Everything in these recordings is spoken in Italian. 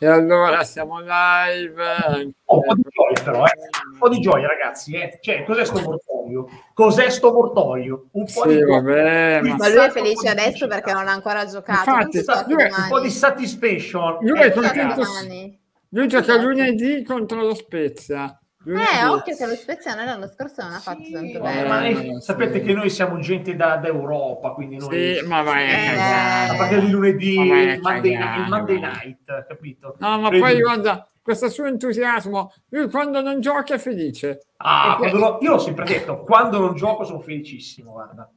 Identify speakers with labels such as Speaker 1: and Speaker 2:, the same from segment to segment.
Speaker 1: E allora siamo live.
Speaker 2: Oh, un po' di gioia però, eh. un
Speaker 1: Mm.
Speaker 2: po' di gioia ragazzi. Eh. Cioè, cos'è sto mortorio? Cos'è sto mortorio? Un po'
Speaker 1: Sì,
Speaker 2: di gioia.
Speaker 1: vabbè, ma
Speaker 2: Quindi-
Speaker 3: Ma lui è felice adesso perché non ha ancora giocato.
Speaker 1: Infatti,
Speaker 3: quindi so
Speaker 1: sa-
Speaker 3: che
Speaker 1: lui è
Speaker 2: un
Speaker 3: domani-
Speaker 2: po' di satisfaction.
Speaker 1: Lui
Speaker 3: eh,
Speaker 1: è
Speaker 2: Eh,
Speaker 3: so che
Speaker 1: contento.
Speaker 2: ragazzi,
Speaker 3: domani.
Speaker 1: lui gioca lunedì contro lo Spezia. Lunedì.
Speaker 3: Eh, occhio che lo Spezia noi l'anno scorso non ha fatto
Speaker 2: sì,
Speaker 3: tanto
Speaker 2: ma-
Speaker 3: bene.
Speaker 1: eh,
Speaker 2: ma noi-
Speaker 1: ragazzi.
Speaker 2: sapete che noi siamo gente da, da Europa, quindi noi...
Speaker 1: Sì, ma vai a
Speaker 3: Eh,
Speaker 1: cagare.
Speaker 2: A parte di lunedì,
Speaker 1: Ma vai a
Speaker 2: il Monday,
Speaker 1: cagare,
Speaker 2: il Monday
Speaker 1: vai.
Speaker 2: night, capito?
Speaker 1: No, ma
Speaker 2: Vedi?
Speaker 1: poi guarda, questo suo entusiasmo, lui quando non gioca è felice.
Speaker 2: Ah,
Speaker 1: Perché-
Speaker 2: quando lo- io l'ho sempre detto, quando non gioco sono felicissimo, guarda.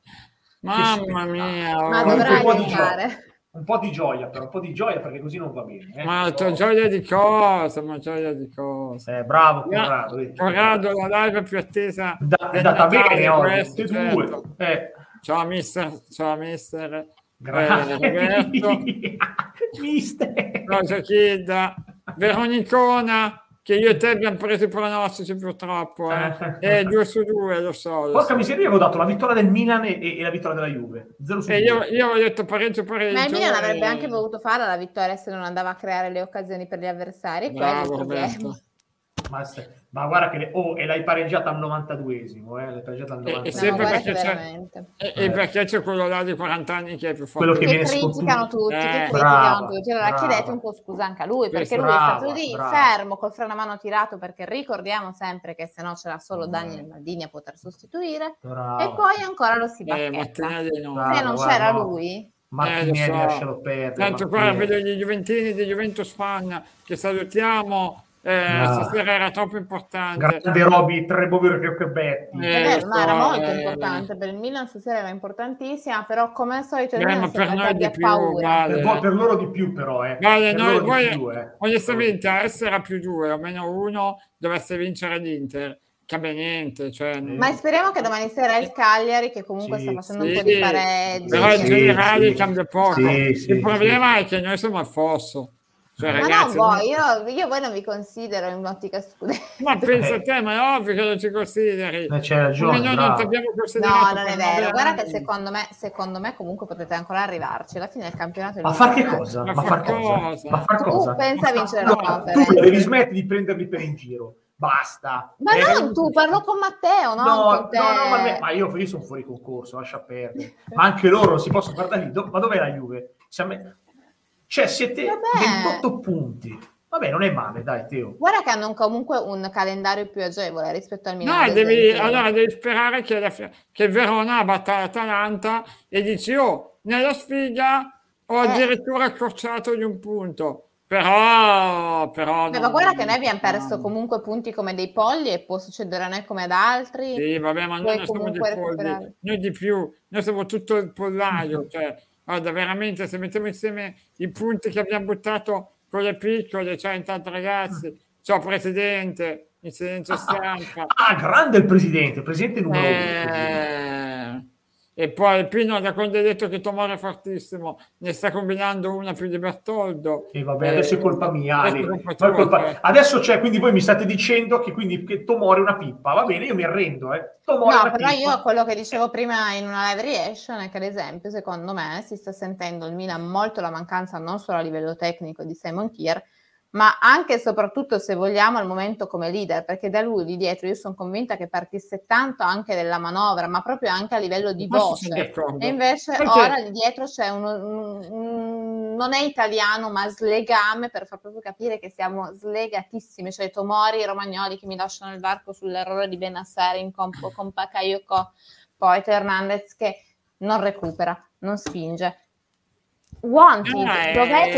Speaker 1: Mamma mia, oh.
Speaker 3: Ma
Speaker 1: guarda,
Speaker 2: dovrai-
Speaker 3: dovrai
Speaker 2: un po' di
Speaker 3: giocare.
Speaker 2: Un po' di gioia, però, un po' di gioia perché così non va bene. eh.
Speaker 1: ma c'ho
Speaker 2: Però-
Speaker 1: gioia di cosa, ma gioia di cosa.
Speaker 2: Eh, bravo Corrado.
Speaker 1: Corrado,
Speaker 2: vedi.
Speaker 1: la live più attesa
Speaker 2: Da- è
Speaker 1: del
Speaker 2: andata
Speaker 1: Natale,
Speaker 2: bene oggi,
Speaker 1: questo,
Speaker 2: tutte e
Speaker 1: certo.
Speaker 2: due. Eh,
Speaker 1: Ciao mister, ciao mister.
Speaker 2: grazie.
Speaker 1: Eh,
Speaker 2: Mister.
Speaker 1: Rosa Chidda, Veronicona, che io e te abbiamo preso i pronostici purtroppo, eh. è due su due, lo so. lo so.
Speaker 2: Porca miseria, io avevo dato la vittoria del Milan e, e- e la vittoria della Juve. 0 su
Speaker 1: E Eh, io,
Speaker 2: 2.
Speaker 1: io avevo detto pareggio pareggio. eh.
Speaker 3: Ma il Milan
Speaker 1: e-
Speaker 3: avrebbe anche voluto fare la vittoria se non andava a creare le occasioni per gli avversari. quello è il
Speaker 1: Bravo
Speaker 3: problema.
Speaker 1: Roberto.
Speaker 2: Ma, se- ma guarda che... le- oh, e l'hai pareggiata al 92esimo, eh, l'hai pareggiata al
Speaker 1: E- e
Speaker 2: 92esimo.
Speaker 3: No,
Speaker 1: sempre
Speaker 3: guarda
Speaker 1: perché
Speaker 3: che
Speaker 1: c'è-
Speaker 3: veramente.
Speaker 1: E, e perché c'è quello là di 40 anni che è più forte?
Speaker 2: Eh. Quello che-
Speaker 3: Che
Speaker 2: viene
Speaker 3: criticano
Speaker 2: sfottuto.
Speaker 3: tutti, che
Speaker 1: Eh,
Speaker 3: criticano
Speaker 2: brava,
Speaker 3: tutti. Allora
Speaker 2: brava.
Speaker 3: chiedete un po' scusa anche a lui, perché lui
Speaker 2: brava,
Speaker 3: è stato lì
Speaker 2: brava.
Speaker 3: fermo col freno a mano tirato, perché ricordiamo sempre che se no c'era solo Daniel Maldini a poter sostituire.
Speaker 2: Bravo.
Speaker 3: E poi ancora lo si
Speaker 1: Eh,
Speaker 3: bacchetta.
Speaker 1: Martinelli no.
Speaker 2: Bravo.
Speaker 3: Se non
Speaker 2: guarda,
Speaker 3: c'era
Speaker 2: no.
Speaker 3: lui,
Speaker 2: Martinelli,
Speaker 1: Eh, lo so.
Speaker 2: lascialo perdere.
Speaker 1: Tanto qua
Speaker 2: Martinelli.
Speaker 1: vedo gli Juventini di Juventus Fan che salutiamo. Eh,
Speaker 2: Ah.
Speaker 1: Stasera era troppo importante.
Speaker 2: Grande Roby, Trebovir che Betti.
Speaker 1: Eh,
Speaker 3: è vero,
Speaker 1: lo
Speaker 3: no, era
Speaker 1: so,
Speaker 3: molto
Speaker 1: eh.
Speaker 3: importante per il Milan stasera era importantissima, però come al solito il
Speaker 1: Eh,
Speaker 3: Milan
Speaker 1: ma per
Speaker 3: sembra che
Speaker 1: noi di
Speaker 3: abbia
Speaker 1: più,
Speaker 3: paura.
Speaker 1: vale.
Speaker 2: per, voi- per loro di più però, eh.
Speaker 1: Guarda,
Speaker 2: Per
Speaker 1: noi-
Speaker 2: loro di
Speaker 1: guarda,
Speaker 2: più, eh.
Speaker 1: Onestamente, a essere a più due o meno uno dovesse vincere l'Inter, cambia niente. Cioè, non-
Speaker 3: Ma speriamo che domani sera il Cagliari, che comunque
Speaker 2: Sì,
Speaker 3: sta facendo
Speaker 1: sì,
Speaker 3: un po' di pareggi.
Speaker 1: però in
Speaker 2: Sì,
Speaker 1: generale
Speaker 2: sì.
Speaker 1: cambia poco.
Speaker 2: Sì, sì,
Speaker 1: Il problema è che noi siamo al fosso. Cioè,
Speaker 3: Ma
Speaker 1: ragazzi,
Speaker 3: no, voi, io, io voi non vi considero in ottica scudetto.
Speaker 1: ma pensa a te, ma è ovvio che non ci consideri.
Speaker 2: Eh, c'è
Speaker 1: Come
Speaker 2: ragione,
Speaker 1: noi non
Speaker 2: bravo.
Speaker 1: ti abbiamo considerato.
Speaker 3: No, non
Speaker 1: per
Speaker 3: è
Speaker 1: nove
Speaker 3: vero. Guarda che
Speaker 1: anni.
Speaker 3: secondo me, secondo me comunque potete ancora arrivarci. Alla fine del campionato... è
Speaker 2: Ma far che
Speaker 3: lungo.
Speaker 2: cosa?
Speaker 1: Ma
Speaker 2: Ma,
Speaker 1: far
Speaker 2: far cosa?
Speaker 1: cosa?
Speaker 2: Ma far
Speaker 3: Tu
Speaker 2: cosa?
Speaker 3: pensa a vincere la
Speaker 2: Allora,
Speaker 3: conference.
Speaker 2: tu devi smettere di prenderli per in giro. Basta.
Speaker 3: Ma
Speaker 2: Eh,
Speaker 3: non tu, parlo con Matteo,
Speaker 2: No,
Speaker 3: non
Speaker 2: no,
Speaker 3: con te.
Speaker 2: no, ma, me- ma io, io sono fuori concorso, lascia perdere. Ma anche loro non si possono guardare lì. Do- ma dov'è la Juve? Cioè, me- cioè, siete
Speaker 3: Vabbè.
Speaker 2: 28 punti. Vabbè, non è male, dai, Teo.
Speaker 3: Guarda che hanno comunque un calendario più agevole rispetto al Milan.
Speaker 1: No,
Speaker 3: ad
Speaker 1: devi,
Speaker 3: esempio.
Speaker 1: allora devi sperare che, alla fine- che il Verona batta l'Atalanta e dici, oh, nella sfiga ho
Speaker 3: Eh.
Speaker 1: addirittura accorciato di un punto. Però, però
Speaker 3: Beh, ma
Speaker 1: non-
Speaker 3: guarda che noi abbiamo perso
Speaker 1: no.
Speaker 3: comunque punti come dei polli e può succedere a noi come ad altri.
Speaker 1: Sì, vabbè, ma noi
Speaker 3: Puoi
Speaker 1: non siamo dei
Speaker 3: comunque
Speaker 1: polli,
Speaker 3: recuperare.
Speaker 1: noi di più, noi siamo tutto il pollaio, cioè, guarda, veramente, se mettiamo insieme i punti che abbiamo buttato con le piccole, cioè, intanto ragazzi, ciao Presidente, in silenzio stampa,
Speaker 2: Ah, grande il presidente, il presidente numero uno.
Speaker 1: Eh, e poi Pino da quando hai detto che Tomare è fortissimo, ne sta combinando una più di Bertoldo.
Speaker 2: E vabbè,
Speaker 1: Eh,
Speaker 2: adesso è colpa mia. Ale.
Speaker 1: adesso è colpa
Speaker 2: Poi è
Speaker 1: tua,
Speaker 2: colpa-
Speaker 1: eh.
Speaker 2: Adesso c'è, quindi voi mi state dicendo che, quindi, che Tomori è una pippa. Va bene, io mi arrendo. Eh. Tomori è
Speaker 3: No,
Speaker 2: una
Speaker 3: però
Speaker 2: pippa.
Speaker 3: io quello che dicevo prima in una live reaction è che ad esempio, secondo me, si sta sentendo il Milan molto la mancanza non solo a livello tecnico di Simon Kier, ma anche e soprattutto se vogliamo al momento come leader, perché da lui lì dietro io sono convinta che partisse tanto anche della manovra, ma proprio anche a livello di
Speaker 1: Ma sì, sono
Speaker 3: voce.
Speaker 1: d'accordo.
Speaker 3: E invece
Speaker 1: Perché-
Speaker 3: ora lì dietro c'è uno- un, un- non è italiano, ma slegame per far proprio capire che siamo slegatissimi, cioè Tomori e Romagnoli che mi lasciano il varco sull'errore di Benassare in compo con Pacaiocco, poi Hernandez che non recupera, non spinge. Wanted,
Speaker 1: Eh,
Speaker 3: dov'è
Speaker 2: Ma, eh,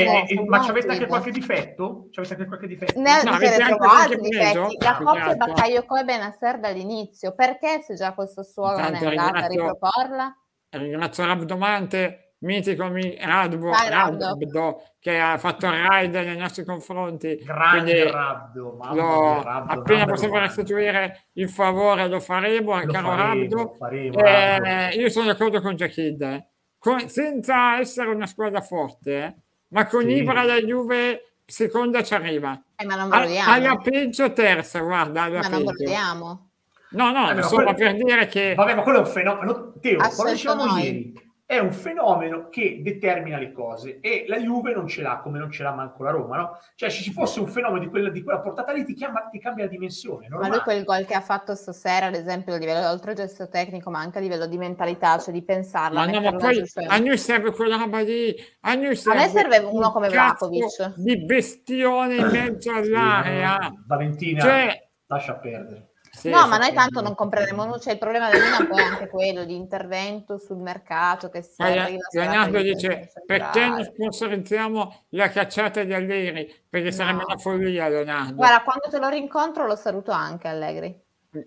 Speaker 3: Hernandez?
Speaker 2: eh, ma ci avete anche qualche difetto? Ci avete anche qualche difetto?
Speaker 3: ne
Speaker 1: No,
Speaker 3: avete
Speaker 1: avete anche
Speaker 3: trovati
Speaker 1: qualche
Speaker 3: di
Speaker 1: peso?
Speaker 3: pezzi. La
Speaker 1: Ah,
Speaker 3: coppia
Speaker 1: esatto.
Speaker 3: Bakayoko e Benasser dall'inizio, perché se già questo suolo non è
Speaker 1: Tanto
Speaker 3: andata a
Speaker 1: ringrazio-
Speaker 3: riproporla?
Speaker 1: Ringrazio Rabdomante, mitico mi- Radbo,
Speaker 3: Vai,
Speaker 1: Radbo,
Speaker 3: Radbo.
Speaker 1: che ha fatto raid nei nostri confronti.
Speaker 2: Grande
Speaker 1: Quindi
Speaker 2: Rabdo, mamma
Speaker 1: lo-
Speaker 2: mia, Rabdo,
Speaker 1: appena
Speaker 2: Rabdo,
Speaker 1: possiamo
Speaker 2: Rabdo.
Speaker 1: restituire il favore lo faremo,
Speaker 2: Lo
Speaker 1: caro
Speaker 2: faremo,
Speaker 1: Rabdo.
Speaker 2: faremo,
Speaker 1: Eh,
Speaker 2: Rabdo.
Speaker 1: io sono d'accordo con Jackie eh. con- senza essere una squadra forte, eh, ma con
Speaker 2: Sì.
Speaker 1: Ibra la Juve seconda ci arriva.
Speaker 3: Eh, ma non
Speaker 1: A- Alla
Speaker 3: vogliamo.
Speaker 1: peggio terza, guarda, alla
Speaker 3: Ma non
Speaker 1: peggio.
Speaker 3: vogliamo.
Speaker 1: No, no,
Speaker 2: Eh, ma
Speaker 1: solo
Speaker 2: quello-
Speaker 1: per dire che...
Speaker 2: Eh, Vabbè, ma quello è un fenomeno. Teo,
Speaker 3: Assolutamente.
Speaker 2: lo dicevamo ieri, è un fenomeno che determina le cose e la Juve non ce l'ha come non ce l'ha manco la Roma, no? Cioè, se ci fosse un fenomeno di quella, di quella portata lì, ti, chiama- ti cambia la dimensione. è
Speaker 3: Ma
Speaker 2: normale.
Speaker 3: lui quel gol che ha fatto stasera, ad esempio, a livello oltre gesto tecnico, ma anche a livello di mentalità, cioè di pensarla.
Speaker 1: Ma no, ma
Speaker 3: metterla
Speaker 1: poi
Speaker 3: giù, cioè-
Speaker 1: a noi serve quella roba lì. A, noi serve
Speaker 3: serve uno
Speaker 1: un
Speaker 3: come
Speaker 1: cazzo
Speaker 3: Vlahovic.
Speaker 1: Di bestione in mezzo
Speaker 2: Sì,
Speaker 1: all'area.
Speaker 2: no, Valentina,
Speaker 1: eh, ah. Cioè-
Speaker 2: lascia perdere.
Speaker 1: Sì,
Speaker 3: no,
Speaker 1: sì,
Speaker 3: ma noi
Speaker 1: sì.
Speaker 3: tanto non compreremo nulla. Cioè, il problema del Milan poi è anche quello di intervento sul mercato che si
Speaker 1: Poi Le-
Speaker 3: arriva a
Speaker 1: Leonardo
Speaker 3: stare lì
Speaker 1: dice
Speaker 3: per
Speaker 1: perché non
Speaker 3: centrale.
Speaker 1: sponsorizziamo la cacciata di Allegri? Perché sarebbe
Speaker 3: No.
Speaker 1: una follia, Leonardo.
Speaker 3: Guarda, quando te lo rincontro lo saluto anche Allegri.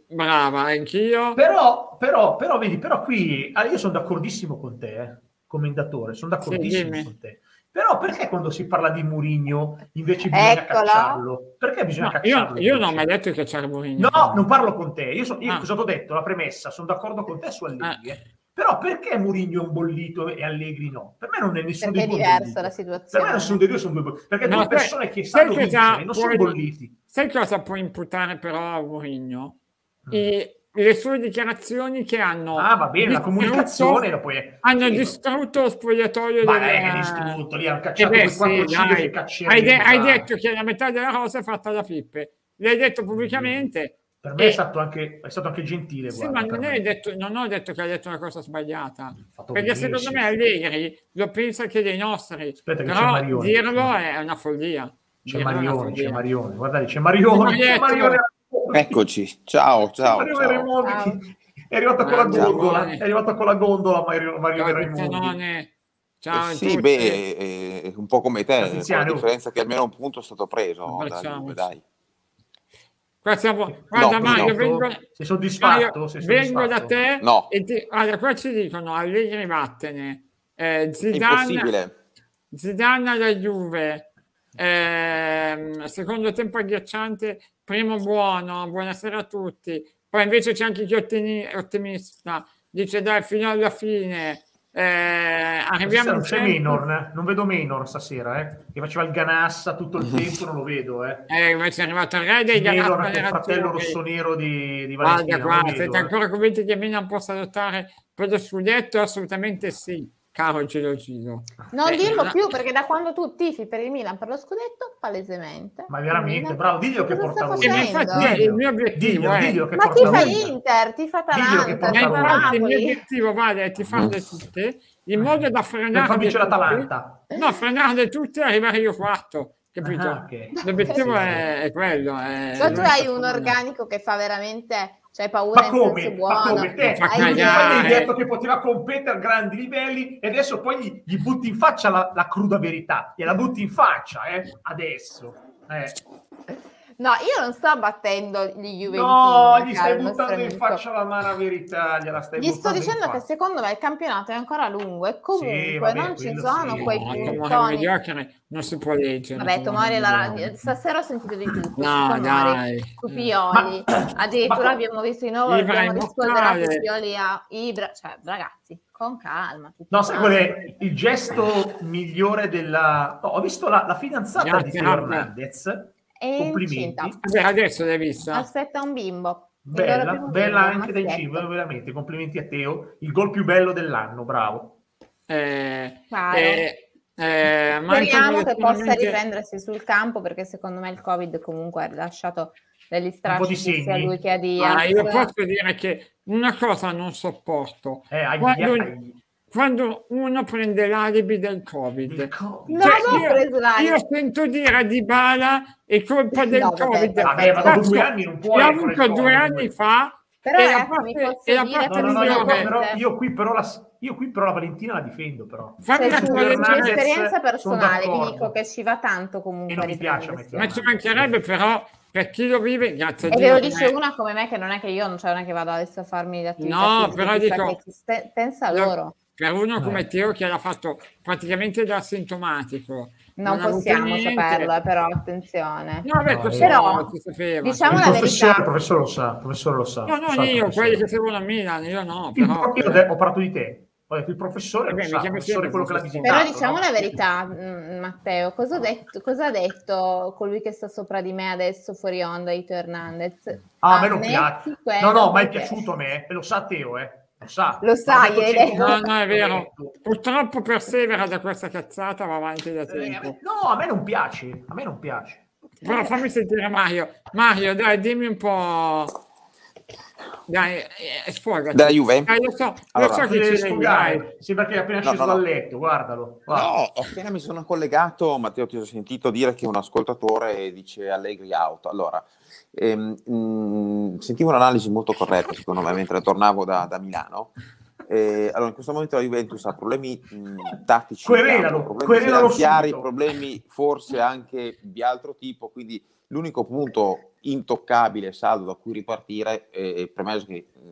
Speaker 1: Brava, anch'io.
Speaker 2: Però, però, però, vedi, però qui ah, io sono d'accordissimo con te, eh, commendatore, sono d'accordissimo
Speaker 1: dimmi.
Speaker 2: con te. Però perché quando si parla di Murigno invece bisogna
Speaker 3: Eccolo.
Speaker 2: cacciarlo? Perché bisogna
Speaker 1: No, io,
Speaker 2: cacciarlo?
Speaker 1: io non ho
Speaker 2: invece?
Speaker 1: mai detto che c'era Mourinho.
Speaker 2: No, non parlo con te. Io, so, io
Speaker 1: Ah.
Speaker 2: cosa ti ho detto? La premessa, sono d'accordo con te su Allegri. eh. Però perché Murigno è un bollito e Allegri no? Per me non è nessuno
Speaker 3: Perché è
Speaker 2: dei due un
Speaker 3: diversa
Speaker 2: bollito.
Speaker 3: la
Speaker 2: Per me nessuno
Speaker 3: situazione.
Speaker 2: dei due sono due bolliti. Perché
Speaker 1: No,
Speaker 2: due
Speaker 1: sai-
Speaker 2: persone che
Speaker 1: sai
Speaker 2: sanno
Speaker 1: che già
Speaker 2: vincere non sono
Speaker 1: fuori-
Speaker 2: bolliti.
Speaker 1: Sai cosa puoi imputare però a Mourinho?
Speaker 2: Mm.
Speaker 1: E le sue dichiarazioni che hanno...
Speaker 2: Ah, va bene, la
Speaker 1: distrutto-
Speaker 2: comunicazione lo puoi...
Speaker 1: Hanno
Speaker 2: Sì,
Speaker 1: distrutto lo spogliatoio
Speaker 2: Ma
Speaker 1: della-
Speaker 2: è che è distrutto, lì hanno
Speaker 1: Eh
Speaker 2: cacciato
Speaker 1: beh,
Speaker 2: quei
Speaker 1: sì,
Speaker 2: quattro
Speaker 1: dai.
Speaker 2: cibi che cacceranno.
Speaker 1: hai, de- hai detto che la metà della rosa è fatta da Fippe. L'hai detto
Speaker 2: Mm.
Speaker 1: pubblicamente.
Speaker 2: Per me è
Speaker 1: Eh.
Speaker 2: stato anche, è stato anche gentile.
Speaker 1: Sì,
Speaker 2: guarda,
Speaker 1: ma non,
Speaker 2: per me.
Speaker 1: hai detto- non ho detto che hai detto una cosa sbagliata.
Speaker 2: Fatto
Speaker 1: Perché
Speaker 2: benissimo.
Speaker 1: secondo me Allegri lo pensa anche dei nostri.
Speaker 2: Aspetta che c'è
Speaker 1: Però
Speaker 2: Marione.
Speaker 1: dirlo è una follia.
Speaker 2: C'è
Speaker 1: Dirlo è una
Speaker 2: Marione,
Speaker 1: follia.
Speaker 2: c'è Marione. Guardate, c'è Marione.
Speaker 1: Marietto.
Speaker 2: C'è Marione.
Speaker 4: Eccoci, ciao, Ecco, ciao.
Speaker 2: Mario
Speaker 4: ciao.
Speaker 2: Raimondi
Speaker 3: Ciao.
Speaker 2: che- È arrivata con la
Speaker 1: Mangia,
Speaker 2: gondola,
Speaker 1: buoni.
Speaker 2: è arrivata con la gondola Mario, Mario
Speaker 1: Ciao,
Speaker 2: Raimondi.
Speaker 1: Tizianone. Ciao
Speaker 4: Eh
Speaker 1: a
Speaker 4: sì,
Speaker 1: tutti.
Speaker 4: beh, eh, eh, un po' come te, con la
Speaker 2: Tiziano.
Speaker 4: differenza che almeno un punto è stato preso dalla
Speaker 1: Facciamo.
Speaker 4: Juve, dai.
Speaker 1: Qua siamo- guarda,
Speaker 4: No,
Speaker 1: Mario,
Speaker 2: Purtroppo,
Speaker 1: vengo,
Speaker 2: sei soddisfatto?
Speaker 1: Mario,
Speaker 2: Sei
Speaker 1: vengo
Speaker 2: soddisfatto?
Speaker 1: da te
Speaker 4: No.
Speaker 1: e ti, allora, qua ci dicono Allegri vattene eh,
Speaker 4: È
Speaker 1: Zidane,
Speaker 4: impossibile.
Speaker 1: Zidane alla Juve ehm, secondo tempo agghiacciante primo buono buonasera a tutti poi invece c'è anche chi è ottimi- ottimista dice dai fino alla fine eh,
Speaker 2: Stasera
Speaker 1: arriviamo
Speaker 2: non c'è
Speaker 1: sempre-
Speaker 2: Menor, eh? non vedo Menor stasera, eh? che faceva il ganassa tutto il tempo, non lo vedo. Eh?
Speaker 1: eh, invece è arrivato il re dei Galactico
Speaker 2: Menor che è il fratello
Speaker 1: Nerazzurri.
Speaker 2: rossonero di, di
Speaker 1: Guarda,
Speaker 2: Valentina. non lo
Speaker 1: guarda,
Speaker 2: vedo,
Speaker 1: siete
Speaker 2: eh.
Speaker 1: ancora convinti che Milan possa lottare per lo scudetto? Assolutamente sì, caro Giro Giro.
Speaker 3: Non
Speaker 1: Eh,
Speaker 3: dirlo
Speaker 1: ma-
Speaker 3: più perché da quando tu tifi per il Milan per lo scudetto, palesemente.
Speaker 2: Ma veramente,
Speaker 3: Milan-
Speaker 2: bravo, diglielo che
Speaker 3: Cosa
Speaker 2: porta
Speaker 3: sta
Speaker 2: lui.
Speaker 1: Eh, ma
Speaker 3: facendo?
Speaker 1: infatti il mio obiettivo
Speaker 2: Diglielo,
Speaker 1: è...
Speaker 2: diglielo che
Speaker 3: Ma
Speaker 2: porta
Speaker 3: tifa
Speaker 2: lui.
Speaker 3: Inter, tifa
Speaker 2: Diglielo che
Speaker 1: ma
Speaker 3: Atalanta,
Speaker 2: porta
Speaker 3: tifa
Speaker 2: Roma.
Speaker 1: infatti il mio
Speaker 3: Napoli.
Speaker 1: obiettivo vale è tifarle tutte in modo da
Speaker 2: Per
Speaker 1: frenare
Speaker 2: far vincere
Speaker 1: tutte-
Speaker 2: l'Atalanta.
Speaker 1: Eh? no, frenarle tutte e arrivare io quarto capito?
Speaker 2: Ah, ok.
Speaker 1: l'obiettivo
Speaker 2: Sì, sì.
Speaker 1: è, è quello è-
Speaker 3: Però tu
Speaker 1: Eh, non
Speaker 3: hai
Speaker 1: so
Speaker 3: un
Speaker 1: come-
Speaker 3: organico che fa veramente, cioè paura
Speaker 2: Ma
Speaker 3: in senso
Speaker 2: come? Ma
Speaker 3: buono.
Speaker 2: come te?
Speaker 1: Fa
Speaker 2: Hai
Speaker 1: cagare.
Speaker 2: detto che poteva competere a grandi livelli e adesso poi gli, gli butti in faccia la, la cruda verità. Gliela butti in faccia, eh? Adesso. Eh.
Speaker 3: No, io non sto battendo gli Juventus.
Speaker 2: No, gli stai buttando in faccia la mano verità, gliela stai
Speaker 3: Gli sto
Speaker 2: buttando in
Speaker 3: dicendo che
Speaker 2: faccia.
Speaker 3: secondo me il campionato è ancora lungo e comunque
Speaker 2: Sì, vabbè,
Speaker 3: non ci
Speaker 2: quello
Speaker 3: sono
Speaker 2: sì.
Speaker 3: quei
Speaker 1: no,
Speaker 2: puntoni.
Speaker 1: Tomori è un
Speaker 3: puntoni.
Speaker 1: mediocre non si può leggere
Speaker 3: Vabbè, Tomori è la-
Speaker 1: è un mediocre.
Speaker 3: stasera ho sentito di tutto.
Speaker 1: no
Speaker 3: Tomori,
Speaker 1: dai
Speaker 3: Cupioli, addirittura
Speaker 2: ma-
Speaker 3: abbiamo visto di nuovo,
Speaker 1: Ibra
Speaker 3: abbiamo
Speaker 1: è
Speaker 3: rispolverato
Speaker 1: mortale.
Speaker 3: Cupioli a Ibra, cioè ragazzi, con calma. tutti
Speaker 2: No, sai qual
Speaker 3: quanti.
Speaker 2: è il gesto migliore della... no, ho visto la, la fidanzata di
Speaker 1: Grazie,
Speaker 2: Teo
Speaker 1: Anna.
Speaker 2: Hernandez.
Speaker 3: È incinta.
Speaker 2: Complimenti.
Speaker 1: Beh, adesso l'hai vista
Speaker 3: Aspetta un bimbo. Il loro
Speaker 2: Bella,
Speaker 3: primo
Speaker 2: bella
Speaker 3: bimbo,
Speaker 2: anche da in
Speaker 3: maschietto.
Speaker 2: cima, veramente. Complimenti a Teo. Il gol più bello dell'anno, bravo.
Speaker 1: Eh,
Speaker 3: Chiaro.
Speaker 1: eh, eh, manca
Speaker 3: Speriamo che possa
Speaker 1: direttamente-
Speaker 3: riprendersi sul campo perché secondo me il Covid comunque ha lasciato degli strascichi
Speaker 2: segni.
Speaker 3: sia a lui che a
Speaker 1: Ah,
Speaker 3: Diaz.
Speaker 1: io posso dire che una cosa non sopporto
Speaker 2: Eh, ai,
Speaker 1: Quando-
Speaker 2: ai-
Speaker 1: quando uno prende l'alibi del covid
Speaker 2: Ecco.
Speaker 3: No,
Speaker 1: Cioè,
Speaker 3: no, ho preso l'alibi.
Speaker 1: io, io sento dire a Dybala è colpa del
Speaker 3: No, vabbè,
Speaker 1: covid
Speaker 2: Vabbè, ma dopo
Speaker 1: Cazzo,
Speaker 2: due anni non puoi.
Speaker 1: l'ha
Speaker 2: con le
Speaker 1: avuto due
Speaker 2: corde,
Speaker 1: anni
Speaker 2: due.
Speaker 1: fa
Speaker 3: Però
Speaker 1: e la
Speaker 3: ragazzi,
Speaker 1: parte-
Speaker 3: mi Cioè,
Speaker 1: e la
Speaker 3: posso dire
Speaker 1: parte
Speaker 2: No, no, no, io,
Speaker 1: migliore.
Speaker 2: qua
Speaker 1: Vabbè.
Speaker 2: però, io qui però la, io qui però la Valentina la difendo però.
Speaker 1: fammi
Speaker 3: cioè,
Speaker 1: la
Speaker 3: su-
Speaker 1: tua
Speaker 2: Hernandez,
Speaker 1: leggera-
Speaker 3: un'esperienza personale vi
Speaker 2: d'accordo.
Speaker 3: dico che ci va tanto comunque
Speaker 2: E non
Speaker 3: a
Speaker 2: mi piace
Speaker 3: riprendersi.
Speaker 2: metterla.
Speaker 1: ma ci mancherebbe però per chi lo vive grazie a
Speaker 3: e
Speaker 1: Dio eh,
Speaker 3: ve lo
Speaker 1: che-
Speaker 3: dice una come me che non è che io non c'è una che vado adesso a farmi l'attività
Speaker 1: No,
Speaker 3: fisica,
Speaker 1: però
Speaker 3: chissà
Speaker 1: dico-
Speaker 3: che esiste- pensa a
Speaker 1: No,
Speaker 3: loro
Speaker 1: per uno come
Speaker 2: Eh.
Speaker 1: Teo che l'ha fatto praticamente da asintomatico
Speaker 3: non,
Speaker 1: ha avuto
Speaker 3: possiamo
Speaker 1: niente.
Speaker 3: saperlo eh, però attenzione
Speaker 1: No, beh,
Speaker 2: No, eh.
Speaker 1: questo
Speaker 3: però,
Speaker 1: non si sapeva. cioè.
Speaker 3: diciamo
Speaker 2: il
Speaker 3: la
Speaker 2: professore,
Speaker 3: verità.
Speaker 2: il professore lo sa, il professore lo sa.
Speaker 1: No, non
Speaker 2: Sa il
Speaker 1: io,
Speaker 2: professore.
Speaker 1: quelli che seguono a Milan, io no,
Speaker 2: Il
Speaker 1: però...
Speaker 2: pro- io ho de- ho parlato di te. Poi il professore,
Speaker 1: Vabbè,
Speaker 2: lo
Speaker 1: mi
Speaker 2: sa, il
Speaker 1: chiamo
Speaker 2: professore è
Speaker 1: sempre
Speaker 2: quello che l'ha
Speaker 1: professore.
Speaker 2: visitato.
Speaker 3: Però diciamo
Speaker 2: no?
Speaker 3: la verità, mm, Matteo, cosa ha, detto, cosa ha detto colui che sta sopra di me adesso fuori onda, Ito Hernandez?
Speaker 2: Ah, a me non
Speaker 3: Ammetti
Speaker 2: piace. No,
Speaker 3: quello
Speaker 2: no, ma è
Speaker 3: che-
Speaker 2: piaciuto a me, e lo sa Teo, eh. Lo sa.
Speaker 3: Lo sai,
Speaker 2: L'ho detto
Speaker 3: hai
Speaker 2: cento
Speaker 3: detto.
Speaker 1: No,
Speaker 2: volte,
Speaker 1: no, è
Speaker 2: l'ho
Speaker 1: vero.
Speaker 2: detto.
Speaker 1: Purtroppo persevera da questa cazzata, va avanti da
Speaker 2: Eh, a
Speaker 1: tempo.
Speaker 2: me- no, a me non piace, a me non piace.
Speaker 1: Però fammi sentire Mario. Mario, dai, dimmi un po'. Dai, eh, sfogati.
Speaker 4: Della Juve?
Speaker 1: Dai, lo so,
Speaker 4: Allora.
Speaker 1: lo so
Speaker 2: Si
Speaker 1: che
Speaker 2: deve
Speaker 1: ci leghi, dai.
Speaker 2: sfogare, sembra che è appena
Speaker 4: No,
Speaker 2: sceso
Speaker 4: no, no.
Speaker 2: dal letto, guardalo. guarda.
Speaker 4: No, appena mi sono collegato, Matteo, ti ho sentito dire che un ascoltatore dice Allegri out. Allora, ehm, mh, sentivo un'analisi molto corretta, secondo me, mentre tornavo da, da Milano. Eh, allora, in questo momento la Juventus ha problemi mh, tattici, in campo,
Speaker 2: Querelalo,
Speaker 4: problemi
Speaker 2: querelalo
Speaker 4: finanziari,
Speaker 2: subito.
Speaker 4: problemi forse anche di altro tipo, quindi l'unico punto intoccabile, saldo da cui ripartire, eh, premesso che mh,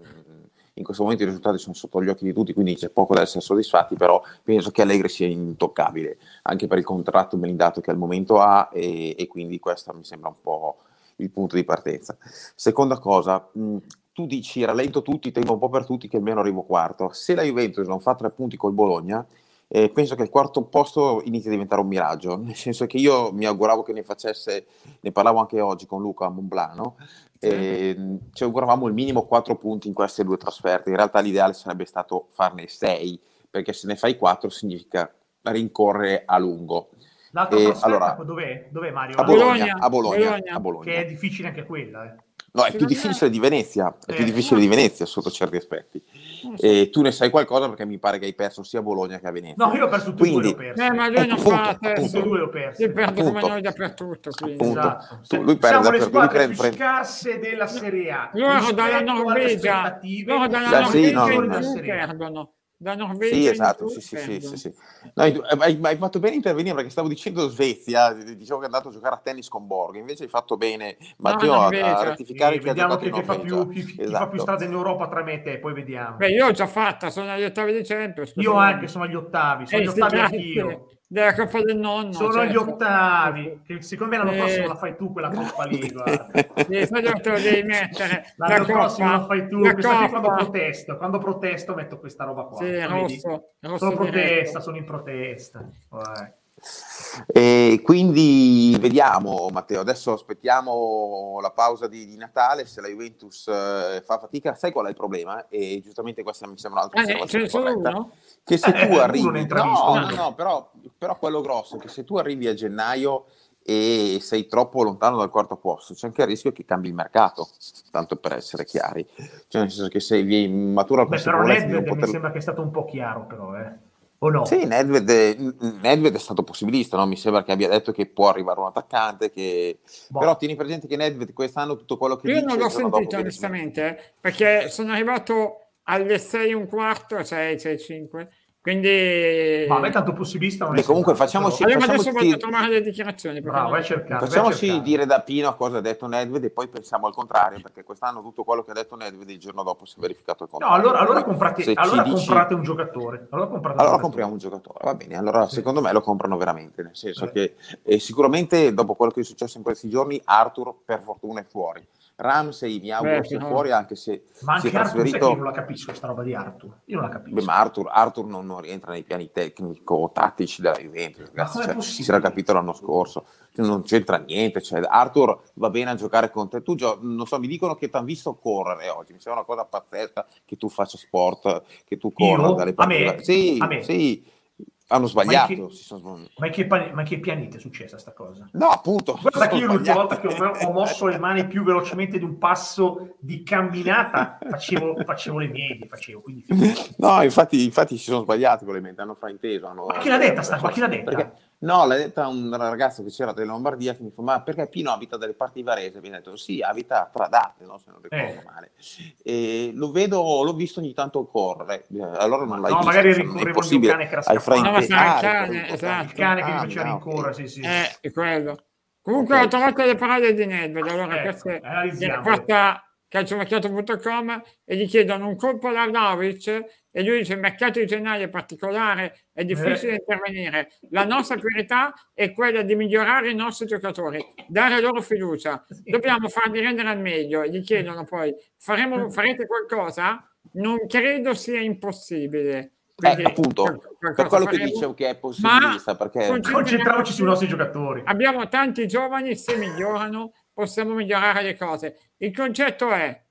Speaker 4: in questo momento i risultati sono sotto gli occhi di tutti, quindi c'è poco da essere soddisfatti, però penso che Allegri sia intoccabile, anche per il contratto blindato che al momento ha e, e quindi questo mi sembra un po' il punto di partenza. Seconda cosa, mh, tu dici rallento tutti, tengo un po' per tutti che almeno arrivo quarto, se la Juventus non fa tre punti col Bologna, eh, penso che il quarto posto inizi a diventare un miraggio, nel senso che io mi auguravo che ne facesse, ne parlavo anche oggi con Luca a Monblano, e ci auguravamo il minimo 4 punti in queste due trasferte. In realtà l'ideale sarebbe stato farne 6, perché se ne fai 4 significa rincorrere a lungo.
Speaker 2: L'altra
Speaker 4: Eh,
Speaker 2: trasferta,
Speaker 4: allora-
Speaker 2: dov'è? Dov'è Mario?
Speaker 4: A Bologna, a Bologna,
Speaker 1: Bologna.
Speaker 4: a Bologna.
Speaker 2: Che è difficile anche quella, eh.
Speaker 4: No, è più
Speaker 1: Secondo me-
Speaker 4: difficile di Venezia, è più
Speaker 2: Eh,
Speaker 4: difficile di
Speaker 1: no.
Speaker 4: Venezia sotto certi aspetti.
Speaker 1: Non so.
Speaker 4: E tu ne sai qualcosa perché mi pare che hai perso sia a Bologna che a Venezia.
Speaker 2: No, io ho perso tutti e due,
Speaker 4: Quindi-
Speaker 2: l'ho perso.
Speaker 1: Eh, ma lui non
Speaker 4: Appunto,
Speaker 1: fa la
Speaker 2: Tutti
Speaker 1: testa.
Speaker 2: e due l'ho perso.
Speaker 1: Si perde come
Speaker 4: Appunto.
Speaker 1: noi dappertutto. Quindi.
Speaker 4: Appunto.
Speaker 2: Esatto.
Speaker 4: Tu- lui perde
Speaker 2: Siamo le
Speaker 4: dappertutto,
Speaker 2: squadre
Speaker 4: lui
Speaker 2: più
Speaker 4: prende-
Speaker 2: scarse della Serie A.
Speaker 1: Loro
Speaker 2: rispetto
Speaker 1: dalla
Speaker 2: alle
Speaker 1: Norvegia,
Speaker 2: aspettative
Speaker 1: loro dalla
Speaker 4: Beh, sì,
Speaker 1: Norvegia
Speaker 4: no,
Speaker 1: in
Speaker 4: no,
Speaker 2: della
Speaker 1: giù
Speaker 2: Serie A.
Speaker 1: perdono. Da Norvegia
Speaker 4: Sì,
Speaker 1: in
Speaker 4: esatto,
Speaker 1: giù
Speaker 4: sì, sì, sì,
Speaker 1: perdono.
Speaker 4: sì, sì. No, hai, hai- hai fatto bene a intervenire perché stavo dicendo Svezia, dicevo che è andato a giocare a tennis con Borg, invece hai fatto bene, Matteo, a- a
Speaker 1: Norvegia.
Speaker 4: rettificare
Speaker 2: Sì,
Speaker 4: che ha
Speaker 2: vediamo
Speaker 4: giocato
Speaker 2: chi,
Speaker 4: in
Speaker 2: chi fa
Speaker 4: Norvegia.
Speaker 2: più, chi, chi fa
Speaker 4: Esatto.
Speaker 2: più strada in Europa tra me e te, poi vediamo.
Speaker 1: Beh, io ho già fatta, sono agli ottavi di Champions.
Speaker 2: io
Speaker 1: scusami.
Speaker 2: anche sono agli ottavi, sono
Speaker 1: Eh,
Speaker 2: agli
Speaker 1: sì,
Speaker 2: ottavi
Speaker 1: grazie.
Speaker 2: anch'io.
Speaker 1: Della Coppa del Nonno.
Speaker 2: Sono
Speaker 1: certo.
Speaker 2: agli ottavi, che secondo me l'anno
Speaker 1: Eh.
Speaker 2: prossimo la fai tu quella coppa lì, guarda.
Speaker 1: Sì, solo te lo devi mettere.
Speaker 2: L'anno
Speaker 1: la
Speaker 2: prossimo
Speaker 1: Coppa,
Speaker 2: la fai tu,
Speaker 1: la
Speaker 2: questa qui quando
Speaker 1: Coppa.
Speaker 2: protesto, quando protesto metto questa roba qua.
Speaker 1: Sì,
Speaker 2: Vedi?
Speaker 1: rosso, rosso
Speaker 2: sono protesta,
Speaker 1: diretto.
Speaker 2: sono in protesta. Vai.
Speaker 4: E quindi vediamo, Matteo. Adesso aspettiamo la pausa di, di Natale. Se la Juventus eh, fa fatica, sai qual è il problema? E giustamente questa mi sembra un'altra
Speaker 1: Ah, ne- ce
Speaker 4: osservazione
Speaker 1: ne sono
Speaker 4: corretta.
Speaker 1: uno?
Speaker 4: Che se
Speaker 2: Eh,
Speaker 4: tu
Speaker 2: uno ne
Speaker 4: arrivi,
Speaker 2: intravista,
Speaker 4: no,
Speaker 2: uno.
Speaker 4: no, no, però, però quello grosso è che se tu arrivi a gennaio e sei troppo lontano dal quarto posto, c'è anche il rischio che cambi il mercato. Tanto per essere chiari, cioè nel senso che se vi matura la
Speaker 2: Beh, però
Speaker 4: consapevolezza di non
Speaker 2: Nedved mi
Speaker 4: poter
Speaker 2: sembra che è stato un po' chiaro, però, eh. O no?
Speaker 4: sì, Nedved è, Nedved è stato possibilista, no? mi sembra che abbia detto che può arrivare un attaccante, che...
Speaker 2: Boh.
Speaker 4: però tieni presente che Nedved quest'anno tutto quello che
Speaker 1: Io
Speaker 4: dice
Speaker 1: non
Speaker 4: il
Speaker 1: l'ho
Speaker 4: giorno dopo
Speaker 1: sentito
Speaker 4: viene
Speaker 1: onestamente eh, perché sono arrivato alle 6 e un quarto, 6, 6 5, quindi...
Speaker 2: Ma a me tanto possibilista non è
Speaker 4: Beh, comunque
Speaker 2: sembrato,
Speaker 4: facciamoci-
Speaker 2: però-
Speaker 1: Allora, ma adesso
Speaker 4: facciamo
Speaker 1: vado a
Speaker 4: tutti-
Speaker 1: trovare le dichiarazioni. perché
Speaker 2: Bravo, eh,
Speaker 1: non-
Speaker 2: vai a cercare. vai a
Speaker 4: Facciamoci
Speaker 2: cercare.
Speaker 4: dire da Pino cosa ha detto Nedved e poi pensiamo al contrario, perché quest'anno tutto quello che ha detto Nedved il giorno dopo si è verificato il
Speaker 2: No,
Speaker 4: contrario.
Speaker 2: allora, allora,
Speaker 4: Poi,
Speaker 2: comprate,
Speaker 4: se ci
Speaker 2: allora
Speaker 4: dici-
Speaker 2: comprate un giocatore. Allora, comprate un
Speaker 4: Allora
Speaker 2: giocatore.
Speaker 4: compriamo un giocatore, va bene, allora
Speaker 2: Sì.
Speaker 4: secondo me lo comprano veramente, nel senso
Speaker 2: Eh.
Speaker 4: che eh, sicuramente dopo quello che è successo in questi giorni Arthur per fortuna è fuori, Ramsey mi auguro
Speaker 1: Beh,
Speaker 4: sia
Speaker 1: no.
Speaker 4: fuori anche se
Speaker 2: Ma
Speaker 4: si
Speaker 2: anche
Speaker 4: è
Speaker 2: Arthur, sai
Speaker 4: trasferito...
Speaker 2: che io non la capisco, sta roba di Arthur. Io non la capisco.
Speaker 4: Beh, ma Arthur, Arthur non, non rientra nei piani tecnico-tattici della Juventus, ragazzi,
Speaker 2: com'è
Speaker 4: cioè,
Speaker 2: possibile?
Speaker 4: si era capito l'anno scorso, Cioè, non c'entra niente. Cioè, Arthur va bene a giocare con te. Tu, gio- non so, mi dicono che ti hanno visto correre oggi, mi sembra una cosa pazzesca che tu faccia sport, che tu corra dalle
Speaker 2: A me?
Speaker 4: parti- Sì,
Speaker 2: A me?
Speaker 4: sì, hanno sbagliato.
Speaker 2: Ma in che-
Speaker 4: si sono-
Speaker 2: Ma in che, pan- ma in che pianeta è successa sta cosa?
Speaker 4: No, appunto.
Speaker 2: Guarda
Speaker 4: si
Speaker 2: che
Speaker 4: sono
Speaker 2: io l'ultima volta
Speaker 4: sbagliati.
Speaker 2: che ho, ho mosso le mani più velocemente di un passo di camminata facevo, facevo le medie, facevo, quindi figurati.
Speaker 4: No, infatti, infatti si sono sbagliati con le menti, hanno frainteso. Hanno...
Speaker 2: Ma chi l'ha detta sta qua? Chi l'ha detta?
Speaker 4: Perché- No, l'ha detta un ragazzo che c'era della Lombardia che mi fa, ma perché Pino abita dalle parti di Varese? Mi ha detto, sì, abita tra date, no? se non ricordo
Speaker 2: Eh.
Speaker 4: male. E lo vedo, l'ho visto ogni tanto correre, Eh, allora non l'hai
Speaker 2: No,
Speaker 4: visto.
Speaker 2: magari
Speaker 4: cioè, non è
Speaker 2: rincorrevo il mio
Speaker 4: possibile.
Speaker 2: cane che era
Speaker 4: Hai
Speaker 2: scappato.
Speaker 1: No, ma
Speaker 4: frainteso.
Speaker 1: sarà il
Speaker 4: Ah,
Speaker 1: cane,
Speaker 4: ricordo,
Speaker 1: esatto.
Speaker 2: Il cane che mi
Speaker 4: Ah,
Speaker 2: faceva
Speaker 4: no,
Speaker 2: rincorrere,
Speaker 4: ok.
Speaker 2: sì, sì.
Speaker 1: Eh, è quello. Comunque
Speaker 4: Ok.
Speaker 1: ho trovato le parole di Nedved, allora
Speaker 2: Ecco,
Speaker 1: questa è
Speaker 2: analizziamole.
Speaker 1: quarta calciomercato.com e gli chiedono un colpo alla Vlaovic e lui dice il mercato di gennaio è particolare, è difficile
Speaker 2: Eh.
Speaker 1: intervenire. La nostra priorità è quella di migliorare i nostri giocatori, dare loro fiducia. Dobbiamo farli rendere al meglio. Gli
Speaker 4: Eh.
Speaker 1: chiedono poi, faremo, farete qualcosa? Non credo sia impossibile. Quindi,
Speaker 4: Eh, appunto,
Speaker 1: qualcosa
Speaker 4: per quello che
Speaker 1: faremo.
Speaker 4: dicevo che è
Speaker 1: Ma
Speaker 4: possibilista, perché-
Speaker 2: Concentriamoci sui nostri giocatori.
Speaker 1: Abbiamo tanti giovani, se migliorano possiamo migliorare le cose. Il concetto è,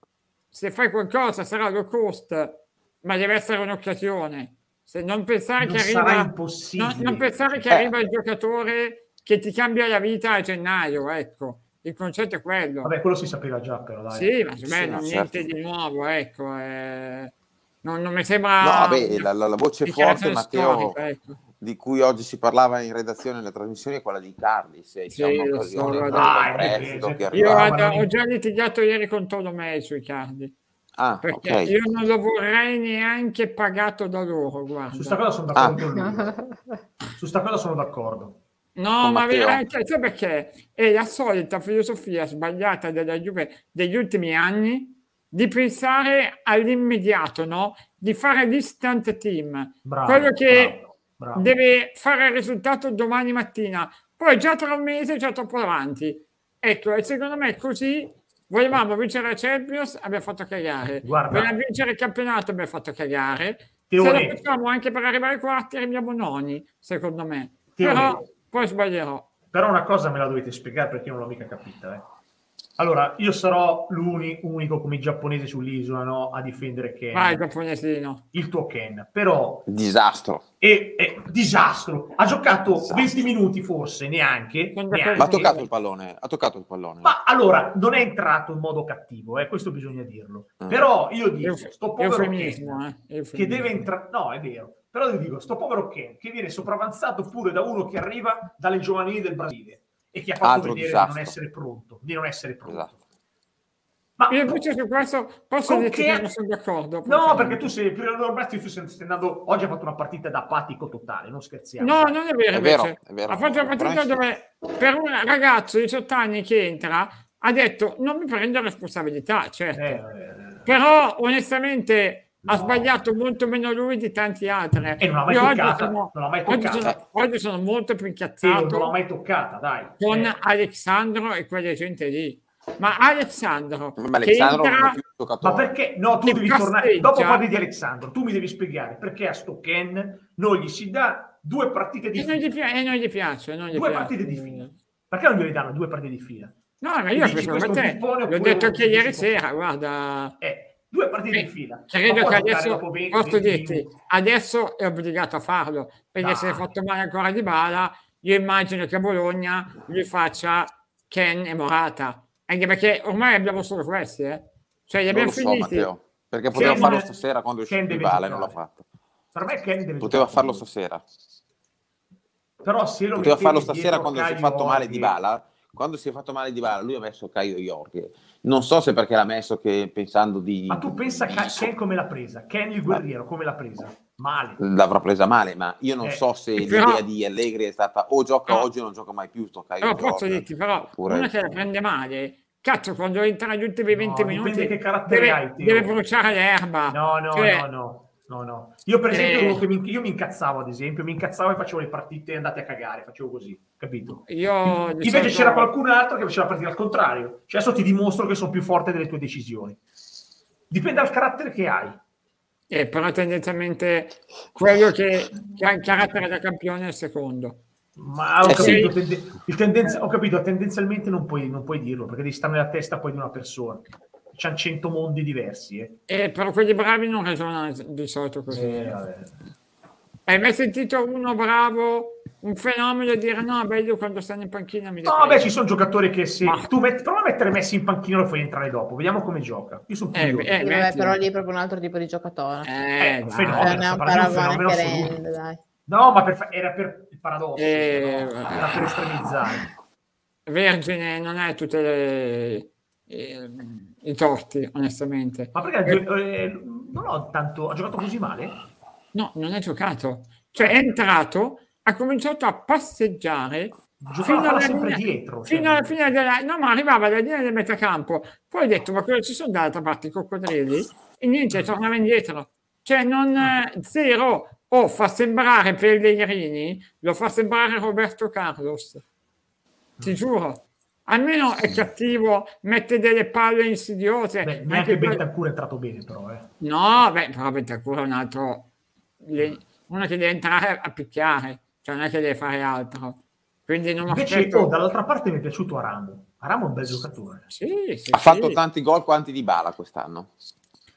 Speaker 1: se fai qualcosa sarà low cost, ma deve essere un'occasione. Se non pensare
Speaker 2: Non
Speaker 1: Ah, che
Speaker 2: sarà
Speaker 1: arriva,
Speaker 2: impossibile.
Speaker 1: non- non pensare che
Speaker 4: Eh.
Speaker 1: arriva il giocatore che ti cambia la vita a gennaio, ecco. Il concetto è quello.
Speaker 2: Vabbè, quello si sapeva già, però dai.
Speaker 1: Sì, ma secondo me
Speaker 4: Eh, Sì, no,
Speaker 1: niente
Speaker 4: certo.
Speaker 1: di nuovo, ecco. eh, non, non mi sembra...
Speaker 4: No, vabbè, la, la- la voce forte,
Speaker 1: dichiarazione
Speaker 4: Matteo,
Speaker 1: storica, ecco.
Speaker 4: di cui oggi si parlava in redazione nelle trasmissioni, è quella di Carli. Se
Speaker 1: Sì,
Speaker 4: c'è
Speaker 1: lo so,
Speaker 4: un'occasione
Speaker 1: guarda.
Speaker 4: per il
Speaker 2: Dai,
Speaker 4: prestito
Speaker 2: difesa.
Speaker 4: che
Speaker 1: Io
Speaker 2: Ah,
Speaker 4: arriva.
Speaker 2: ma
Speaker 1: guarda,
Speaker 2: non-
Speaker 1: ho già litigato ieri con Tolomei sui cardi
Speaker 4: Ah,
Speaker 1: perché
Speaker 4: ok.
Speaker 1: io non lo vorrei neanche pagato da loro.
Speaker 2: Su
Speaker 1: Guarda.
Speaker 2: sta cosa sono d'accordo con
Speaker 4: Ah.
Speaker 2: lui. Su sta cosa sono d'accordo.
Speaker 1: No,
Speaker 4: Con
Speaker 1: ma
Speaker 4: Matteo.
Speaker 1: veramente, sai perché? È la solita filosofia sbagliata della Juve degli ultimi anni di pensare all'immediato, no? Di fare distant team,
Speaker 2: Bravo.
Speaker 1: quello che
Speaker 2: bravo, bravo.
Speaker 1: deve fare il risultato domani mattina, poi già tra un mese già troppo avanti. Ecco, e secondo me così volevamo vincere la Champions, abbiamo fatto cagare.
Speaker 2: Guarda.
Speaker 1: Volevamo vincere il campionato, abbiamo fatto cagare. Se
Speaker 2: Teoria.
Speaker 1: lo facciamo anche per arrivare ai quarti, arriviamo noni, secondo me.
Speaker 2: Teoria.
Speaker 1: Però poi sbaglierò.
Speaker 2: Però una cosa me la dovete spiegare perché io non l'ho mica capita. eh. Allora, io sarò l'unico come i giapponesi sull'isola no, a difendere Ken,
Speaker 1: Vai, giapponesino.
Speaker 2: il tuo Ken. Però
Speaker 4: Disastro.
Speaker 2: è, è disastro. Ha giocato
Speaker 4: Disastro.
Speaker 2: 20 minuti forse, neanche.
Speaker 1: Sono
Speaker 2: neanche.
Speaker 4: Ma ha
Speaker 1: d'accordo.
Speaker 4: toccato il pallone. Ha toccato il pallone.
Speaker 2: Ma allora, non è entrato in modo cattivo, eh, questo bisogna dirlo.
Speaker 4: Mm.
Speaker 2: Però io dico,
Speaker 1: Euf-
Speaker 2: sto povero Ken,
Speaker 1: Eufemismo, eh.
Speaker 2: che
Speaker 1: eufemismo.
Speaker 2: deve entrare. No, è vero. Però io dico, sto povero Ken che viene sopravanzato pure da uno che arriva dalle giovanili del Brasile e che ha fatto
Speaker 4: Altro
Speaker 2: vedere di
Speaker 4: disastro.
Speaker 2: non essere pronto. Di non essere pronto.
Speaker 4: Esatto.
Speaker 2: Ma
Speaker 1: Io invece su questo posso
Speaker 2: con
Speaker 1: dirti
Speaker 2: che-
Speaker 1: che non sono d'accordo.
Speaker 2: no, perché tu sei più Roberto, tu stai andando. Oggi ha fatto una partita da apatico totale, non scherziamo.
Speaker 1: No, non è vero.
Speaker 4: È vero,
Speaker 1: invece.
Speaker 4: è vero.
Speaker 1: Ha fatto una partita dove per un ragazzo di 18 anni che entra ha detto non mi prendo responsabilità, certo.
Speaker 2: Eh, eh,
Speaker 1: Però onestamente ha
Speaker 2: No.
Speaker 1: sbagliato molto meno lui di tanti altri.
Speaker 2: E Eh, non l'ha mai
Speaker 1: Io oggi
Speaker 2: toccata,
Speaker 1: sono-
Speaker 2: non l'ha mai
Speaker 1: oggi
Speaker 2: toccata.
Speaker 1: sono- oggi sono molto più
Speaker 2: sì, non
Speaker 1: incazzato
Speaker 2: l'ho mai toccata, dai.
Speaker 1: con
Speaker 2: Eh,
Speaker 1: Alessandro e quella gente lì. Ma Alessandro,
Speaker 4: Ma Alessandro
Speaker 1: che
Speaker 4: non è
Speaker 1: entra,
Speaker 4: più un giocatore.
Speaker 2: Ma perché? No, tu
Speaker 1: Che
Speaker 2: devi
Speaker 1: casteggia.
Speaker 2: tornare. Dopo parli di Alessandro, tu mi devi spiegare perché a sto Ken non gli si dà due partite di
Speaker 1: e non
Speaker 2: fila.
Speaker 1: gli pi- e non gli piace. non gli
Speaker 2: Due
Speaker 1: piace.
Speaker 2: partite di fila. Perché non gli danno due partite di fila?
Speaker 1: No, ma
Speaker 2: Dici
Speaker 1: io personalmente
Speaker 2: questo dispone
Speaker 1: l'ho
Speaker 2: oppure
Speaker 1: detto
Speaker 2: non
Speaker 1: anche ieri
Speaker 2: dispone?
Speaker 1: sera, guarda.
Speaker 2: Eh, due partite di
Speaker 1: Sì,
Speaker 2: fila. Ma
Speaker 1: Credo
Speaker 2: può
Speaker 1: che
Speaker 2: giocare
Speaker 1: adesso,
Speaker 2: dopo 20,
Speaker 1: posso
Speaker 2: 20
Speaker 1: dirti,
Speaker 2: minuti?
Speaker 1: adesso è obbligato a farlo, perché se è
Speaker 2: Dai.
Speaker 1: fatto male ancora di bala, io immagino che a Bologna lui faccia Ken e Morata, anche perché ormai abbiamo solo questi, eh. Cioè li
Speaker 4: Non
Speaker 1: abbiamo
Speaker 4: lo so,
Speaker 1: finiti.
Speaker 4: Matteo. Perché poteva
Speaker 2: Ken-
Speaker 4: farlo stasera quando è
Speaker 2: Ken
Speaker 4: uscito il
Speaker 2: deve
Speaker 4: Vale, non l'ha
Speaker 2: giocare.
Speaker 4: fatto.
Speaker 2: Per me Ken deve
Speaker 4: Poteva
Speaker 2: giocare.
Speaker 4: farlo stasera.
Speaker 2: Però se lo
Speaker 4: poteva
Speaker 2: mettevi
Speaker 4: farlo stasera
Speaker 2: dietro
Speaker 4: quando si è
Speaker 2: Caio
Speaker 4: fatto male
Speaker 2: Jorge-
Speaker 4: di Bala quando si è fatto male di Bala lui ha messo Caio Jorge non so se perché l'ha messo che pensando di
Speaker 2: Ma tu pensa a Ken come l'ha presa? Ken il guerriero come l'ha presa? Male.
Speaker 4: l'avrà presa male ma io non
Speaker 2: Eh,
Speaker 4: so se
Speaker 1: però-
Speaker 4: l'idea di Allegri è stata o gioca
Speaker 1: No.
Speaker 4: oggi o non gioca mai più sto Caio
Speaker 1: Però posso
Speaker 4: Jorge.
Speaker 1: dirti, però,
Speaker 4: Oppure-
Speaker 1: uno che la prende male, cazzo, quando entra gli ultimi
Speaker 2: No,
Speaker 1: 20
Speaker 2: dipende
Speaker 1: minuti
Speaker 2: che carattere hai,
Speaker 1: deve,
Speaker 2: Teo.
Speaker 1: deve bruciare l'erba.
Speaker 2: No, no,
Speaker 1: Cioè,
Speaker 2: no, no, no, no. Io per esempio,
Speaker 1: Eh.
Speaker 2: ero che mi, io mi incazzavo ad esempio, mi incazzavo e facevo le partite andate a cagare, facevo così, capito?
Speaker 1: Io di
Speaker 2: Invece
Speaker 1: solito-
Speaker 2: c'era qualcun altro che faceva la partita al contrario. Cioè adesso ti dimostro che sono più forte delle tue decisioni. Dipende dal carattere che hai.
Speaker 1: Eh, però tendenzialmente quello che, che ha il carattere da campione è il secondo.
Speaker 2: Ma ho
Speaker 4: Eh sì.
Speaker 2: capito, tende- il tendenza- ho capito, tendenzialmente non puoi, non puoi dirlo perché devi stare nella testa poi di una persona. C'hanno 100 mondi diversi. Eh.
Speaker 1: E però quelli bravi non ragionano di solito così.
Speaker 2: Eh, vabbè.
Speaker 1: Hai mai sentito uno bravo, un fenomeno, dire no, bello quando stanno in panchina mi
Speaker 2: No,
Speaker 1: riprendo"?
Speaker 2: beh, ci sono giocatori che se
Speaker 1: Ma-
Speaker 2: tu met- prova a mettere Messi in panchino lo fai entrare dopo, vediamo come gioca. Io sono
Speaker 1: Eh,
Speaker 2: curioso.
Speaker 1: eh,
Speaker 3: Sì, vabbè, però lì è proprio un altro tipo di giocatore.
Speaker 1: Eh,
Speaker 2: eh, un
Speaker 1: dai.
Speaker 2: fenomeno.
Speaker 3: Cioè, non è un
Speaker 2: sta parlando di un
Speaker 3: paragone che
Speaker 2: fenomeno assoluto.
Speaker 3: rende, dai.
Speaker 2: No, ma per fa- era per il paradosso,
Speaker 1: Eh,
Speaker 2: no? era per estremizzare.
Speaker 1: Vergine non è tutte le... eh, i torti, onestamente.
Speaker 2: Ma perché eh, non ho tanto ha giocato così male?
Speaker 1: No, non è giocato. Cioè è entrato, ha cominciato a passeggiare
Speaker 2: Giocava
Speaker 1: fino
Speaker 2: la palla
Speaker 1: alla,
Speaker 2: sempre
Speaker 1: linea,
Speaker 2: dietro,
Speaker 1: fino
Speaker 2: cioè.
Speaker 1: alla fine della... No, ma arrivava alla linea del metacampo. Poi ho detto, ma cosa ci sono dall'altra parte i coccodrilli? E niente,
Speaker 2: Mm.
Speaker 1: tornava indietro. Cioè non... eh, Zero. O fa sembrare Pellegrini, lo fa sembrare Roberto Carlos. Ti
Speaker 2: Mm.
Speaker 1: giuro. Almeno è cattivo, mette delle palle insidiose.
Speaker 2: Beh,
Speaker 1: anche
Speaker 2: neanche
Speaker 1: quelle-
Speaker 2: Bentancur è entrato bene però, eh.
Speaker 1: No, beh, però Bentancur è un altro
Speaker 2: Mm.
Speaker 1: le- uno che deve entrare a picchiare, cioè non è che deve fare altro. Quindi non mi
Speaker 2: Invece,
Speaker 1: aspetto...
Speaker 2: oh, dall'altra parte mi è piaciuto Aramu. Aramu è un bel giocatore.
Speaker 1: Sì, sì,
Speaker 4: Ha fatto
Speaker 1: sì.
Speaker 4: tanti gol quanti di Bala quest'anno.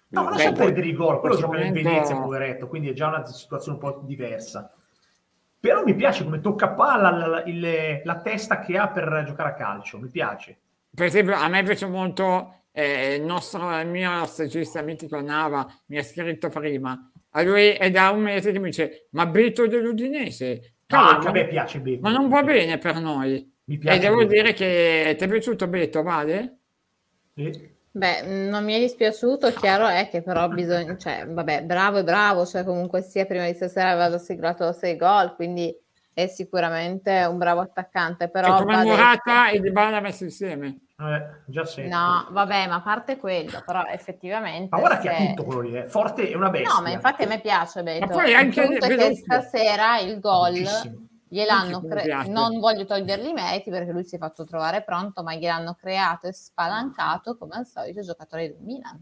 Speaker 2: No, ma
Speaker 1: Beh,
Speaker 2: lascia
Speaker 1: poi-
Speaker 2: perdere i gol, quello gioca nel
Speaker 1: sicuramente-
Speaker 2: Venezia, poveretto, quindi è già una situazione un po' diversa. Però mi piace come tocca palla la, la- il- la testa che ha per giocare a calcio, mi piace.
Speaker 1: per esempio a me piace molto eh, il nostro il mio stagista mitico Nava mi ha scritto prima a lui è da un mese che mi dice ma Beto dell'Udinese
Speaker 2: No,
Speaker 1: cavolo,
Speaker 2: anche Ah, a me piace Beto.
Speaker 1: ma non va bene per noi
Speaker 2: Mi
Speaker 1: e
Speaker 2: piace
Speaker 1: devo
Speaker 2: Beto.
Speaker 1: dire che ti è piaciuto Beto vale?
Speaker 2: Sì.
Speaker 3: Beh, non mi è dispiaciuto, chiaro è che però bisogna, cioè, vabbè, bravo e bravo, cioè comunque sia prima di stasera aveva siglato 6 gol, quindi è sicuramente un bravo attaccante, però
Speaker 1: Cioè, come
Speaker 3: va detto-
Speaker 1: Morata e Di Bala messi insieme
Speaker 2: Eh, già sento.
Speaker 3: No, vabbè, ma a parte quello, però effettivamente
Speaker 2: Ma guarda che
Speaker 3: se-
Speaker 2: ha tutto eh. quello lì, è forte e una bestia.
Speaker 3: No, ma infatti a me piace Beto.
Speaker 1: Ma poi anche-
Speaker 3: Il punto è che
Speaker 1: veloce.
Speaker 3: stasera il gol
Speaker 2: Tantissimo.
Speaker 3: gliel'hanno
Speaker 1: Mi
Speaker 3: cre-
Speaker 1: piace.
Speaker 3: non voglio togliergli i meriti perché lui si è fatto trovare pronto, ma gliel'hanno creato e spalancato come al solito i giocatori del Milan.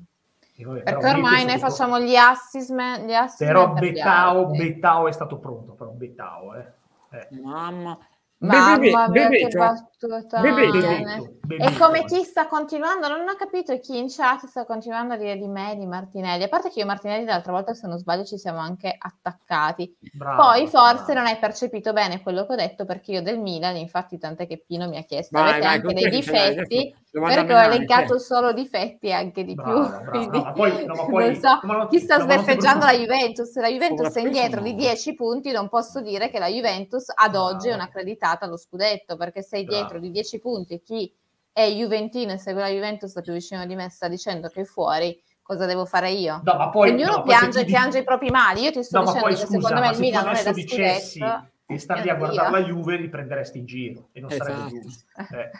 Speaker 2: E vabbè, però
Speaker 3: Perché
Speaker 2: Beto è
Speaker 3: ormai
Speaker 2: stato
Speaker 3: noi
Speaker 2: pronto.
Speaker 3: facciamo gli assist, man- gli assist
Speaker 2: Però oh,
Speaker 3: man per gli
Speaker 2: Betao,
Speaker 3: altri. Ah,
Speaker 2: Betao è stato pronto, però Betao, eh. Eh.
Speaker 1: mamma
Speaker 3: Mamma
Speaker 1: Be-
Speaker 3: mia,
Speaker 1: Be- Be-
Speaker 3: che
Speaker 1: Bebeto.
Speaker 3: battuta.
Speaker 1: Bebeto.
Speaker 3: E come chi sta continuando, non ho capito chi in chat sta continuando a dire di me, di Martinelli. A parte che io e Martinelli l'altra volta, se non sbaglio, ci siamo anche attaccati.
Speaker 2: Bravo,
Speaker 3: Poi forse
Speaker 2: bravo.
Speaker 3: non hai percepito bene quello che ho detto perché io del Milan, infatti tant'è che Pino mi ha chiesto,
Speaker 1: vai
Speaker 3: avete
Speaker 1: vai
Speaker 3: anche dei
Speaker 1: te ce l'hai,
Speaker 3: difetti,
Speaker 1: adesso lo vado a
Speaker 3: perché ho
Speaker 1: menare,
Speaker 3: elencato
Speaker 1: eh.
Speaker 3: solo difetti e anche di più.
Speaker 2: Brava, brava.
Speaker 3: Quindi
Speaker 2: No, ma poi- no, ma poi-
Speaker 3: non so
Speaker 2: ma non-
Speaker 3: chi sta
Speaker 2: no, ma non ti
Speaker 3: sbeffeggiando la
Speaker 2: preoccupare.
Speaker 3: Juventus, se la Juventus è
Speaker 1: Sovrappeso
Speaker 3: indietro
Speaker 1: no.
Speaker 3: di 10 punti, non posso dire che la Juventus ad oggi è
Speaker 2: Brava.
Speaker 3: una creditata allo scudetto, perché sei
Speaker 2: Brava.
Speaker 3: dietro di 10 punti chi è Juventino e segue la Juventus da più vicino di me sta dicendo che è fuori, cosa devo fare io?
Speaker 2: No, ma poi,
Speaker 3: Ognuno
Speaker 2: no, poi se
Speaker 3: piange,
Speaker 2: ti-
Speaker 3: piange i propri mali. Io ti sto
Speaker 2: No, ma
Speaker 3: dicendo
Speaker 2: poi
Speaker 3: che
Speaker 2: scusa,
Speaker 3: secondo me
Speaker 2: ma
Speaker 3: il
Speaker 2: se tu
Speaker 3: Milan non è
Speaker 2: adesso
Speaker 3: da
Speaker 2: dicessi
Speaker 3: scudetto.
Speaker 2: di starvi a
Speaker 3: Mio
Speaker 2: guardare la
Speaker 3: Dio.
Speaker 2: Juve, li prenderesti in giro e non sarebbe
Speaker 1: Esatto.
Speaker 2: giusto. Eh,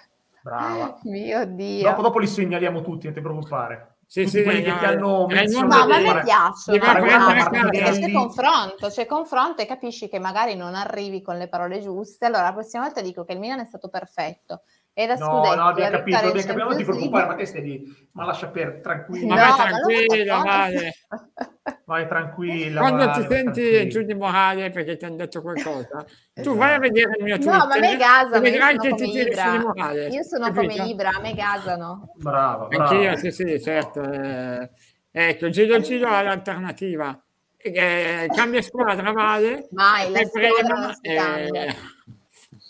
Speaker 2: brava.
Speaker 3: Mio Dio.
Speaker 2: Dopo, dopo li segnaliamo tutti, non ti preoccupare.
Speaker 1: Sì,
Speaker 2: tutti
Speaker 1: sì,
Speaker 2: quelli
Speaker 1: no,
Speaker 2: che ti hanno
Speaker 1: eh,
Speaker 2: messo
Speaker 1: no,
Speaker 3: No,
Speaker 1: Guarda,
Speaker 3: ma a me
Speaker 1: guarda,
Speaker 3: piace, eh,
Speaker 1: guarda,
Speaker 3: ma
Speaker 1: guarda,
Speaker 3: no,
Speaker 1: guarda,
Speaker 3: perché c'è
Speaker 2: guarda.
Speaker 3: confronto, c'è confronto cioè, e capisci che magari non arrivi con le parole giuste. Allora, la prossima volta dico che il Milan è stato perfetto. E da
Speaker 2: No,
Speaker 3: scudetto,
Speaker 2: no, abbiamo
Speaker 3: la
Speaker 2: capito,
Speaker 3: vittoria
Speaker 2: abbiamo
Speaker 3: in
Speaker 2: capito, non ti
Speaker 3: Champions
Speaker 2: preoccupare,
Speaker 3: League-
Speaker 2: ma te stai lì, ma lascia per tranquilla,
Speaker 1: Ma vai
Speaker 3: No, ma non lo
Speaker 1: tranquilla,
Speaker 3: faccio.
Speaker 1: vale.
Speaker 2: vai tranquilla.
Speaker 1: Quando
Speaker 2: vai,
Speaker 1: ti
Speaker 2: vai
Speaker 1: senti
Speaker 2: tranquilla.
Speaker 1: giù di morale perché ti hanno detto qualcosa, tu
Speaker 2: Esatto.
Speaker 1: vai a vedere il mio
Speaker 3: No,
Speaker 1: Twitter
Speaker 3: ma a me gasano,
Speaker 1: e vedrai
Speaker 3: io
Speaker 1: che
Speaker 3: sono
Speaker 1: ti
Speaker 3: come
Speaker 1: tiri su di
Speaker 3: Ibra.
Speaker 1: morale.
Speaker 3: Io sono
Speaker 1: capito?
Speaker 3: come Ibra, a me gasano.
Speaker 2: Brava, brava.
Speaker 1: Anch'io, sì, sì, certo. eh. Ecco,
Speaker 3: Eh,
Speaker 1: Giro Giro ha l'alternativa. Eh, cambia squadra, vale?
Speaker 3: Mai, la
Speaker 1: E
Speaker 3: squadra
Speaker 1: prima,
Speaker 3: non si cambia.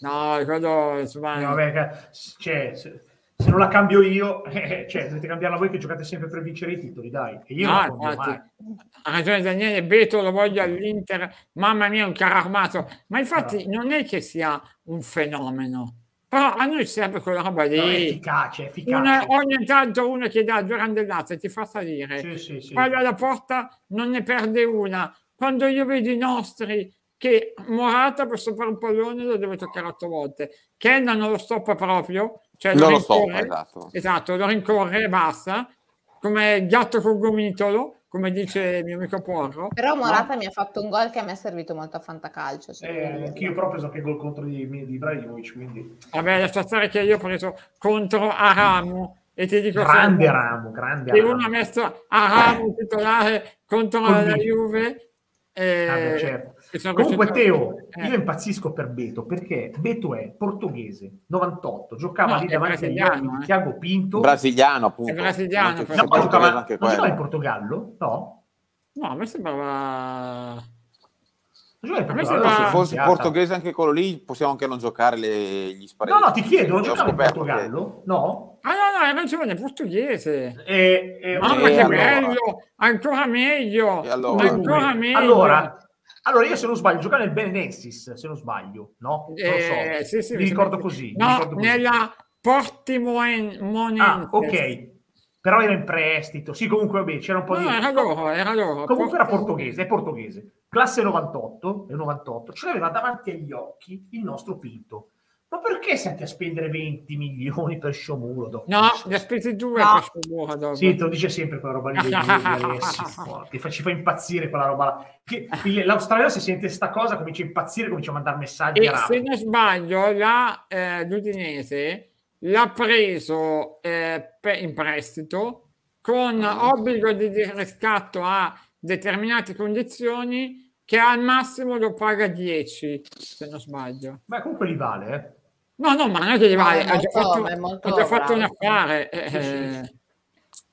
Speaker 1: No, quello, insomma...
Speaker 2: Eh, vabbè, ca- cioè, se, se non la cambio io, eh, cioè, dovete cambiarla voi che giocate sempre per vincere i titoli, dai. E io
Speaker 1: No,
Speaker 2: non la cambio
Speaker 1: Ah, infatti.
Speaker 2: mai.
Speaker 1: Ha ragione Daniele, Beto lo voglio all'Inter, mamma mia, un carro armato. Ma infatti non è che sia un fenomeno, però a noi serve quella roba
Speaker 2: No, è
Speaker 1: lì.
Speaker 2: efficace, è efficace.
Speaker 1: Una- ogni tanto uno che dà due randellate ti fa salire,
Speaker 2: Sì, sì, sì.
Speaker 1: palla alla porta non ne perde una. Quando io vedo i nostri che Morata per fare un pallone lo deve toccare otto volte, Kenna non lo stoppa proprio, cioè
Speaker 4: Non lo
Speaker 1: rincorre.
Speaker 4: stoppa, esatto.
Speaker 1: Esatto, lo rincorre e basta, come il gatto col gomitolo, come dice il mio amico Porro.
Speaker 3: Però Morata mi ha fatto un gol che a me è servito molto a fantacalcio. cioè, voglio
Speaker 2: Eh,
Speaker 3: dire.
Speaker 2: che io proprio so che gol contro di, di Ibrahimovic, quindi...
Speaker 1: Vabbè, la storia che io ho preso contro Aramu e ti dico
Speaker 2: Grande
Speaker 1: sempre
Speaker 2: ramo, grande
Speaker 1: che uno ha
Speaker 2: ramo.
Speaker 1: messo Aramu titolare contro
Speaker 2: Col
Speaker 1: la
Speaker 2: dito.
Speaker 1: Juve. eh,
Speaker 2: Ah, beh, certo.
Speaker 1: e sono
Speaker 2: Comunque,
Speaker 1: cresciuto-
Speaker 2: Teo,
Speaker 1: eh,
Speaker 2: io impazzisco per Beto perché Beto è portoghese, 98, giocava
Speaker 1: No,
Speaker 2: lì
Speaker 1: è
Speaker 2: davanti agli
Speaker 1: brasiliano,
Speaker 2: occhi di
Speaker 1: eh.
Speaker 2: Tiago Pinto.
Speaker 4: Brasiliano, appunto.
Speaker 1: È Eh, brasiliano,
Speaker 4: Non c'è-
Speaker 1: però.
Speaker 2: No,
Speaker 4: c'è
Speaker 2: ma giocava,
Speaker 4: portoghese
Speaker 2: non
Speaker 4: anche
Speaker 2: giocava in
Speaker 4: quello.
Speaker 2: Portogallo? No.
Speaker 1: No, a me sembrava...
Speaker 2: Non giocava in
Speaker 1: A me
Speaker 2: Portogallo.
Speaker 1: sembra-
Speaker 4: Se
Speaker 2: era
Speaker 4: fosse
Speaker 2: scienziata.
Speaker 4: portoghese anche quello lì, possiamo anche non giocare le- gli
Speaker 2: No,
Speaker 4: spareggi.
Speaker 2: no, ti chiedo, non
Speaker 4: Ho
Speaker 2: giocava in
Speaker 4: scoperto
Speaker 2: Portogallo? No?
Speaker 1: Ah no, no, hai ragione, è portoghese.
Speaker 2: Eh, eh,
Speaker 1: Mamma
Speaker 4: eh,
Speaker 1: che
Speaker 4: allora.
Speaker 1: bello, ancora meglio,
Speaker 4: E allora?
Speaker 1: ancora meglio.
Speaker 2: Allora, allora, io se non sbaglio, giocava nel Benensis, se non sbaglio, no? Non lo so.
Speaker 1: Eh, sì, sì,
Speaker 2: mi
Speaker 1: mi sembra-
Speaker 2: ricordo così. mi
Speaker 1: No,
Speaker 2: ricordo così.
Speaker 1: nella Portimonense.
Speaker 2: Ah, ok. Però era in prestito. Sì, comunque, vabbè, c'era un po' di...
Speaker 1: No, era loro, era loro.
Speaker 2: Comunque era
Speaker 1: Porto-
Speaker 2: portoghese, è portoghese. Classe 98, e 98, ce l'aveva davanti agli occhi il nostro Pinto. Ma perché senti a spendere 20 milioni per Sciomuro?
Speaker 1: No, eh. gli ha spesi due
Speaker 3: No.
Speaker 1: per Shomura dopo.
Speaker 2: Sì, te lo dice sempre quella roba lì dei giri di Alessi, porca, ti fa, ci fa impazzire quella roba là. Che il- l'australiano se sente sta cosa comincia a impazzire, comincia a mandare messaggi
Speaker 1: E
Speaker 2: a
Speaker 1: se
Speaker 2: Rafa.
Speaker 1: non sbaglio, la, eh, l'Udinese l'ha preso eh, pe- in prestito
Speaker 2: Ah,
Speaker 1: con obbligo di di riscatto a determinate condizioni che al massimo lo paga 10, se non sbaglio.
Speaker 2: Ma comunque li vale, eh.
Speaker 1: No, no, ma non è che gli
Speaker 3: No,
Speaker 1: vale,
Speaker 3: è
Speaker 1: ha già
Speaker 3: molto-
Speaker 1: fatto,
Speaker 3: è molto
Speaker 1: ha già fatto un
Speaker 3: bravo.
Speaker 1: affare.
Speaker 2: Sì, sì,
Speaker 1: eh,
Speaker 2: sì.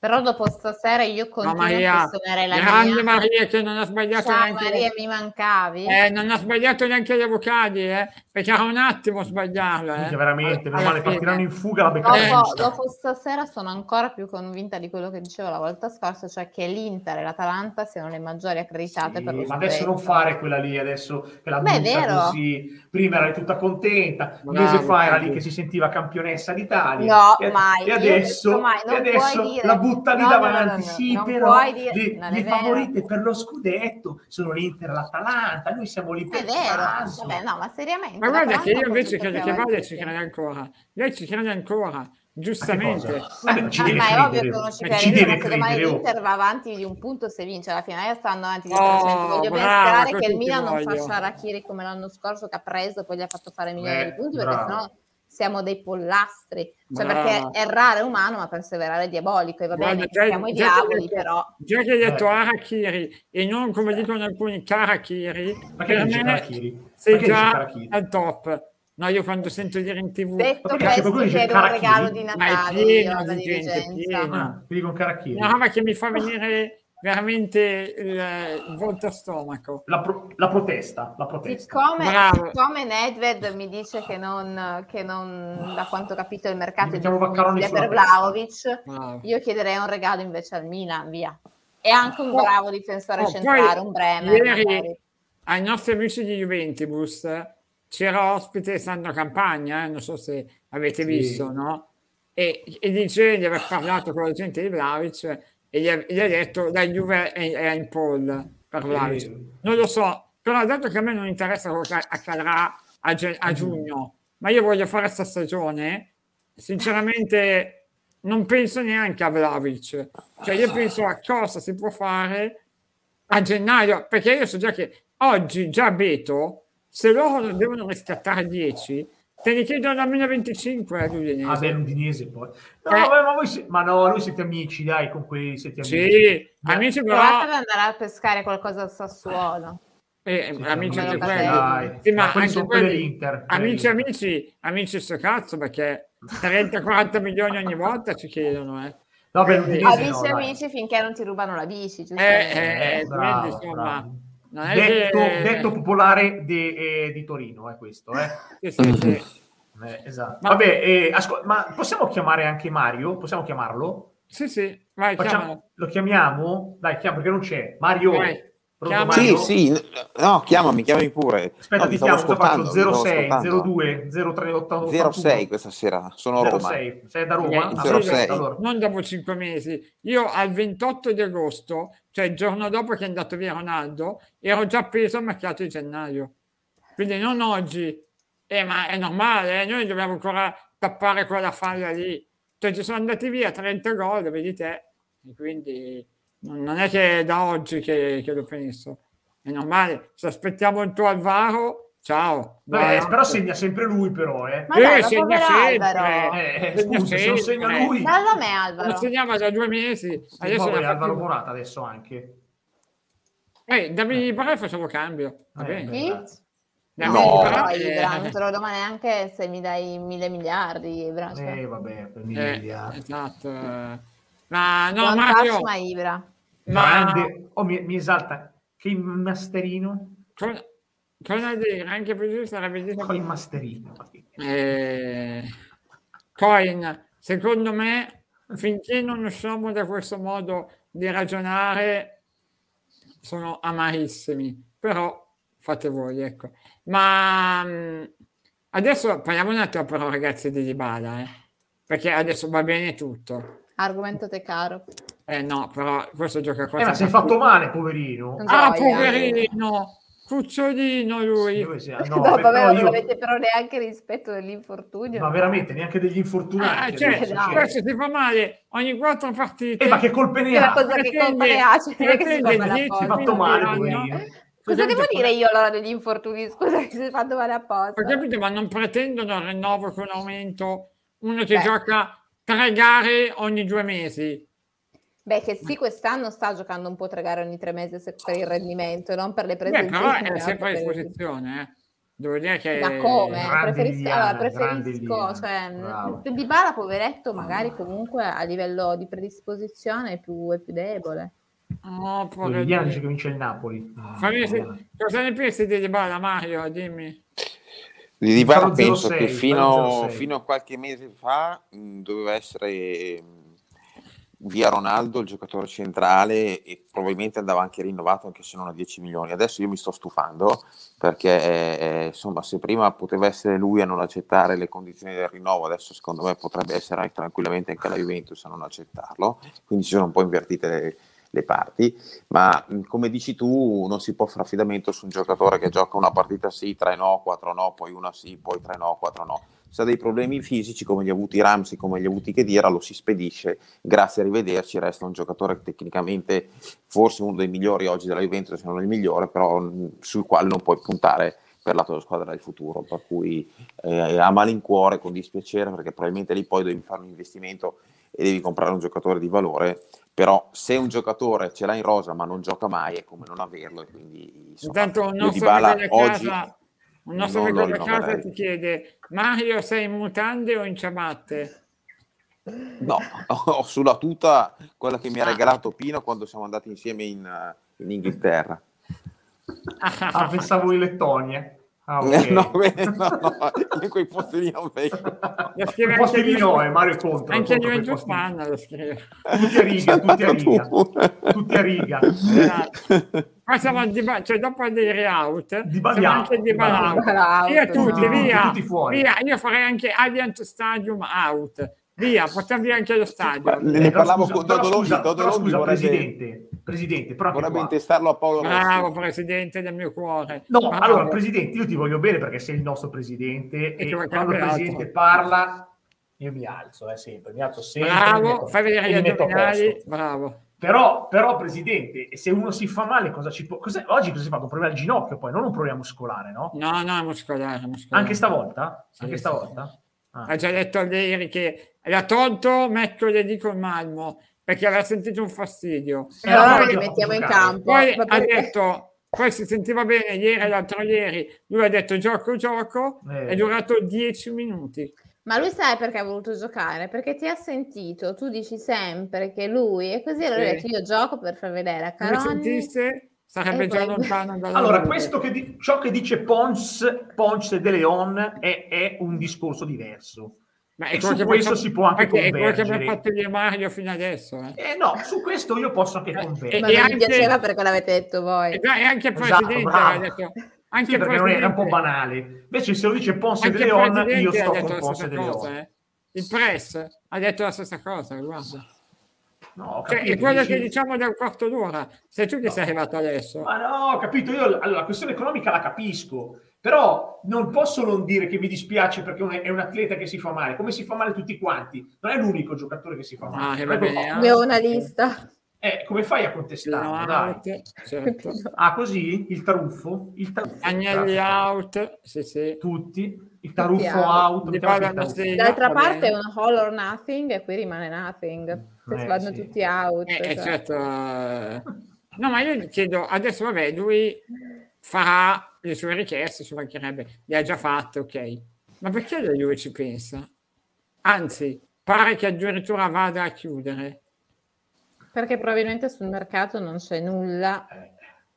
Speaker 3: Però dopo stasera io
Speaker 1: Ma
Speaker 3: continuo
Speaker 1: Maria,
Speaker 3: a suonare la
Speaker 1: grande
Speaker 3: mia.
Speaker 1: Maria che non ha sbagliato
Speaker 3: Ciao
Speaker 1: neanche...
Speaker 3: Maria, mi mancavi?
Speaker 1: Eh, non ha sbagliato neanche le vocali, eh, perché era un attimo sbagliarla.
Speaker 2: Minchia,
Speaker 1: Eh.
Speaker 2: veramente,
Speaker 1: Alla
Speaker 2: meno male,
Speaker 1: fine.
Speaker 2: partiranno in fuga la beccata.
Speaker 1: Eh.
Speaker 3: Dopo, dopo stasera sono ancora più convinta di quello che dicevo la volta scorsa, cioè che l'Inter e l'Atalanta siano le maggiori accreditate per lo
Speaker 2: ma adesso
Speaker 3: scudetto.
Speaker 2: non fare quella lì, adesso che la
Speaker 3: Beh, è
Speaker 2: butta
Speaker 3: vero.
Speaker 2: così. Prima era tutta contenta, un
Speaker 1: Bravo,
Speaker 2: mese fa era
Speaker 1: bravo.
Speaker 2: lì che si sentiva campionessa d'Italia.
Speaker 3: No,
Speaker 2: e,
Speaker 3: mai.
Speaker 2: E
Speaker 3: Io ho
Speaker 2: adesso,
Speaker 3: detto mai,
Speaker 2: e
Speaker 3: non
Speaker 2: adesso
Speaker 3: puoi dire-
Speaker 2: la butta lì
Speaker 3: no, no, no,
Speaker 2: davanti.
Speaker 3: no, no,
Speaker 2: sì,
Speaker 3: non
Speaker 2: però
Speaker 3: puoi dire-
Speaker 2: le,
Speaker 3: non è
Speaker 2: le
Speaker 3: vero.
Speaker 2: favorite per lo scudetto sono l'Inter e l'Atalanta. Noi siamo lì per
Speaker 3: È vero,
Speaker 2: caso.
Speaker 3: vabbè, no, ma seriamente.
Speaker 1: Ma guarda
Speaker 3: l'Atalanta
Speaker 1: che io
Speaker 3: ha
Speaker 1: invece
Speaker 3: potuto
Speaker 1: credo che
Speaker 3: chiamare
Speaker 1: Valia
Speaker 3: tutti.
Speaker 1: ci crede ancora, lei ci crede ancora,
Speaker 2: Ma che
Speaker 1: giustamente.
Speaker 2: cosa?
Speaker 3: Ma,
Speaker 2: Vabbè, non ci
Speaker 3: Eh, ma-
Speaker 2: deve
Speaker 3: ma è ovvio che
Speaker 2: credere.
Speaker 3: non ci
Speaker 1: Ma
Speaker 2: non
Speaker 1: ci
Speaker 3: crede,
Speaker 2: deve
Speaker 3: ma se domani
Speaker 2: credere. oh.
Speaker 3: l'Inter va avanti di un punto se vince alla finale stanno avanti di
Speaker 1: Oh,
Speaker 3: 300 voglio ben
Speaker 1: brava,
Speaker 3: sperare che
Speaker 1: così
Speaker 3: il
Speaker 1: ti
Speaker 3: Milan non
Speaker 1: voglio.
Speaker 3: faccia Rakiri come l'anno scorso che ha preso e poi gli ha fatto fare milioni
Speaker 2: Eh,
Speaker 3: di punti
Speaker 2: brava.
Speaker 3: perché sennò siamo dei pollastri cioè
Speaker 1: Brava.
Speaker 3: perché errare è umano ma perseverare è diabolico e va
Speaker 1: Guarda,
Speaker 3: bene
Speaker 1: già-
Speaker 3: siamo i
Speaker 1: già ti ho
Speaker 3: diavoli
Speaker 1: detto-
Speaker 3: però
Speaker 1: Già che hai detto
Speaker 2: Eh.
Speaker 1: Arakiri e non come dicono alcuni Karakiri,
Speaker 2: Ma che
Speaker 1: per
Speaker 2: dice
Speaker 1: me
Speaker 2: Karakiri?
Speaker 1: sei
Speaker 2: Perché dice
Speaker 1: già
Speaker 2: Karakiri?
Speaker 1: al top. No, io quando sento dire in tv,
Speaker 3: detto
Speaker 2: perché c'è
Speaker 3: questo
Speaker 2: qualcuno che dice
Speaker 3: che era un
Speaker 2: Caracchini?
Speaker 3: regalo di
Speaker 1: ma è
Speaker 3: Natale io
Speaker 1: pieno
Speaker 3: alla
Speaker 1: di gente, è
Speaker 3: dirigenza
Speaker 1: pieno.
Speaker 2: Ah, ti dico un caracchino.
Speaker 1: Una roba che mi fa venire veramente il volto a stomaco.
Speaker 2: La, pro- la protesta, la protesta.
Speaker 3: Siccome,
Speaker 1: Bravo.
Speaker 3: siccome Nedved mi dice che non, che non- da quanto ho capito il mercato è
Speaker 2: Mettiamo Vaccaroni
Speaker 3: disponibile
Speaker 2: sulla
Speaker 3: per
Speaker 2: testa.
Speaker 3: Vlaovic,
Speaker 1: Bravo.
Speaker 3: io chiederei un regalo invece al Milan, via. È anche un bravo difensore
Speaker 1: Oh,
Speaker 3: centrale,
Speaker 1: poi
Speaker 3: un Bremer.
Speaker 1: ieri
Speaker 3: magari.
Speaker 1: ai nostri amici di Juventibus eh, c'era ospite Sandro Campagna, eh, non so se avete
Speaker 2: Sì.
Speaker 1: visto, no? E, e dice di aver parlato con la gente di Vlaovic eh, e gli ha, gli ha detto la Juve è, è in pole per Vlaovic.
Speaker 2: Eh,
Speaker 1: Non lo so, però dato che a me non interessa quello che accadrà a, ge-
Speaker 2: Mm-hmm.
Speaker 1: a giugno, ma io voglio fare questa stagione, sinceramente non penso neanche a Vlaovic. Cioè io penso a cosa si può fare a gennaio, perché io so già che oggi già Beto, se loro non devono riscattare 10, te ne chiedono almeno 25 a
Speaker 2: Ah, beh,
Speaker 1: Udinese.
Speaker 2: l'Udinese poi. No,
Speaker 1: Eh.
Speaker 2: vabbè, ma, voi si- ma no, noi siete amici, dai, con quelli siete amici.
Speaker 1: Sì,
Speaker 2: Beh,
Speaker 1: amici
Speaker 3: Provate ad
Speaker 1: però,
Speaker 3: andare a pescare qualcosa al Sassuolo.
Speaker 1: eh,
Speaker 2: siete
Speaker 1: amici anche
Speaker 3: amici,
Speaker 1: quelli,
Speaker 2: dai.
Speaker 1: Sì, ma
Speaker 2: Ma quelli
Speaker 1: anche
Speaker 2: sono quelli
Speaker 1: quelli.
Speaker 2: dell'Inter, quelli
Speaker 1: amici,
Speaker 2: dell'Inter.
Speaker 1: amici, amici sto cazzo perché 30-40 milioni ogni volta ci chiedono, eh.
Speaker 2: No, beh, l'Udinese
Speaker 3: Amici,
Speaker 2: no, dai.
Speaker 3: Ah, amici, finché non ti rubano la bici, giustamente.
Speaker 1: Eh, eh,
Speaker 2: bravo,
Speaker 1: quindi, insomma,
Speaker 2: bravo.
Speaker 1: non è
Speaker 2: detto,
Speaker 1: che-
Speaker 2: detto popolare de- eh, di Torino, è questo, eh.
Speaker 1: Sì, sì, sì.
Speaker 2: Eh, esatto.
Speaker 1: Ma-
Speaker 2: Vabbè, eh, ascol- ma possiamo chiamare anche Mario? Possiamo chiamarlo?
Speaker 1: Sì, sì, vai,
Speaker 2: Facciamo-
Speaker 1: chiamalo.
Speaker 2: Lo chiamiamo? Dai, chiam- perché non c'è. Mario,
Speaker 1: Vai.
Speaker 2: pronto,
Speaker 1: Chiama-
Speaker 4: Sì,
Speaker 2: Mario?
Speaker 4: sì, n- no, chiamami, chiamami pure.
Speaker 2: Aspetta,
Speaker 4: No,
Speaker 2: ti
Speaker 4: stavo
Speaker 2: chiamo, cosa faccio
Speaker 4: ascoltando, mi stavo
Speaker 2: 06,
Speaker 4: ascoltando.
Speaker 2: 02, 03,
Speaker 4: 06 questa sera, sono a Roma.
Speaker 2: 06, sei da Roma?
Speaker 1: Eh,
Speaker 2: Ah,
Speaker 1: sì,
Speaker 2: perfetto,
Speaker 1: lo so,
Speaker 4: 06.
Speaker 2: allora.
Speaker 1: non dopo cinque mesi, io al 28 di agosto, cioè il giorno dopo che è andato via Ronaldo, ero già appeso al mercato di gennaio. Quindi non oggi, Eh, ma è normale, eh, noi dobbiamo ancora tappare quella falla lì. Cioè ci sono andati via 30 gol, vedi te, E quindi non non è che è da oggi che, che lo penso. È normale, se aspettiamo il tuo Alvaro, ciao.
Speaker 2: Vabbè,
Speaker 1: Buonanotte.
Speaker 2: però segna sempre lui, però, eh.
Speaker 3: Ma dai,
Speaker 1: Eh,
Speaker 3: ma
Speaker 1: segna
Speaker 3: povero
Speaker 1: sempre.
Speaker 3: Alvaro.
Speaker 2: Eh, eh,
Speaker 1: segna
Speaker 2: scusa, se lo
Speaker 1: sempre.
Speaker 2: segna lui...
Speaker 3: Dallo a me,
Speaker 1: lo
Speaker 3: Alvaro.
Speaker 1: segnava da due mesi
Speaker 2: Sì,
Speaker 1: adesso
Speaker 2: poi
Speaker 1: ne ha
Speaker 2: Alvaro
Speaker 1: fatti-
Speaker 2: Morata adesso anche.
Speaker 1: eh, Davide Di Barà facciamo cambio va
Speaker 2: Eh,
Speaker 1: bene
Speaker 3: Chi?
Speaker 2: eh,
Speaker 1: Davide
Speaker 4: No.
Speaker 1: Di
Speaker 3: No,
Speaker 1: Barà, eh,
Speaker 3: Ibra, non te lo domani neanche se mi dai mille miliardi, Ibra. Cioè.
Speaker 2: Eh, vabbè, per
Speaker 1: eh,
Speaker 2: l'Italia.
Speaker 1: esatto eh. ma no
Speaker 3: Buon
Speaker 1: Mario
Speaker 3: touch, ma Ibra.
Speaker 1: ma
Speaker 2: Grande. Oh, mi, mi esalta. Che il masterino?
Speaker 1: con, con Adira anche per lui sarebbe detto
Speaker 2: Con il masterino. ma che-
Speaker 1: Eh, Coin, secondo me, finché non usciamo da questo modo di ragionare, sono amarissimi, però fate voi, ecco. Ma mh, adesso parliamo un attimo però ragazzi di Dybala, eh, perché adesso va bene tutto.
Speaker 3: Argomento te caro.
Speaker 1: Eh no, però questo gioca qua.
Speaker 2: Eh, ma si è fatto eh. male, poverino.
Speaker 3: Non
Speaker 1: Ah,
Speaker 3: Gioia.
Speaker 1: poverino, cucciolino lui.
Speaker 2: Dove sia?
Speaker 3: No,
Speaker 2: No, beh,
Speaker 3: vabbè,
Speaker 2: però
Speaker 3: non
Speaker 2: io-
Speaker 3: avete però neanche rispetto dell'infortunio.
Speaker 2: Ma veramente, neanche degli infortunati.
Speaker 1: Ah, cioè,
Speaker 2: adesso, cioè.
Speaker 1: questo si fa male ogni quattro partite.
Speaker 2: Eh, ma che colpe ne
Speaker 3: È la
Speaker 2: ha?
Speaker 3: cosa che
Speaker 1: Pretende-
Speaker 3: colpa ne ha, cioè, non è che si
Speaker 1: pretende
Speaker 3: fa male
Speaker 1: 10
Speaker 2: Si è
Speaker 3: apposta.
Speaker 2: fatto
Speaker 1: fino
Speaker 2: male,
Speaker 1: all'anno.
Speaker 2: poverino.
Speaker 3: Cosa devo
Speaker 1: Scusate,
Speaker 3: dire io allora degli infortuni? Scusa, che si fanno male apposta.
Speaker 1: Ho capito, ma non pretendono il rinnovo con aumento uno che
Speaker 3: Beh.
Speaker 1: gioca tre gare ogni due mesi.
Speaker 3: Beh, che sì, quest'anno sta giocando un po' tre gare ogni tre mesi se- per il rendimento, non per le
Speaker 1: Beh,
Speaker 3: presenze.
Speaker 1: però
Speaker 3: in
Speaker 1: è
Speaker 3: campo,
Speaker 1: sempre a
Speaker 3: per il-
Speaker 1: disposizione, eh. Devo dire che...
Speaker 3: Ma come?
Speaker 2: Grande
Speaker 3: Preferisco,
Speaker 2: Liliana,
Speaker 3: allora, preferisco
Speaker 2: grande
Speaker 3: cioè,
Speaker 2: Liliana, bravo.
Speaker 3: Di Bala, poveretto, magari comunque a livello di predisposizione è più, è più debole.
Speaker 1: Oh, povero
Speaker 2: Liliana
Speaker 1: Dio.
Speaker 2: dice che vince il Napoli. Ah,
Speaker 1: Fammi-
Speaker 2: Liliana.
Speaker 1: Cosa ne pensi di Dybala, Mario? Dimmi.
Speaker 4: Di Dybala
Speaker 2: Sono
Speaker 4: penso
Speaker 2: 06,
Speaker 4: che
Speaker 2: sono
Speaker 4: fino,
Speaker 2: 06.
Speaker 4: fino a qualche mese fa mh, doveva essere mh, via Ronaldo il giocatore centrale e probabilmente andava anche rinnovato anche se non a 10 milioni. Adesso io mi sto stufando perché eh, insomma se prima poteva essere lui a non accettare le condizioni del rinnovo, adesso secondo me potrebbe essere anche tranquillamente anche la Juventus a non accettarlo, quindi si sono un po' invertite le, le parti, ma mh, come dici tu non si può fare affidamento su un giocatore che gioca una partita sì, tre no, quattro no, poi una sì, poi tre no, quattro no. Se ha dei problemi fisici come li ha avuti Ramsey, come li ha avuti Chedira, lo si spedisce, grazie a rivederci, resta un giocatore che tecnicamente forse uno dei migliori oggi della Juventus, se non il migliore, però mh, sul quale non puoi puntare per la tua squadra del futuro, per cui eh, a malincuore, con dispiacere, perché probabilmente lì poi devi fare un investimento e devi comprare un giocatore di valore, però se un giocatore ce l'ha in rosa ma non gioca mai è come non averlo e quindi insomma,
Speaker 1: Intanto un
Speaker 4: io
Speaker 1: nostro
Speaker 4: Dybala
Speaker 1: amico da casa, un nostro
Speaker 4: non
Speaker 1: amico
Speaker 4: lo
Speaker 1: da casa
Speaker 4: rinnoverei.
Speaker 1: ti chiede, Mario sei in mutande o in ciabatte?
Speaker 4: No, ho sulla tuta quella che mi
Speaker 1: Ah.
Speaker 4: ha regalato Pino quando siamo andati insieme in, eh, in Inghilterra.
Speaker 2: Ah, pensavo in Lettonia. Ah, ok.
Speaker 4: no, beh, no, no, in quei posti lì non vengo.
Speaker 1: Lo scrive
Speaker 2: I posti di
Speaker 1: Juventus-
Speaker 2: noi, Mario contro.
Speaker 1: Anche
Speaker 2: contro quei
Speaker 1: Juventus
Speaker 2: posti lì.
Speaker 1: Fan lo scrive.
Speaker 2: Tutti a riga, tutti a riga. Tutti a riga.
Speaker 1: Poi siamo al diba- cioè dopo il day out,
Speaker 2: Dybala
Speaker 1: siamo
Speaker 2: out,
Speaker 1: anche di Bala out.
Speaker 3: Dybala out,
Speaker 1: Via Ah, tutti,
Speaker 2: Tutti,
Speaker 1: via,
Speaker 2: tutti fuori.
Speaker 1: via. Io farei anche Allianz Stadium out. Via, portiamo via anche lo stadio.
Speaker 4: Ne
Speaker 2: Eh, però
Speaker 4: parlavo
Speaker 2: scusa,
Speaker 4: con
Speaker 2: però
Speaker 4: Dodoloni,
Speaker 2: scusa, però
Speaker 4: Dodoloni
Speaker 2: scusa,
Speaker 4: vorrebbe-
Speaker 2: presidente, presidente, però anche
Speaker 4: Vorrebbe
Speaker 2: qua.
Speaker 4: intestarlo a Paolo
Speaker 1: Bravo
Speaker 4: Rossi.
Speaker 1: presidente del mio cuore.
Speaker 2: No,
Speaker 1: Bravo.
Speaker 2: allora, Presidente, io ti voglio bene perché sei il nostro Presidente
Speaker 1: E
Speaker 2: e,
Speaker 1: ti voglio
Speaker 2: quando il
Speaker 1: bene,
Speaker 2: Presidente
Speaker 1: altro.
Speaker 2: parla io mi alzo, eh, sempre, mi alzo sempre. mi
Speaker 1: Bravo,
Speaker 2: metto-
Speaker 1: fai vedere
Speaker 2: e
Speaker 1: gli
Speaker 2: mi metto a
Speaker 1: addominali.
Speaker 2: posto.
Speaker 1: Bravo.
Speaker 2: Però, però, Presidente, e se uno si fa male, cosa ci può... cos'è- Oggi cosa si fa? Un problema al ginocchio poi, non un problema muscolare, no?
Speaker 1: No, no, è muscolare, è muscolare.
Speaker 2: Anche stavolta?
Speaker 1: Eh. Sì,
Speaker 2: Anche
Speaker 1: sì,
Speaker 2: stavolta? Ah.
Speaker 1: ha già detto a Leiri che l'ha tolto mercoledì col Malmo perché aveva sentito un fastidio.
Speaker 2: Eh,
Speaker 3: E allora
Speaker 2: poi
Speaker 3: li
Speaker 2: gioca
Speaker 3: mettiamo
Speaker 2: sul
Speaker 3: in
Speaker 2: campo.
Speaker 3: campo.
Speaker 1: Poi
Speaker 3: Va
Speaker 1: ha
Speaker 3: bene.
Speaker 1: detto, poi si sentiva bene ieri e l'altro ieri, lui ha detto gioco, gioco,
Speaker 2: Eh.
Speaker 1: è durato 10 minuti.
Speaker 3: Ma lui sai perché ha voluto giocare? Perché ti ha sentito, tu dici sempre che lui è così, allora
Speaker 1: Sì.
Speaker 3: ha detto, io gioco per far vedere a
Speaker 1: Se mi
Speaker 3: Caroni.
Speaker 1: sentisse sarebbe
Speaker 3: Eh,
Speaker 1: già
Speaker 3: poi-
Speaker 1: lontano dalla
Speaker 2: Allora,
Speaker 1: Juve.
Speaker 2: questo che di- ciò che dice Pons, Pons de Leon è, è un discorso diverso.
Speaker 1: Ma
Speaker 2: e
Speaker 1: quello
Speaker 2: su
Speaker 1: che
Speaker 2: questo
Speaker 1: facciamo-
Speaker 2: si può anche
Speaker 1: perché È quello che abbiamo
Speaker 2: convergere.
Speaker 1: fatto io e Mario fino adesso. eh.
Speaker 2: Eh no, su questo io posso anche
Speaker 1: e-
Speaker 3: Ma
Speaker 2: convergere.
Speaker 1: Eh, e
Speaker 3: non mi
Speaker 1: anche-
Speaker 3: piaceva perché l'avete detto voi.
Speaker 1: E dai, e anche il
Speaker 2: Esatto,
Speaker 1: presidente
Speaker 2: bravo.
Speaker 1: ha detto...
Speaker 2: Anche
Speaker 1: Anche il
Speaker 2: perché non è, è un
Speaker 1: presidente-
Speaker 2: po' banale. Invece se lo dice Ponce
Speaker 1: Anche
Speaker 2: de
Speaker 1: il
Speaker 2: Leon, io
Speaker 1: presidente
Speaker 2: sto
Speaker 1: ha
Speaker 2: con
Speaker 1: detto la
Speaker 2: Ponce de
Speaker 1: stessa
Speaker 2: Leon.
Speaker 1: cosa. eh. Il press ha detto la stessa cosa, guarda.
Speaker 2: No, ho
Speaker 1: Cioè,
Speaker 2: capito,
Speaker 1: è quello
Speaker 2: dici-
Speaker 1: che diciamo dal quarto d'ora. Sei tu che sei arrivato adesso.
Speaker 2: Ma no, ho capito, io l- allora, la questione economica la capisco, però non posso non dire che mi dispiace perché un- è un atleta che si fa male, come si fa male tutti quanti. Non è l'unico giocatore che si fa
Speaker 1: Ah,
Speaker 2: male.
Speaker 1: che va
Speaker 2: Ecco
Speaker 1: bene,
Speaker 2: qua.
Speaker 3: Abbiamo una lista.
Speaker 2: Eh, come fai a
Speaker 1: Lino
Speaker 2: contestarlo? Dai.
Speaker 1: out, certo.
Speaker 2: Ah, così? Il taruffo? Il taruffo.
Speaker 1: Agnelli
Speaker 2: Grazie.
Speaker 1: out, sì sì.
Speaker 2: Tutti. Il taruffo
Speaker 3: out.
Speaker 2: out.
Speaker 1: Di
Speaker 2: mettiamo
Speaker 1: Bala
Speaker 2: il taruffo.
Speaker 1: Nasri.
Speaker 3: D'altra
Speaker 1: va
Speaker 3: parte è
Speaker 1: bene.
Speaker 3: una all or nothing e qui rimane nothing. Se
Speaker 2: Eh,
Speaker 3: vanno
Speaker 2: sì.
Speaker 3: tutti out.
Speaker 1: Eh, eh,
Speaker 3: cioè.
Speaker 1: certo. eh. No, ma io gli chiedo, adesso vabbè, lui farà le sue richieste, ci mancherebbe, le ha già fatte, ok. Ma perché la Juve ci pensa? Anzi, pare che addirittura vada a chiudere.
Speaker 3: Perché probabilmente sul mercato non c'è nulla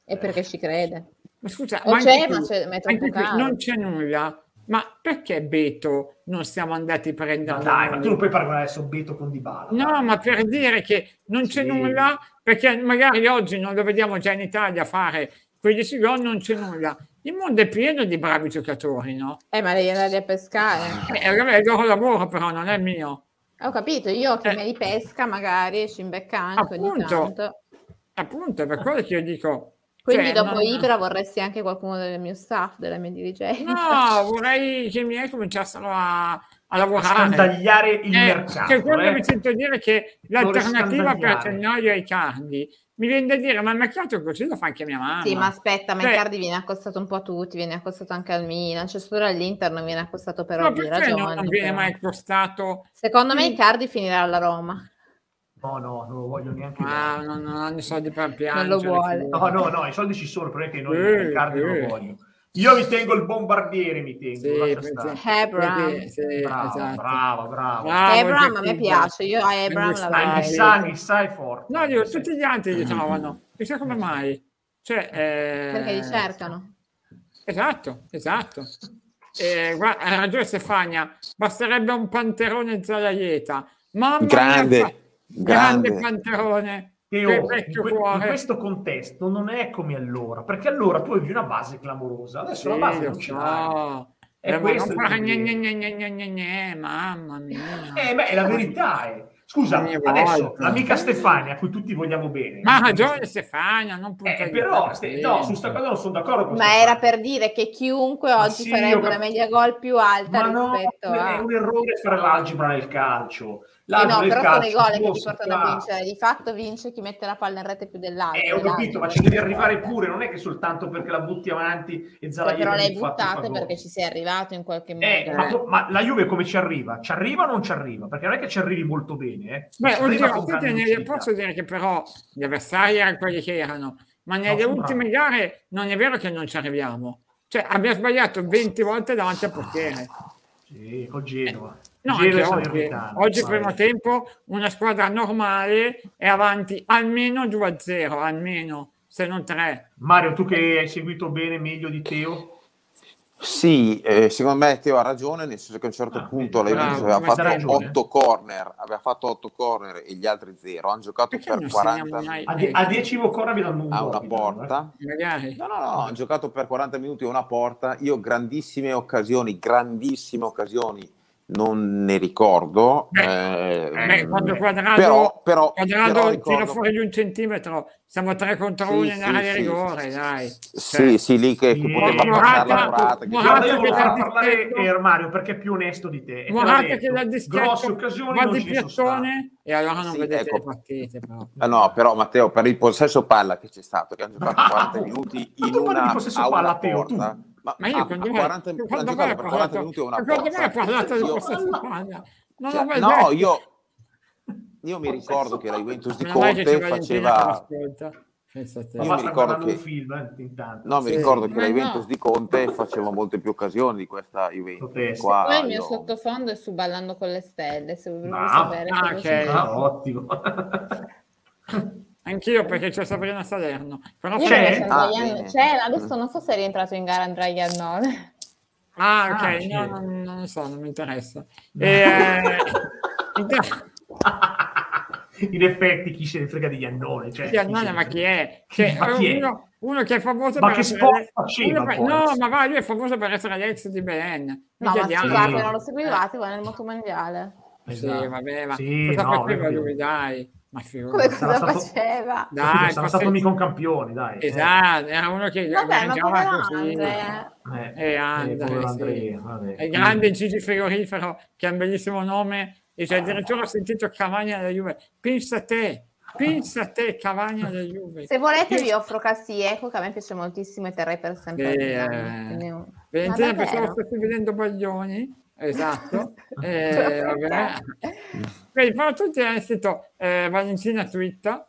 Speaker 3: e perché ci crede.
Speaker 1: Ma scusa,
Speaker 3: O
Speaker 1: Eh. ma
Speaker 3: c'è,
Speaker 1: anche
Speaker 3: ma
Speaker 1: qui-
Speaker 3: c'è- ma è troppo
Speaker 1: anche qui
Speaker 3: caro.
Speaker 1: non c'è nulla. Ma perché Beto non siamo andati a prendere?
Speaker 2: Ma Eh, dai, ma tu non puoi paragonare adesso Beto con Dybala.
Speaker 1: No, ma per dire che non c'è
Speaker 2: Sì.
Speaker 1: nulla, perché magari oggi non lo vediamo già in Italia fare 15 gol, non c'è nulla. Il mondo è pieno di bravi giocatori, no?
Speaker 3: Eh, ma devi andare a pescare.
Speaker 1: Eh, allora è il loro lavoro, però, non è mio.
Speaker 3: Ho capito, io che
Speaker 1: Eh.
Speaker 3: me li pesca magari e ci imbecca anche ogni
Speaker 1: Appunto.
Speaker 3: tanto.
Speaker 1: Appunto, è per quello che io dico.
Speaker 3: Quindi
Speaker 1: cioè,
Speaker 3: dopo
Speaker 1: non-
Speaker 3: Ibra vorresti anche qualcuno del mio staff, della mia dirigenza.
Speaker 1: No, vorrei che i miei cominciassero a, a lavorare.
Speaker 2: Scandagliare il
Speaker 1: Eh,
Speaker 2: mercato.
Speaker 1: cioè, quando
Speaker 2: eh.
Speaker 1: mi sento dire che l'alternativa per
Speaker 2: scandagliare.
Speaker 1: Gennaio è Icardi, mi viene da dire, ma il mercato così lo fa anche mia mamma.
Speaker 3: Sì, ma aspetta, ma
Speaker 1: Cioè-
Speaker 3: Icardi viene accostato un po' a tutti, viene accostato anche al Milan, c'è solo all'Inter non viene accostato per
Speaker 1: Ma
Speaker 3: ovvie
Speaker 1: perché no-
Speaker 3: ragioni.
Speaker 1: non viene Mm.
Speaker 3: però.
Speaker 1: mai costato?
Speaker 3: Secondo me Icardi finirà alla Roma.
Speaker 2: No, no, non lo voglio neanche.
Speaker 1: Ah, non, non hanno i soldi per piangere.
Speaker 3: lo vuole.
Speaker 1: figurati.
Speaker 2: No, no, no, i soldi ci sono, il problema è che noi
Speaker 1: Eh,
Speaker 2: Riccardo non
Speaker 1: eh.
Speaker 2: lo voglio. Io mi tengo il bombardiere, mi tengo.
Speaker 1: Sì,
Speaker 2: lascia
Speaker 1: pensi-
Speaker 2: stare.
Speaker 3: Eh, Brown.
Speaker 1: Sì, sì,
Speaker 2: Bravo,
Speaker 1: esatto.
Speaker 2: bravo, bravo.
Speaker 1: Ah,
Speaker 3: Eh,
Speaker 1: vuoi
Speaker 3: Brown,
Speaker 1: che
Speaker 3: a me
Speaker 1: ti-
Speaker 3: piace, io a
Speaker 1: Quindi
Speaker 3: Brown la
Speaker 1: stai-
Speaker 3: vorrei.
Speaker 2: Ma il sai, il sai forte.
Speaker 1: No, dico,
Speaker 2: Il sai.
Speaker 1: tutti gli altri li trovano. Chissà come mai. Cioè, eh,
Speaker 3: Perché certo. li cercano.
Speaker 1: Esatto, esatto. Eh, guarda, ha ragione Stefania, basterebbe un panterone in zagaieta. Mamma mia,
Speaker 4: Grande,
Speaker 1: fa- grande,
Speaker 4: grande.
Speaker 1: panterone.
Speaker 2: Che
Speaker 1: che
Speaker 2: oh, in,
Speaker 1: vecchio eh.
Speaker 2: que- in
Speaker 1: cuore.
Speaker 2: questo contesto non è come allora, perché allora tu avevi una base clamorosa, adesso la
Speaker 1: Sì,
Speaker 2: base
Speaker 1: lo
Speaker 2: non ce
Speaker 1: so.
Speaker 2: l'hai. È
Speaker 1: Eh, ma
Speaker 2: questo
Speaker 1: non
Speaker 2: il
Speaker 1: fare
Speaker 2: problema.
Speaker 1: gne, gne, gne, gne, gne, gne, mamma mia.
Speaker 2: Eh, beh, è la verità. eh. Scusa,
Speaker 1: Ogni
Speaker 2: adesso
Speaker 1: volta.
Speaker 2: l'amica Stefania, a cui tutti vogliamo bene.
Speaker 1: Ma ha ragione Stefania, non
Speaker 2: Eh,
Speaker 1: puntare
Speaker 2: però,
Speaker 1: di-
Speaker 2: ste- no, su sta cosa non sono d'accordo. con
Speaker 3: Ma
Speaker 2: Stefania.
Speaker 3: era per dire che chiunque oggi
Speaker 2: sì, io
Speaker 3: farebbe
Speaker 2: cap-
Speaker 3: una media gol più alta
Speaker 2: Ma no,
Speaker 3: rispetto
Speaker 1: eh,
Speaker 3: a...
Speaker 2: è un errore fare l'algebra nel calcio.
Speaker 3: Eh no,
Speaker 2: L'algebra del
Speaker 3: però sono i
Speaker 2: calcio
Speaker 3: gol che
Speaker 2: può
Speaker 3: ti portano
Speaker 2: superare.
Speaker 3: a vincere. Di fatto vince chi mette la palla in rete più dell'altro.
Speaker 2: Eh, ho capito, ma ci devi arrivare pure, non è che soltanto perché la butti avanti e
Speaker 3: Poi
Speaker 2: Zalaieta
Speaker 3: Cioè, però l'hai
Speaker 2: non fa- fa
Speaker 3: buttata
Speaker 2: gol.
Speaker 3: perché ci sei arrivato in qualche modo.
Speaker 2: Eh, ma, co- ma la Juve come ci arriva? Ci arriva o non ci arriva? Perché non è che ci arrivi molto bene. Eh.
Speaker 1: Beh,
Speaker 2: Ci arriva
Speaker 1: oddio,
Speaker 2: con
Speaker 1: tutti
Speaker 2: grande
Speaker 1: ne-
Speaker 2: lucidità.
Speaker 1: posso dire che però gli avversari erano quelli che erano, ma nelle
Speaker 2: No,
Speaker 1: ultime gare non è vero che non ci arriviamo. Cioè, abbiamo sbagliato 20 volte davanti al portiere.
Speaker 2: Sì, con Genova.
Speaker 1: Eh, No,
Speaker 2: Genova
Speaker 1: anche
Speaker 2: e
Speaker 1: oggi,
Speaker 2: Salernitana,
Speaker 1: oggi
Speaker 2: vai.
Speaker 1: primo tempo, una squadra normale è avanti almeno 2-0, almeno, se non 3.
Speaker 2: Mario, tu che hai seguito bene meglio di Teo,
Speaker 4: Sì, eh, secondo me Teo ha ragione, nel senso che a un certo
Speaker 2: Ah,
Speaker 4: punto la
Speaker 1: bravo,
Speaker 4: Juventus
Speaker 1: come
Speaker 4: aveva
Speaker 1: dà
Speaker 4: fatto
Speaker 2: ragione.
Speaker 4: 8 corner, aveva fatto 8 corner e gli altri 0, hanno giocato
Speaker 1: Perché
Speaker 4: per
Speaker 1: non segniamo
Speaker 4: 40
Speaker 1: mai?
Speaker 4: minuti
Speaker 2: a, die-
Speaker 1: Ecco.
Speaker 2: a 10 Vocorra vi danno un
Speaker 4: a una
Speaker 2: gol,
Speaker 4: porta.
Speaker 1: Magari.
Speaker 4: No, no, no, ho giocato per 40 minuti a una porta, io grandissime occasioni, grandissime occasioni, non ne ricordo. eh,
Speaker 1: Beh, quando
Speaker 2: eh,
Speaker 1: quadrato,
Speaker 4: però, però,
Speaker 1: Quadrato
Speaker 4: però
Speaker 1: tira
Speaker 4: ricordo-
Speaker 1: fuori di un centimetro, siamo 3 contro
Speaker 4: Sì,
Speaker 1: 1
Speaker 4: sì,
Speaker 1: in area
Speaker 4: sì.
Speaker 1: rigore, dai. Cioè,
Speaker 4: Sì, sì, lì che, che
Speaker 2: Sì.
Speaker 4: poteva
Speaker 1: Morata-
Speaker 4: passare la Morata,
Speaker 1: Morata-
Speaker 4: che-
Speaker 2: Guarda, io volevo
Speaker 1: che
Speaker 2: far
Speaker 1: dal
Speaker 2: parlare
Speaker 1: dischetto-
Speaker 2: eh, Mario perché è più onesto di te. E te l'ho
Speaker 1: Guardate
Speaker 2: detto,
Speaker 4: ecco,
Speaker 1: che la
Speaker 2: grosse
Speaker 1: dischetto
Speaker 2: occasioni
Speaker 1: va
Speaker 2: non
Speaker 1: di
Speaker 2: ce ne sono state.
Speaker 1: piattone e allora non
Speaker 4: Sì,
Speaker 1: vedete
Speaker 4: ecco.
Speaker 1: le partite però.
Speaker 4: Ah, no, però Matteo, per il possesso palla che c'è stato, che hanno giocato 40
Speaker 2: Bravo!
Speaker 4: minuti
Speaker 2: Ma
Speaker 4: in
Speaker 2: tu parli di
Speaker 4: una,
Speaker 2: possesso
Speaker 4: a una
Speaker 2: palla, Teo,
Speaker 4: porta.
Speaker 2: tu?
Speaker 4: Ma,
Speaker 1: Ma io
Speaker 4: Ah, a-
Speaker 1: quando
Speaker 4: a
Speaker 1: me-
Speaker 4: 40 hanno
Speaker 1: quando me
Speaker 4: giocato
Speaker 1: ha
Speaker 4: per 40
Speaker 1: parlato,
Speaker 4: minuti a una
Speaker 1: quando me ha
Speaker 4: porta.
Speaker 1: parlato di
Speaker 4: Io-
Speaker 1: possesso palla, non l'ho
Speaker 4: cioè,
Speaker 1: mai
Speaker 4: no,
Speaker 1: detto.
Speaker 4: io, io mi
Speaker 2: Possesso
Speaker 4: ricordo che la
Speaker 2: palla.
Speaker 4: Juventus di
Speaker 1: Meno male che
Speaker 4: Conte
Speaker 1: c'è Valentina che
Speaker 4: faceva...
Speaker 1: l'ascolta. Pensa a te.
Speaker 2: Ma
Speaker 4: Io mi
Speaker 2: basta
Speaker 4: ricordo
Speaker 2: guardare un
Speaker 4: che-
Speaker 2: film eh, intanto.
Speaker 4: No, mi
Speaker 1: Sì.
Speaker 4: ricordo che
Speaker 3: Ma
Speaker 4: la
Speaker 3: Eh, no.
Speaker 4: Juventus di Conte faceva molte più occasioni di questa Juventus.
Speaker 2: Proteste.
Speaker 4: Qua
Speaker 3: Poi il mio
Speaker 4: io-
Speaker 3: sottofondo è su Ballando con le stelle, se volete
Speaker 2: Ma-
Speaker 3: sapere.
Speaker 1: ah,
Speaker 3: cosa
Speaker 1: ok.
Speaker 3: c'è.
Speaker 2: Ah, ottimo.
Speaker 1: Anch'io perché c'è Sabrina Salerno. Però
Speaker 3: Io
Speaker 2: C'è? Mm.
Speaker 3: penso a
Speaker 4: Ah,
Speaker 3: Andrei-
Speaker 4: bene.
Speaker 3: c'è, Cioè, adesso non so se è rientrato in gara Andrai Iannone.
Speaker 1: Ah, ok,
Speaker 2: Ah, c'è.
Speaker 1: no, non, non lo so, non mi interessa. Eh, inter-
Speaker 2: In effetti, chi se ne frega degli annoni? Cioè,
Speaker 1: Sì,
Speaker 2: chi
Speaker 1: Arnone,
Speaker 2: se ne
Speaker 1: ma
Speaker 2: frega?
Speaker 1: chi è? Cioè,
Speaker 2: Ma chi è?
Speaker 1: Uno, uno che è famoso
Speaker 2: Ma
Speaker 1: per
Speaker 2: che
Speaker 1: essere-
Speaker 2: sport faceva
Speaker 1: uno per-
Speaker 2: poi?
Speaker 1: No, ma va, lui è famoso per essere l'ex di Ben.
Speaker 3: No, ma scusate,
Speaker 2: Sì.
Speaker 3: non lo seguivate, voi nel motomondiale.
Speaker 1: Sì,
Speaker 2: Esatto.
Speaker 1: vabbè, ma
Speaker 2: Sì,
Speaker 1: cosa
Speaker 2: no,
Speaker 1: faceva
Speaker 2: vabbè.
Speaker 1: lui, dai? Ma
Speaker 3: Come
Speaker 1: figurati.
Speaker 2: Eh, Sarà stato-
Speaker 3: cosa faceva?
Speaker 1: Dai,
Speaker 2: Scusa, sarà
Speaker 1: forse-
Speaker 2: stato mica un campione, dai. Eh,
Speaker 1: Esatto, era uno che
Speaker 3: Vabbè, ma come
Speaker 1: mangiava così.
Speaker 3: Andre?
Speaker 2: Eh,
Speaker 1: Eh, Andrea,
Speaker 2: povero
Speaker 1: sì.
Speaker 2: Andrea, vabbè.
Speaker 1: È il grande Gigi Frigorifero, che ha un bellissimo nome, e cioè, addirittura ho sentito Cavani alla Juve. Pensa a te, pensa a te Cavani alla Juve.
Speaker 3: Se volete
Speaker 1: Io-
Speaker 3: vi offro Cassieco, che a me piace moltissimo e terrei per sempre.
Speaker 1: Sì,
Speaker 3: a Milano,
Speaker 1: eh.
Speaker 3: quindi-
Speaker 1: Valentina
Speaker 3: Ma davvero?
Speaker 1: pensavo stessi vedendo Baglioni, esatto.
Speaker 3: Ma
Speaker 1: eh,
Speaker 3: perché?
Speaker 1: vabbè. Quindi, però tutti hanno scritto eh, Valentina twitta,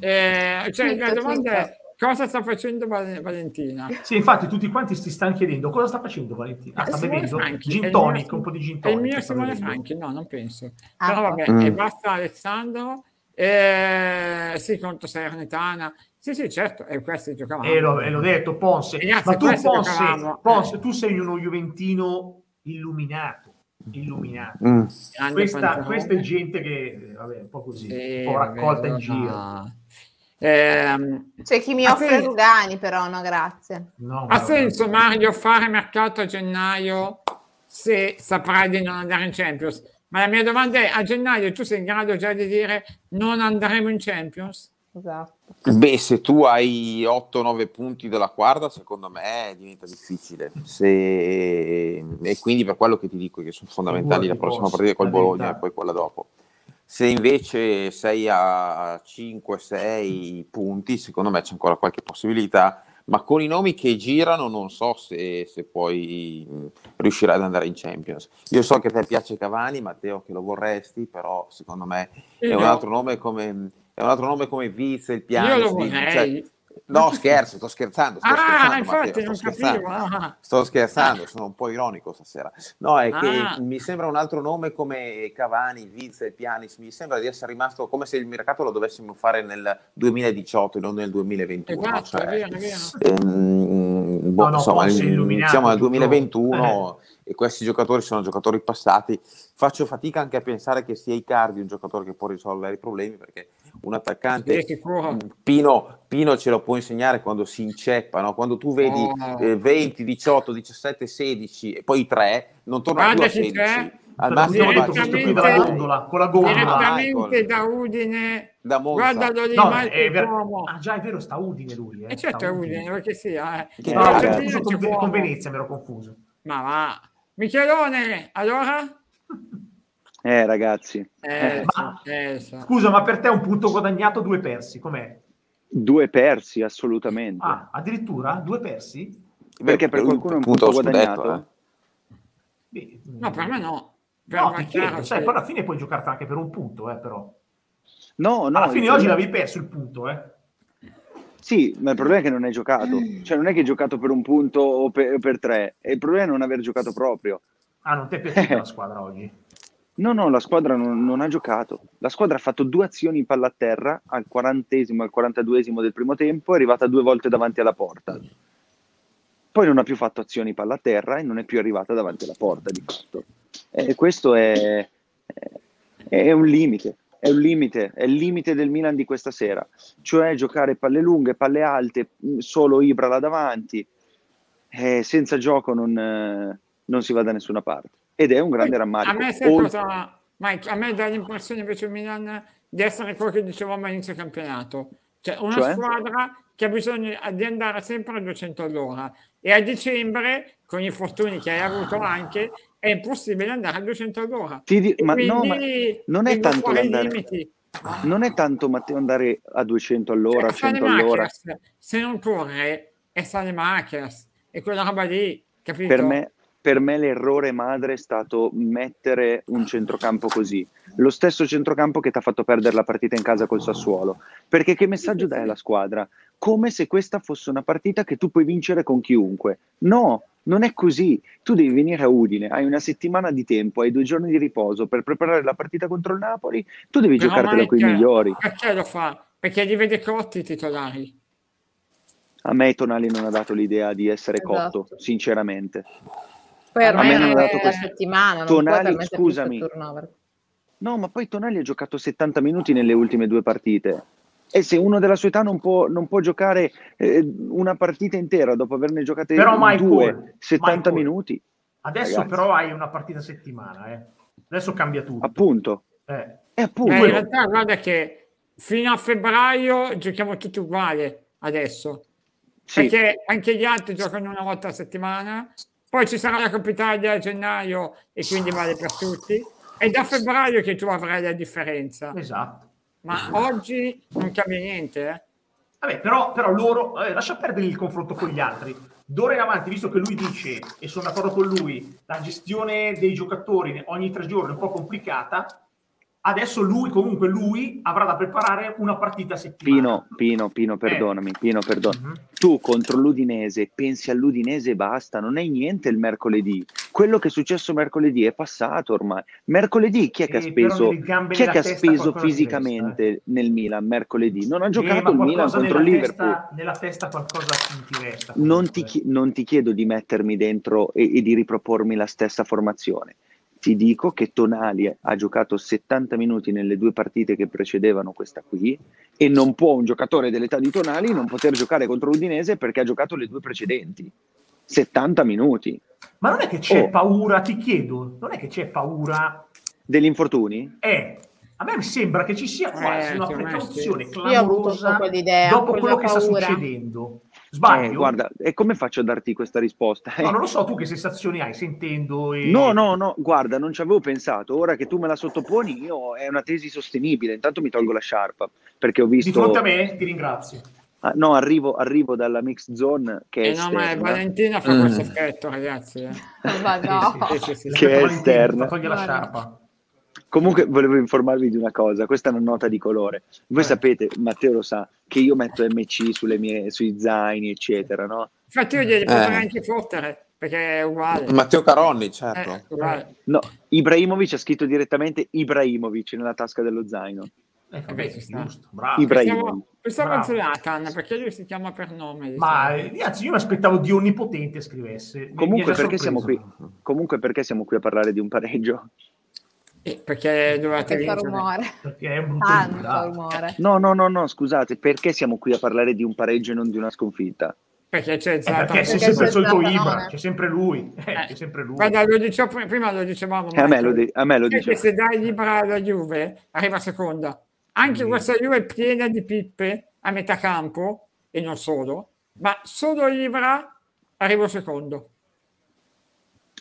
Speaker 1: eh, cioè
Speaker 3: Twitta,
Speaker 1: la domanda
Speaker 3: twitta.
Speaker 1: è cosa sta facendo Val- Valentina?
Speaker 2: Sì, infatti tutti quanti si stanno chiedendo cosa sta facendo Valentina. Ah, sta
Speaker 1: Eh, Simone
Speaker 2: bevendo
Speaker 1: Franchi, è
Speaker 2: gin
Speaker 1: il
Speaker 2: tonic,
Speaker 1: mio-
Speaker 2: un po' di gin
Speaker 1: È il
Speaker 2: tonic.
Speaker 1: mio
Speaker 2: sta
Speaker 1: Simone
Speaker 2: bevendo.
Speaker 1: Franchi? No, non penso.
Speaker 3: Ah,
Speaker 1: Però vabbè,
Speaker 4: Mm.
Speaker 1: e basta Alessandro. Eh, sì, contro Salernitana. Sì, sì, certo, e questi giocavano.
Speaker 2: E l'ho, e l'ho detto, Ponce.
Speaker 1: Ragazzi,
Speaker 2: Ma tu,
Speaker 1: questo eh.
Speaker 2: Ponce,
Speaker 1: giocavamo.
Speaker 2: Ponce, tu sei uno Juventino illuminato. Illuminato.
Speaker 4: Mm.
Speaker 1: Grande
Speaker 2: Questa,
Speaker 1: Pantalone.
Speaker 2: questa è gente che, vabbè, un po' così,
Speaker 1: Sì,
Speaker 2: un po' raccolta in
Speaker 1: vabbè,
Speaker 2: giro.
Speaker 1: no. Ehm,
Speaker 3: C'è chi mi
Speaker 1: Ah,
Speaker 3: offre
Speaker 1: sì.
Speaker 3: Rugani, però, no, grazie.
Speaker 2: No,
Speaker 1: ha
Speaker 2: ma-
Speaker 1: senso Mario fare mercato a gennaio se saprai di non andare in Champions? Ma la mia domanda è, a gennaio tu sei in grado già di dire non andremo in Champions?
Speaker 3: Esatto.
Speaker 4: Beh, se tu hai 8-9 punti dalla quarta, secondo me diventa difficile. Se... E quindi per quello che ti dico che sono fondamentali la
Speaker 2: Figurati,
Speaker 4: prossima
Speaker 2: posso,
Speaker 4: partita col
Speaker 2: la
Speaker 4: Bologna
Speaker 2: verità.
Speaker 4: e poi quella dopo. Se invece sei a 5-6 punti, secondo me c'è ancora qualche possibilità, ma con i nomi che girano non so se, se poi mh, riuscirà ad andare in Champions. Io so che a te piace Cavani, Matteo, che lo vorresti, però secondo me è
Speaker 1: Io
Speaker 4: un
Speaker 1: no.
Speaker 4: altro nome come, è un altro nome come Viz, il Piano.
Speaker 1: Io lo vorrei.
Speaker 4: no, scherzo, sto scherzando. Sto
Speaker 1: ah,
Speaker 4: cioè, scherzando,
Speaker 1: infatti,
Speaker 4: Matteo,
Speaker 1: non
Speaker 4: sto scherzando.
Speaker 1: capivo. ah.
Speaker 4: Sto scherzando, sono un po' ironico stasera. No, è che
Speaker 1: Ah.
Speaker 4: mi sembra un altro nome come Cavani, Viz, Pianis, mi sembra di essere rimasto come se il mercato lo dovessimo fare nel 2018 e non nel 2021.
Speaker 1: Esatto,
Speaker 4: cioè,
Speaker 1: è vero, è vero.
Speaker 4: ehm, boh,
Speaker 2: No, no,
Speaker 4: insomma,
Speaker 2: poi si è
Speaker 4: mm,
Speaker 2: illuminato
Speaker 4: siamo nel
Speaker 2: tutto. Eh.
Speaker 4: 2021 e questi giocatori sono giocatori passati. Faccio fatica anche a pensare che sia Icardi un giocatore che può risolvere i problemi perché un attaccante Mm,
Speaker 1: Sì, sicuro.
Speaker 4: Pino, Pino ce lo può insegnare quando si inceppa, no? quando tu vedi
Speaker 1: Oh.
Speaker 4: eh, 20, 18, 17, 16 e poi 3, non torna più a
Speaker 1: Guardaci
Speaker 4: 16.
Speaker 1: tre.
Speaker 4: Al
Speaker 2: Però
Speaker 4: massimo
Speaker 2: abbiamo
Speaker 4: va
Speaker 2: detto questo
Speaker 1: direttamente-
Speaker 2: qui dalla gondola, con la gondola.
Speaker 4: Direttamente-
Speaker 1: Direttamente
Speaker 4: Michael.
Speaker 1: da Udine,
Speaker 4: da Monza.
Speaker 1: guardalo lì,
Speaker 2: No,
Speaker 1: Michael
Speaker 2: è ver-
Speaker 1: Cuomo.
Speaker 2: Ah, già è vero, sta Udine lui. Eh,
Speaker 1: E certo
Speaker 2: sta
Speaker 1: è Udine, perché sia. Eh.
Speaker 4: Che
Speaker 2: No,
Speaker 1: Però
Speaker 2: no,
Speaker 4: raga.
Speaker 2: mi ero
Speaker 1: per
Speaker 2: confuso
Speaker 1: dirci
Speaker 2: con,
Speaker 1: Cuomo.
Speaker 2: con Venezia, mi ero confuso.
Speaker 1: Ma va. Michelone, allora?
Speaker 5: Eh, ragazzi,
Speaker 1: Eh,
Speaker 2: Ma-
Speaker 1: sì, eh, sì.
Speaker 2: Scusa, ma per te un punto guadagnato, due persi, com'è?
Speaker 5: due persi assolutamente.
Speaker 2: Ah, addirittura due persi?
Speaker 5: Perché per
Speaker 4: Beh,
Speaker 5: qualcuno è un
Speaker 4: punto eh.
Speaker 5: punto
Speaker 4: allo scudetto,
Speaker 5: guadagnato.
Speaker 2: Beh,
Speaker 1: No, per me no. Per
Speaker 2: No,
Speaker 1: me
Speaker 2: ti
Speaker 1: è
Speaker 2: chiedo,
Speaker 1: chiaro,
Speaker 2: sai,
Speaker 1: sì.
Speaker 2: poi alla fine puoi giocarti anche per un punto, eh, però.
Speaker 5: No, no,
Speaker 2: alla fine
Speaker 5: il-
Speaker 2: oggi l'avevi perso il punto, eh.
Speaker 5: Sì, ma il problema è che non hai giocato. Cioè, non è che hai giocato per un punto o per, per tre. E il problema è non aver giocato proprio.
Speaker 2: Ah, non ti è piaciuta la squadra oggi?
Speaker 5: No, no, la squadra non, non ha giocato. La squadra ha fatto due azioni in palla a terra al quarantesimo e al quarantaduesimo del primo tempo, è arrivata due volte davanti alla porta. Poi non ha più fatto azioni in palla a terra e non è più arrivata davanti alla porta di fatto. E questo è, è un limite, è un limite, è il limite del Milan di questa sera, cioè giocare palle lunghe, palle alte, mh, solo Ibra là davanti, Eh, senza gioco non, eh, non si va da nessuna parte. Ed è un grande rammarico.
Speaker 1: A me, sai
Speaker 5: Oltre-
Speaker 1: cosa, Mike, a me dà l'impressione invece il Milan di essere quello che dicevamo all'inizio campionato, cioè una
Speaker 5: Cioè?
Speaker 1: squadra che ha bisogno di andare sempre a 200 all'ora e a dicembre, con gli infortuni che hai avuto
Speaker 5: Ah.
Speaker 1: anche, è impossibile andare a 200 all'ora.
Speaker 5: Ti di- ma no, ma
Speaker 1: Quindi
Speaker 5: non è
Speaker 1: vengo
Speaker 5: tanto
Speaker 1: fuori i
Speaker 5: l'andare-
Speaker 1: limiti.
Speaker 5: non è tanto Matteo andare a 200 all'ora,
Speaker 1: Cioè,
Speaker 5: a 100 all'ora.
Speaker 1: Saelemaekers, se non corre, è Saelemaekers, è quella roba lì, capito?
Speaker 5: Per me, per me l'errore madre è stato mettere un centrocampo così. Lo stesso centrocampo che ti ha fatto perdere la partita in casa col Sassuolo. Perché che messaggio dai alla squadra? Come se questa fosse una partita che tu puoi vincere con chiunque. No, non è così. Tu devi venire a Udine, hai una settimana di tempo, hai due giorni di riposo per preparare la partita contro il Napoli. Tu devi
Speaker 1: Però,
Speaker 5: giocartela con i
Speaker 1: Mike,
Speaker 5: migliori.
Speaker 1: Perché lo fa? Perché li vede cotti i titolari.
Speaker 5: A me Tonali non ha dato l'idea di essere
Speaker 3: Esatto.
Speaker 5: cotto, sinceramente.
Speaker 3: Poi
Speaker 5: Ah,
Speaker 1: A
Speaker 3: ormai
Speaker 1: me non
Speaker 3: è
Speaker 1: ha
Speaker 5: dato
Speaker 3: la
Speaker 5: questo.
Speaker 3: settimana, non
Speaker 5: Tonali,
Speaker 3: puoi permetterti questo
Speaker 5: scusami.
Speaker 3: turnover.
Speaker 5: No, ma poi Tonali ha giocato 70 minuti nelle ultime due partite. E se uno della sua età non può, non può giocare eh, una partita intera dopo averne giocate
Speaker 2: Però,
Speaker 5: due,
Speaker 2: Michael,
Speaker 5: 70
Speaker 2: Michael.
Speaker 5: minuti,
Speaker 2: Adesso
Speaker 5: Ragazzi.
Speaker 2: però hai una partita a settimana, eh. Adesso cambia tutto.
Speaker 5: appunto.
Speaker 2: Eh.
Speaker 5: E
Speaker 4: Uh,
Speaker 1: Eh,
Speaker 5: appunto.
Speaker 1: in realtà guarda che fino a febbraio giochiamo tutti uguali adesso,
Speaker 5: sì,
Speaker 1: perché anche gli altri giocano una volta a settimana, poi ci sarà la Coppa Italia a gennaio e quindi vale per tutti. È da febbraio che tu avrai la differenza,
Speaker 2: Esatto.
Speaker 1: ma
Speaker 4: Ah.
Speaker 1: oggi non cambia niente. eh.
Speaker 2: Vabbè, però, però loro, eh, lascia perdere il confronto con gli altri. D'ora in avanti, visto che lui dice, e sono d'accordo con lui, la gestione dei giocatori ogni tre giorni è un po' complicata, adesso lui, comunque lui, avrà da preparare una partita a settimana.
Speaker 5: Pino, Pino, Pino, perdonami, Pino, perdonami.
Speaker 2: Mhm.
Speaker 5: Tu contro l'Udinese, pensi all'Udinese e basta, non è niente il mercoledì. Quello che è successo mercoledì è passato ormai. Mercoledì chi è che ha
Speaker 2: Eh, però
Speaker 5: speso,
Speaker 2: nelle gambe,
Speaker 5: chi è
Speaker 2: nella
Speaker 5: che ha
Speaker 2: testa
Speaker 5: speso
Speaker 2: qualcosa di
Speaker 5: fisicamente nel Milan mercoledì? Non ha
Speaker 2: Eh,
Speaker 5: giocato
Speaker 2: ma
Speaker 5: il Milan
Speaker 2: qualcosa
Speaker 5: contro il
Speaker 2: nella
Speaker 5: Liverpool.
Speaker 2: Testa, Eh. nella testa qualcosa ti, ti resta.
Speaker 5: Non
Speaker 2: comunque.
Speaker 5: ti, chi- non ti chiedo di mettermi dentro e, e di ripropormi la stessa formazione. Ti dico che Tonali ha giocato 70 minuti nelle due partite che precedevano questa qui e non può un giocatore dell'età di Tonali non poter giocare contro l'Udinese perché ha giocato le due precedenti. 70 minuti.
Speaker 2: Ma non è che c'è
Speaker 5: Oh.
Speaker 2: paura, ti chiedo, non è che c'è paura.
Speaker 5: Degli infortuni?
Speaker 2: Eh, a me mi sembra che ci sia quasi
Speaker 1: Eh,
Speaker 2: una
Speaker 1: secondo me
Speaker 2: precauzione
Speaker 1: sì.
Speaker 3: Io Eh, ho avuto un
Speaker 2: clamorosa
Speaker 3: po' quell'idea,
Speaker 2: dopo
Speaker 3: quella
Speaker 2: quello che sta
Speaker 3: paura.
Speaker 2: succedendo. Sbaglio?
Speaker 5: Eh, guarda, e come faccio a darti questa risposta?
Speaker 2: No, non lo so tu che sensazioni hai sentendo. E...
Speaker 5: No, no, no, guarda, non ci avevo pensato. Ora che tu me la sottoponi, io è una tesi sostenibile. Intanto mi tolgo la sciarpa perché ho visto...
Speaker 2: Di fronte a me ti ringrazio.
Speaker 5: Ah, no, arrivo, arrivo dalla mix zone che è
Speaker 1: Eh no, ma è
Speaker 5: esterna.
Speaker 1: Valentina fa
Speaker 4: Mm.
Speaker 1: questo effetto, ragazzi. eh.
Speaker 3: Ma no.
Speaker 1: Sì, sì, sì, sì.
Speaker 5: Che è esterna.
Speaker 2: Togli la
Speaker 3: Guarda.
Speaker 2: sciarpa.
Speaker 5: Comunque volevo informarvi di una cosa, questa è una nota di colore. Voi
Speaker 2: Eh.
Speaker 5: sapete, Matteo lo sa, che io metto MC sulle mie- sui zaini, eccetera, no?
Speaker 1: Infatti io gli potrei
Speaker 4: Eh.
Speaker 1: anche fottere, perché è uguale.
Speaker 4: Matteo Caronni, certo.
Speaker 1: Eh, uguale.
Speaker 5: No, Ibrahimovic ha scritto direttamente Ibrahimovic nella tasca dello zaino.
Speaker 2: Ecco,
Speaker 1: Eh, beh, ci
Speaker 2: vedi,
Speaker 1: sta.
Speaker 2: giusto, bravo.
Speaker 5: Ibra-
Speaker 1: Pensavo, pensavo a
Speaker 2: Bravo.
Speaker 1: Zlatan, perché lui si chiama per nome. diciamo.
Speaker 2: Ma eh, anzi, io mi aspettavo di onnipotente scrivesse. Mi- mi
Speaker 5: Comunque
Speaker 2: ha già
Speaker 5: perché, siamo qui,
Speaker 2: sorpreso.
Speaker 5: comunque perché siamo qui a parlare di un pareggio?
Speaker 1: Eh, perché dovevate
Speaker 3: Questo
Speaker 1: vincere.
Speaker 3: rumore.
Speaker 2: Perché è un brutto
Speaker 3: Tanto
Speaker 2: risultato.
Speaker 3: rumore.
Speaker 5: No, no, no, no, scusate, perché siamo qui a parlare di un pareggio e non di una sconfitta?
Speaker 1: Perché c'è
Speaker 2: Eh, perché
Speaker 1: Zlatan.
Speaker 2: c'è
Speaker 3: Perché
Speaker 2: sempre
Speaker 3: c'è
Speaker 2: il solito
Speaker 3: Zlatan,
Speaker 2: Ibra,
Speaker 3: no?
Speaker 2: c'è sempre lui. Eh,
Speaker 1: Eh,
Speaker 2: c'è sempre lui.
Speaker 1: Guarda, lo dicevo pr- prima, lo dicevamo.
Speaker 5: Eh, a me lo, di- a me lo
Speaker 1: Sai che
Speaker 5: dice.
Speaker 1: se dai libera alla Juve, arriva seconda. Anche
Speaker 2: Mm.
Speaker 1: questa Juve è piena di pippe a metà campo, e non solo, ma solo libera arrivo secondo.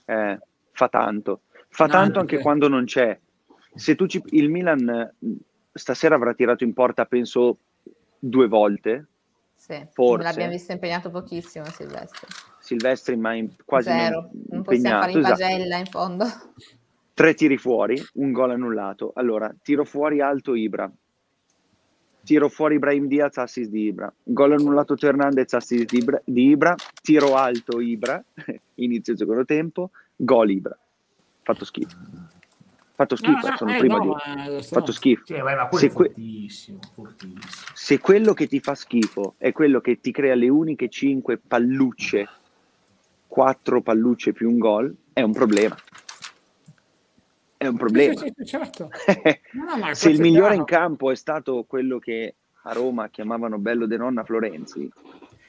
Speaker 5: Eh, fa tanto. Fa
Speaker 1: No,
Speaker 5: tanto
Speaker 1: no,
Speaker 5: anche
Speaker 1: sì.
Speaker 5: quando non c'è. Se tu ci... Il Milan eh, stasera avrà tirato in porta, penso, due volte.
Speaker 3: Sì.
Speaker 5: Forse.
Speaker 3: L'abbiamo visto impegnato pochissimo, Silvestro.
Speaker 5: Silvestri, ma in- quasi non-
Speaker 3: Zero. Non possiamo
Speaker 5: impegnato.
Speaker 3: fare in
Speaker 5: esatto.
Speaker 3: pagella in fondo.
Speaker 5: Tre tiri fuori, un gol annullato. Allora, tiro fuori alto Ibra. Tiro fuori Ibrahim Diaz, assist di Ibra. Gol annullato Teo Hernandez, assist di Ibra, di Ibra. Tiro alto Ibra, inizio secondo tempo. Gol Ibra. Fatto schifo. Fatto schifo, sono
Speaker 1: eh,
Speaker 5: prima
Speaker 1: no,
Speaker 5: di...
Speaker 1: ma lo so.
Speaker 5: Fatto schifo.
Speaker 2: Cioè, vai, ma quello è
Speaker 5: Se que-
Speaker 2: fortissimo, fortissimo.
Speaker 5: se quello che ti fa schifo è quello che ti crea le uniche 5 pallucce, 4 pallucce più un gol, è un problema. È un problema.
Speaker 1: Sì, sì, sì, certo. No, no, ma questo
Speaker 5: se il
Speaker 1: è
Speaker 5: migliore
Speaker 1: chiaro.
Speaker 5: in campo è stato quello che a Roma chiamavano Bello De Nonna Florenzi,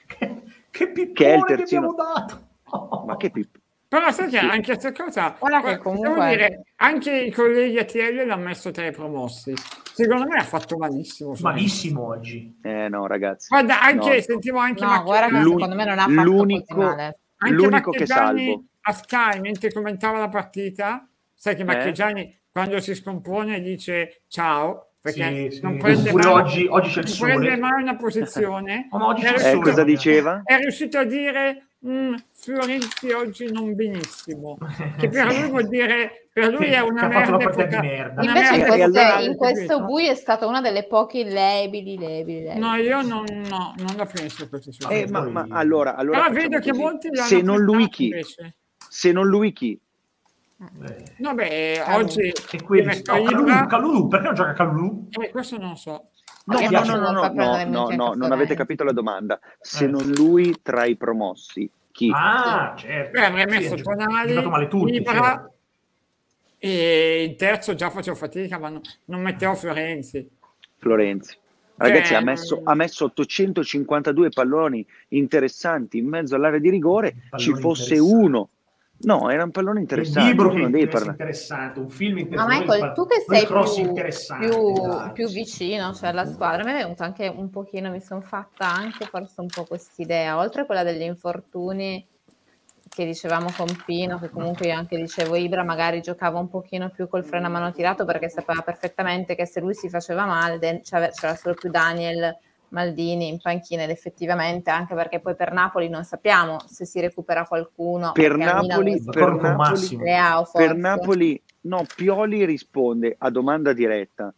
Speaker 2: Che, che pippone
Speaker 5: Che
Speaker 2: che,
Speaker 5: è il terzino-
Speaker 2: abbiamo dato!
Speaker 5: ma che pip-
Speaker 1: Però sai che
Speaker 5: Sì.
Speaker 1: anche questa cosa,
Speaker 3: Guarda
Speaker 1: guarda,
Speaker 3: che comunque-
Speaker 1: devo dire, anche i colleghi ATL l'hanno messo tra i promossi. Secondo me ha fatto malissimo.
Speaker 2: Malissimo oggi.
Speaker 5: Eh no ragazzi.
Speaker 1: Guarda, anche,
Speaker 5: No.
Speaker 1: sentivo anche
Speaker 3: No,
Speaker 1: Macchiarelli-
Speaker 3: guarda che
Speaker 5: L'uni-
Speaker 3: secondo me non ha fatto
Speaker 5: l'unico-
Speaker 3: così male.
Speaker 1: Anche
Speaker 5: L'unico che
Speaker 1: Marchegiani
Speaker 5: salvo.
Speaker 1: a Sky mentre commentava la partita sai
Speaker 3: Eh?
Speaker 1: che Marchegiani quando si scompone dice ciao perché
Speaker 2: Sì,
Speaker 1: non
Speaker 2: sì.
Speaker 1: prende
Speaker 2: Oppure
Speaker 1: mai,
Speaker 2: oggi- oggi c'è il
Speaker 1: non
Speaker 2: sole.
Speaker 1: prende mai una posizione
Speaker 2: Oh, ma oggi c'è il
Speaker 1: è,
Speaker 5: Eh,
Speaker 2: sole.
Speaker 5: cosa
Speaker 1: riuscito,
Speaker 5: diceva?
Speaker 1: è riuscito a dire "Mm, Fiorenzi oggi non benissimo
Speaker 2: Eh,
Speaker 1: che per lui vuol dire per lui è
Speaker 2: Che
Speaker 1: una
Speaker 2: ha fatto
Speaker 1: merda,
Speaker 2: una partita
Speaker 1: epoca-
Speaker 2: di
Speaker 1: una
Speaker 2: merda.
Speaker 3: Invece in,
Speaker 1: merda
Speaker 5: perché
Speaker 3: queste-
Speaker 5: allora-
Speaker 1: epocale,
Speaker 3: in questo
Speaker 1: capito?
Speaker 3: buio è stata una delle poche lebili, lebili, lebili.
Speaker 1: no io non, no, non la penso così su
Speaker 5: Eh, ma, ma allora, allora
Speaker 1: però
Speaker 5: facciamo
Speaker 1: vedo che
Speaker 5: così.
Speaker 1: molti lo hanno
Speaker 5: se non lui
Speaker 1: apprezzato
Speaker 5: chi?
Speaker 1: invece.
Speaker 5: Se non lui chi?
Speaker 2: Eh,
Speaker 1: No, beh,
Speaker 3: Ah,
Speaker 1: oggi
Speaker 2: E quelli...
Speaker 1: deve
Speaker 2: No,
Speaker 1: toglierla.
Speaker 2: Calulu, Calulu, perché non gioca Calulu?
Speaker 1: Eh, questo non so.
Speaker 5: No,
Speaker 2: Perché
Speaker 5: no,
Speaker 2: piace
Speaker 5: no, no,
Speaker 3: non
Speaker 5: no,
Speaker 3: far prendere
Speaker 5: no, no,
Speaker 3: Vincenzo
Speaker 5: no, non
Speaker 3: Ferrari.
Speaker 5: avete capito la domanda. Se
Speaker 2: Eh.
Speaker 5: non lui tra i promossi, chi?
Speaker 2: Ah, certo.
Speaker 1: Beh, avrei
Speaker 2: Sì,
Speaker 1: messo
Speaker 2: ha giocato-
Speaker 1: Tonali,
Speaker 2: ha giocato male tutti,
Speaker 1: Ibra.
Speaker 2: certo.
Speaker 1: E il terzo già facevo fatica, ma no- non mettevo Fiorenzi.
Speaker 5: Florenzi. Ragazzi,
Speaker 1: Cioè,
Speaker 5: ha, messo,
Speaker 1: non-
Speaker 5: ha messo 852 palloni interessanti in mezzo all'area di rigore.
Speaker 2: Palloni
Speaker 5: Ci fosse
Speaker 2: interessanti.
Speaker 5: uno. No, era un pallone
Speaker 2: Un
Speaker 5: interessante.
Speaker 2: libro
Speaker 5: tu
Speaker 2: che
Speaker 5: non devi
Speaker 2: interessa-
Speaker 5: parlare.
Speaker 2: interessante, un film
Speaker 3: Ma
Speaker 2: interessante.
Speaker 3: Michael, tu che
Speaker 2: Due
Speaker 3: sei
Speaker 2: cross
Speaker 3: più,
Speaker 2: interessanti,
Speaker 3: più,
Speaker 2: dai.
Speaker 3: più vicino cioè, alla squadra, mi è venuto anche un pochino, mi sono fatta anche forse un po' quest'idea, oltre a quella degli infortuni che dicevamo con Pino, che comunque io anche dicevo Ibra magari giocava un pochino più col freno a mano tirato perché sapeva perfettamente che se lui si faceva male den- c'ave- c'era solo più Daniel Maldini in panchina ed effettivamente anche perché poi per Napoli non sappiamo se si recupera qualcuno
Speaker 5: Per
Speaker 3: perché a Milano
Speaker 5: Napoli,
Speaker 3: si
Speaker 5: per
Speaker 2: D'accordo con
Speaker 5: Napoli,
Speaker 2: Massimo.
Speaker 3: Leao forse.
Speaker 5: per Napoli, no, Pioli risponde a domanda diretta.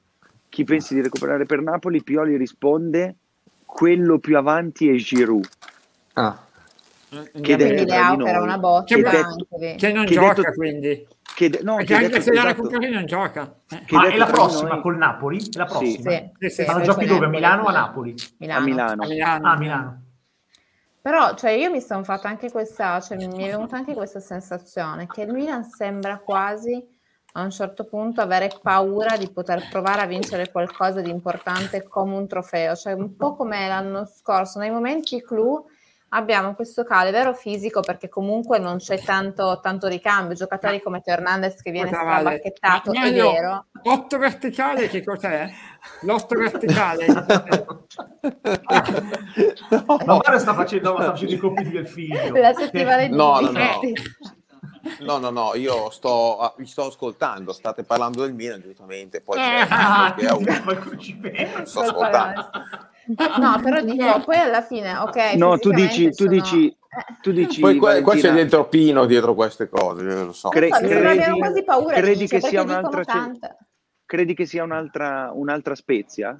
Speaker 5: Chi pensi di recuperare per Napoli? Pioli risponde quello più avanti è Giroud.
Speaker 4: Ah.
Speaker 1: Eh,
Speaker 5: Che
Speaker 1: andiamo-
Speaker 3: quindi
Speaker 5: detto tra
Speaker 3: Leao
Speaker 5: di
Speaker 3: che era
Speaker 5: noi.
Speaker 3: una botta
Speaker 1: Che
Speaker 3: anche lì.
Speaker 1: che non
Speaker 5: che
Speaker 1: gioca,
Speaker 5: detto-
Speaker 1: quindi.
Speaker 5: Che de- no,
Speaker 1: Perché
Speaker 5: che ha
Speaker 1: anche
Speaker 5: detto-
Speaker 1: se la
Speaker 5: esatto,
Speaker 1: recuperi non gioca. Eh,
Speaker 5: che ha
Speaker 2: Ma è
Speaker 5: detto
Speaker 2: Ah, la
Speaker 5: tra di
Speaker 2: prossima
Speaker 5: noi-
Speaker 2: col Napoli? È la
Speaker 5: Sì.
Speaker 2: prossima?
Speaker 3: Sì,
Speaker 1: Sì, sì.
Speaker 3: sì,
Speaker 1: Ma
Speaker 2: Ma
Speaker 3: poi
Speaker 2: giochi
Speaker 3: c'è
Speaker 2: dove? A
Speaker 3: Napoli,
Speaker 2: Milano o a Napoli?
Speaker 5: a Milano.
Speaker 1: a Milano.
Speaker 2: Ah, a Milano.
Speaker 3: Però cioè, io mi sono fatta anche questa, cioè, mi è venuta anche questa sensazione che il Milan sembra quasi a un certo punto avere paura di poter provare a vincere qualcosa di importante come un trofeo, cioè un po' come l'anno scorso, nei momenti clou abbiamo questo calo, è vero fisico perché comunque non c'è tanto, tanto ricambio, giocatori come Teo Hernandez che viene
Speaker 1: Cosa vale?
Speaker 3: strabacchettato,
Speaker 1: Ma
Speaker 3: è
Speaker 1: io-
Speaker 3: vero,
Speaker 1: L'otto verticale che cos'è? L'otto verticale.
Speaker 4: No.
Speaker 2: Ma guarda, sta facendo, ma sta facendo i compiti del figlio.
Speaker 3: la settimana di
Speaker 4: No, no, no.
Speaker 3: Sì.
Speaker 4: No, no, no, io sto, ah, vi sto ascoltando, state parlando del Milan giustamente, poi
Speaker 1: Eh,
Speaker 4: perché
Speaker 2: Ah, ti-
Speaker 4: è un-
Speaker 2: ma non ci penso.
Speaker 4: sto ascoltando.
Speaker 3: No, però dico, poi alla fine, ok.
Speaker 5: No, tu dici,
Speaker 3: fisicamente Eh,
Speaker 5: tu dici, tu dici.
Speaker 4: Poi qua, qua c'è
Speaker 5: Valentina,
Speaker 4: dentro Pino dietro queste cose, io lo so.
Speaker 5: Cre-
Speaker 3: sono- Non so,
Speaker 5: credi-
Speaker 3: abbiamo quasi paura. di
Speaker 5: credi
Speaker 3: Nietzsche,
Speaker 5: che
Speaker 3: perché
Speaker 5: sia
Speaker 3: dicono
Speaker 5: un'altra ce-
Speaker 3: tante.
Speaker 5: credi che sia un'altra, un'altra spezia?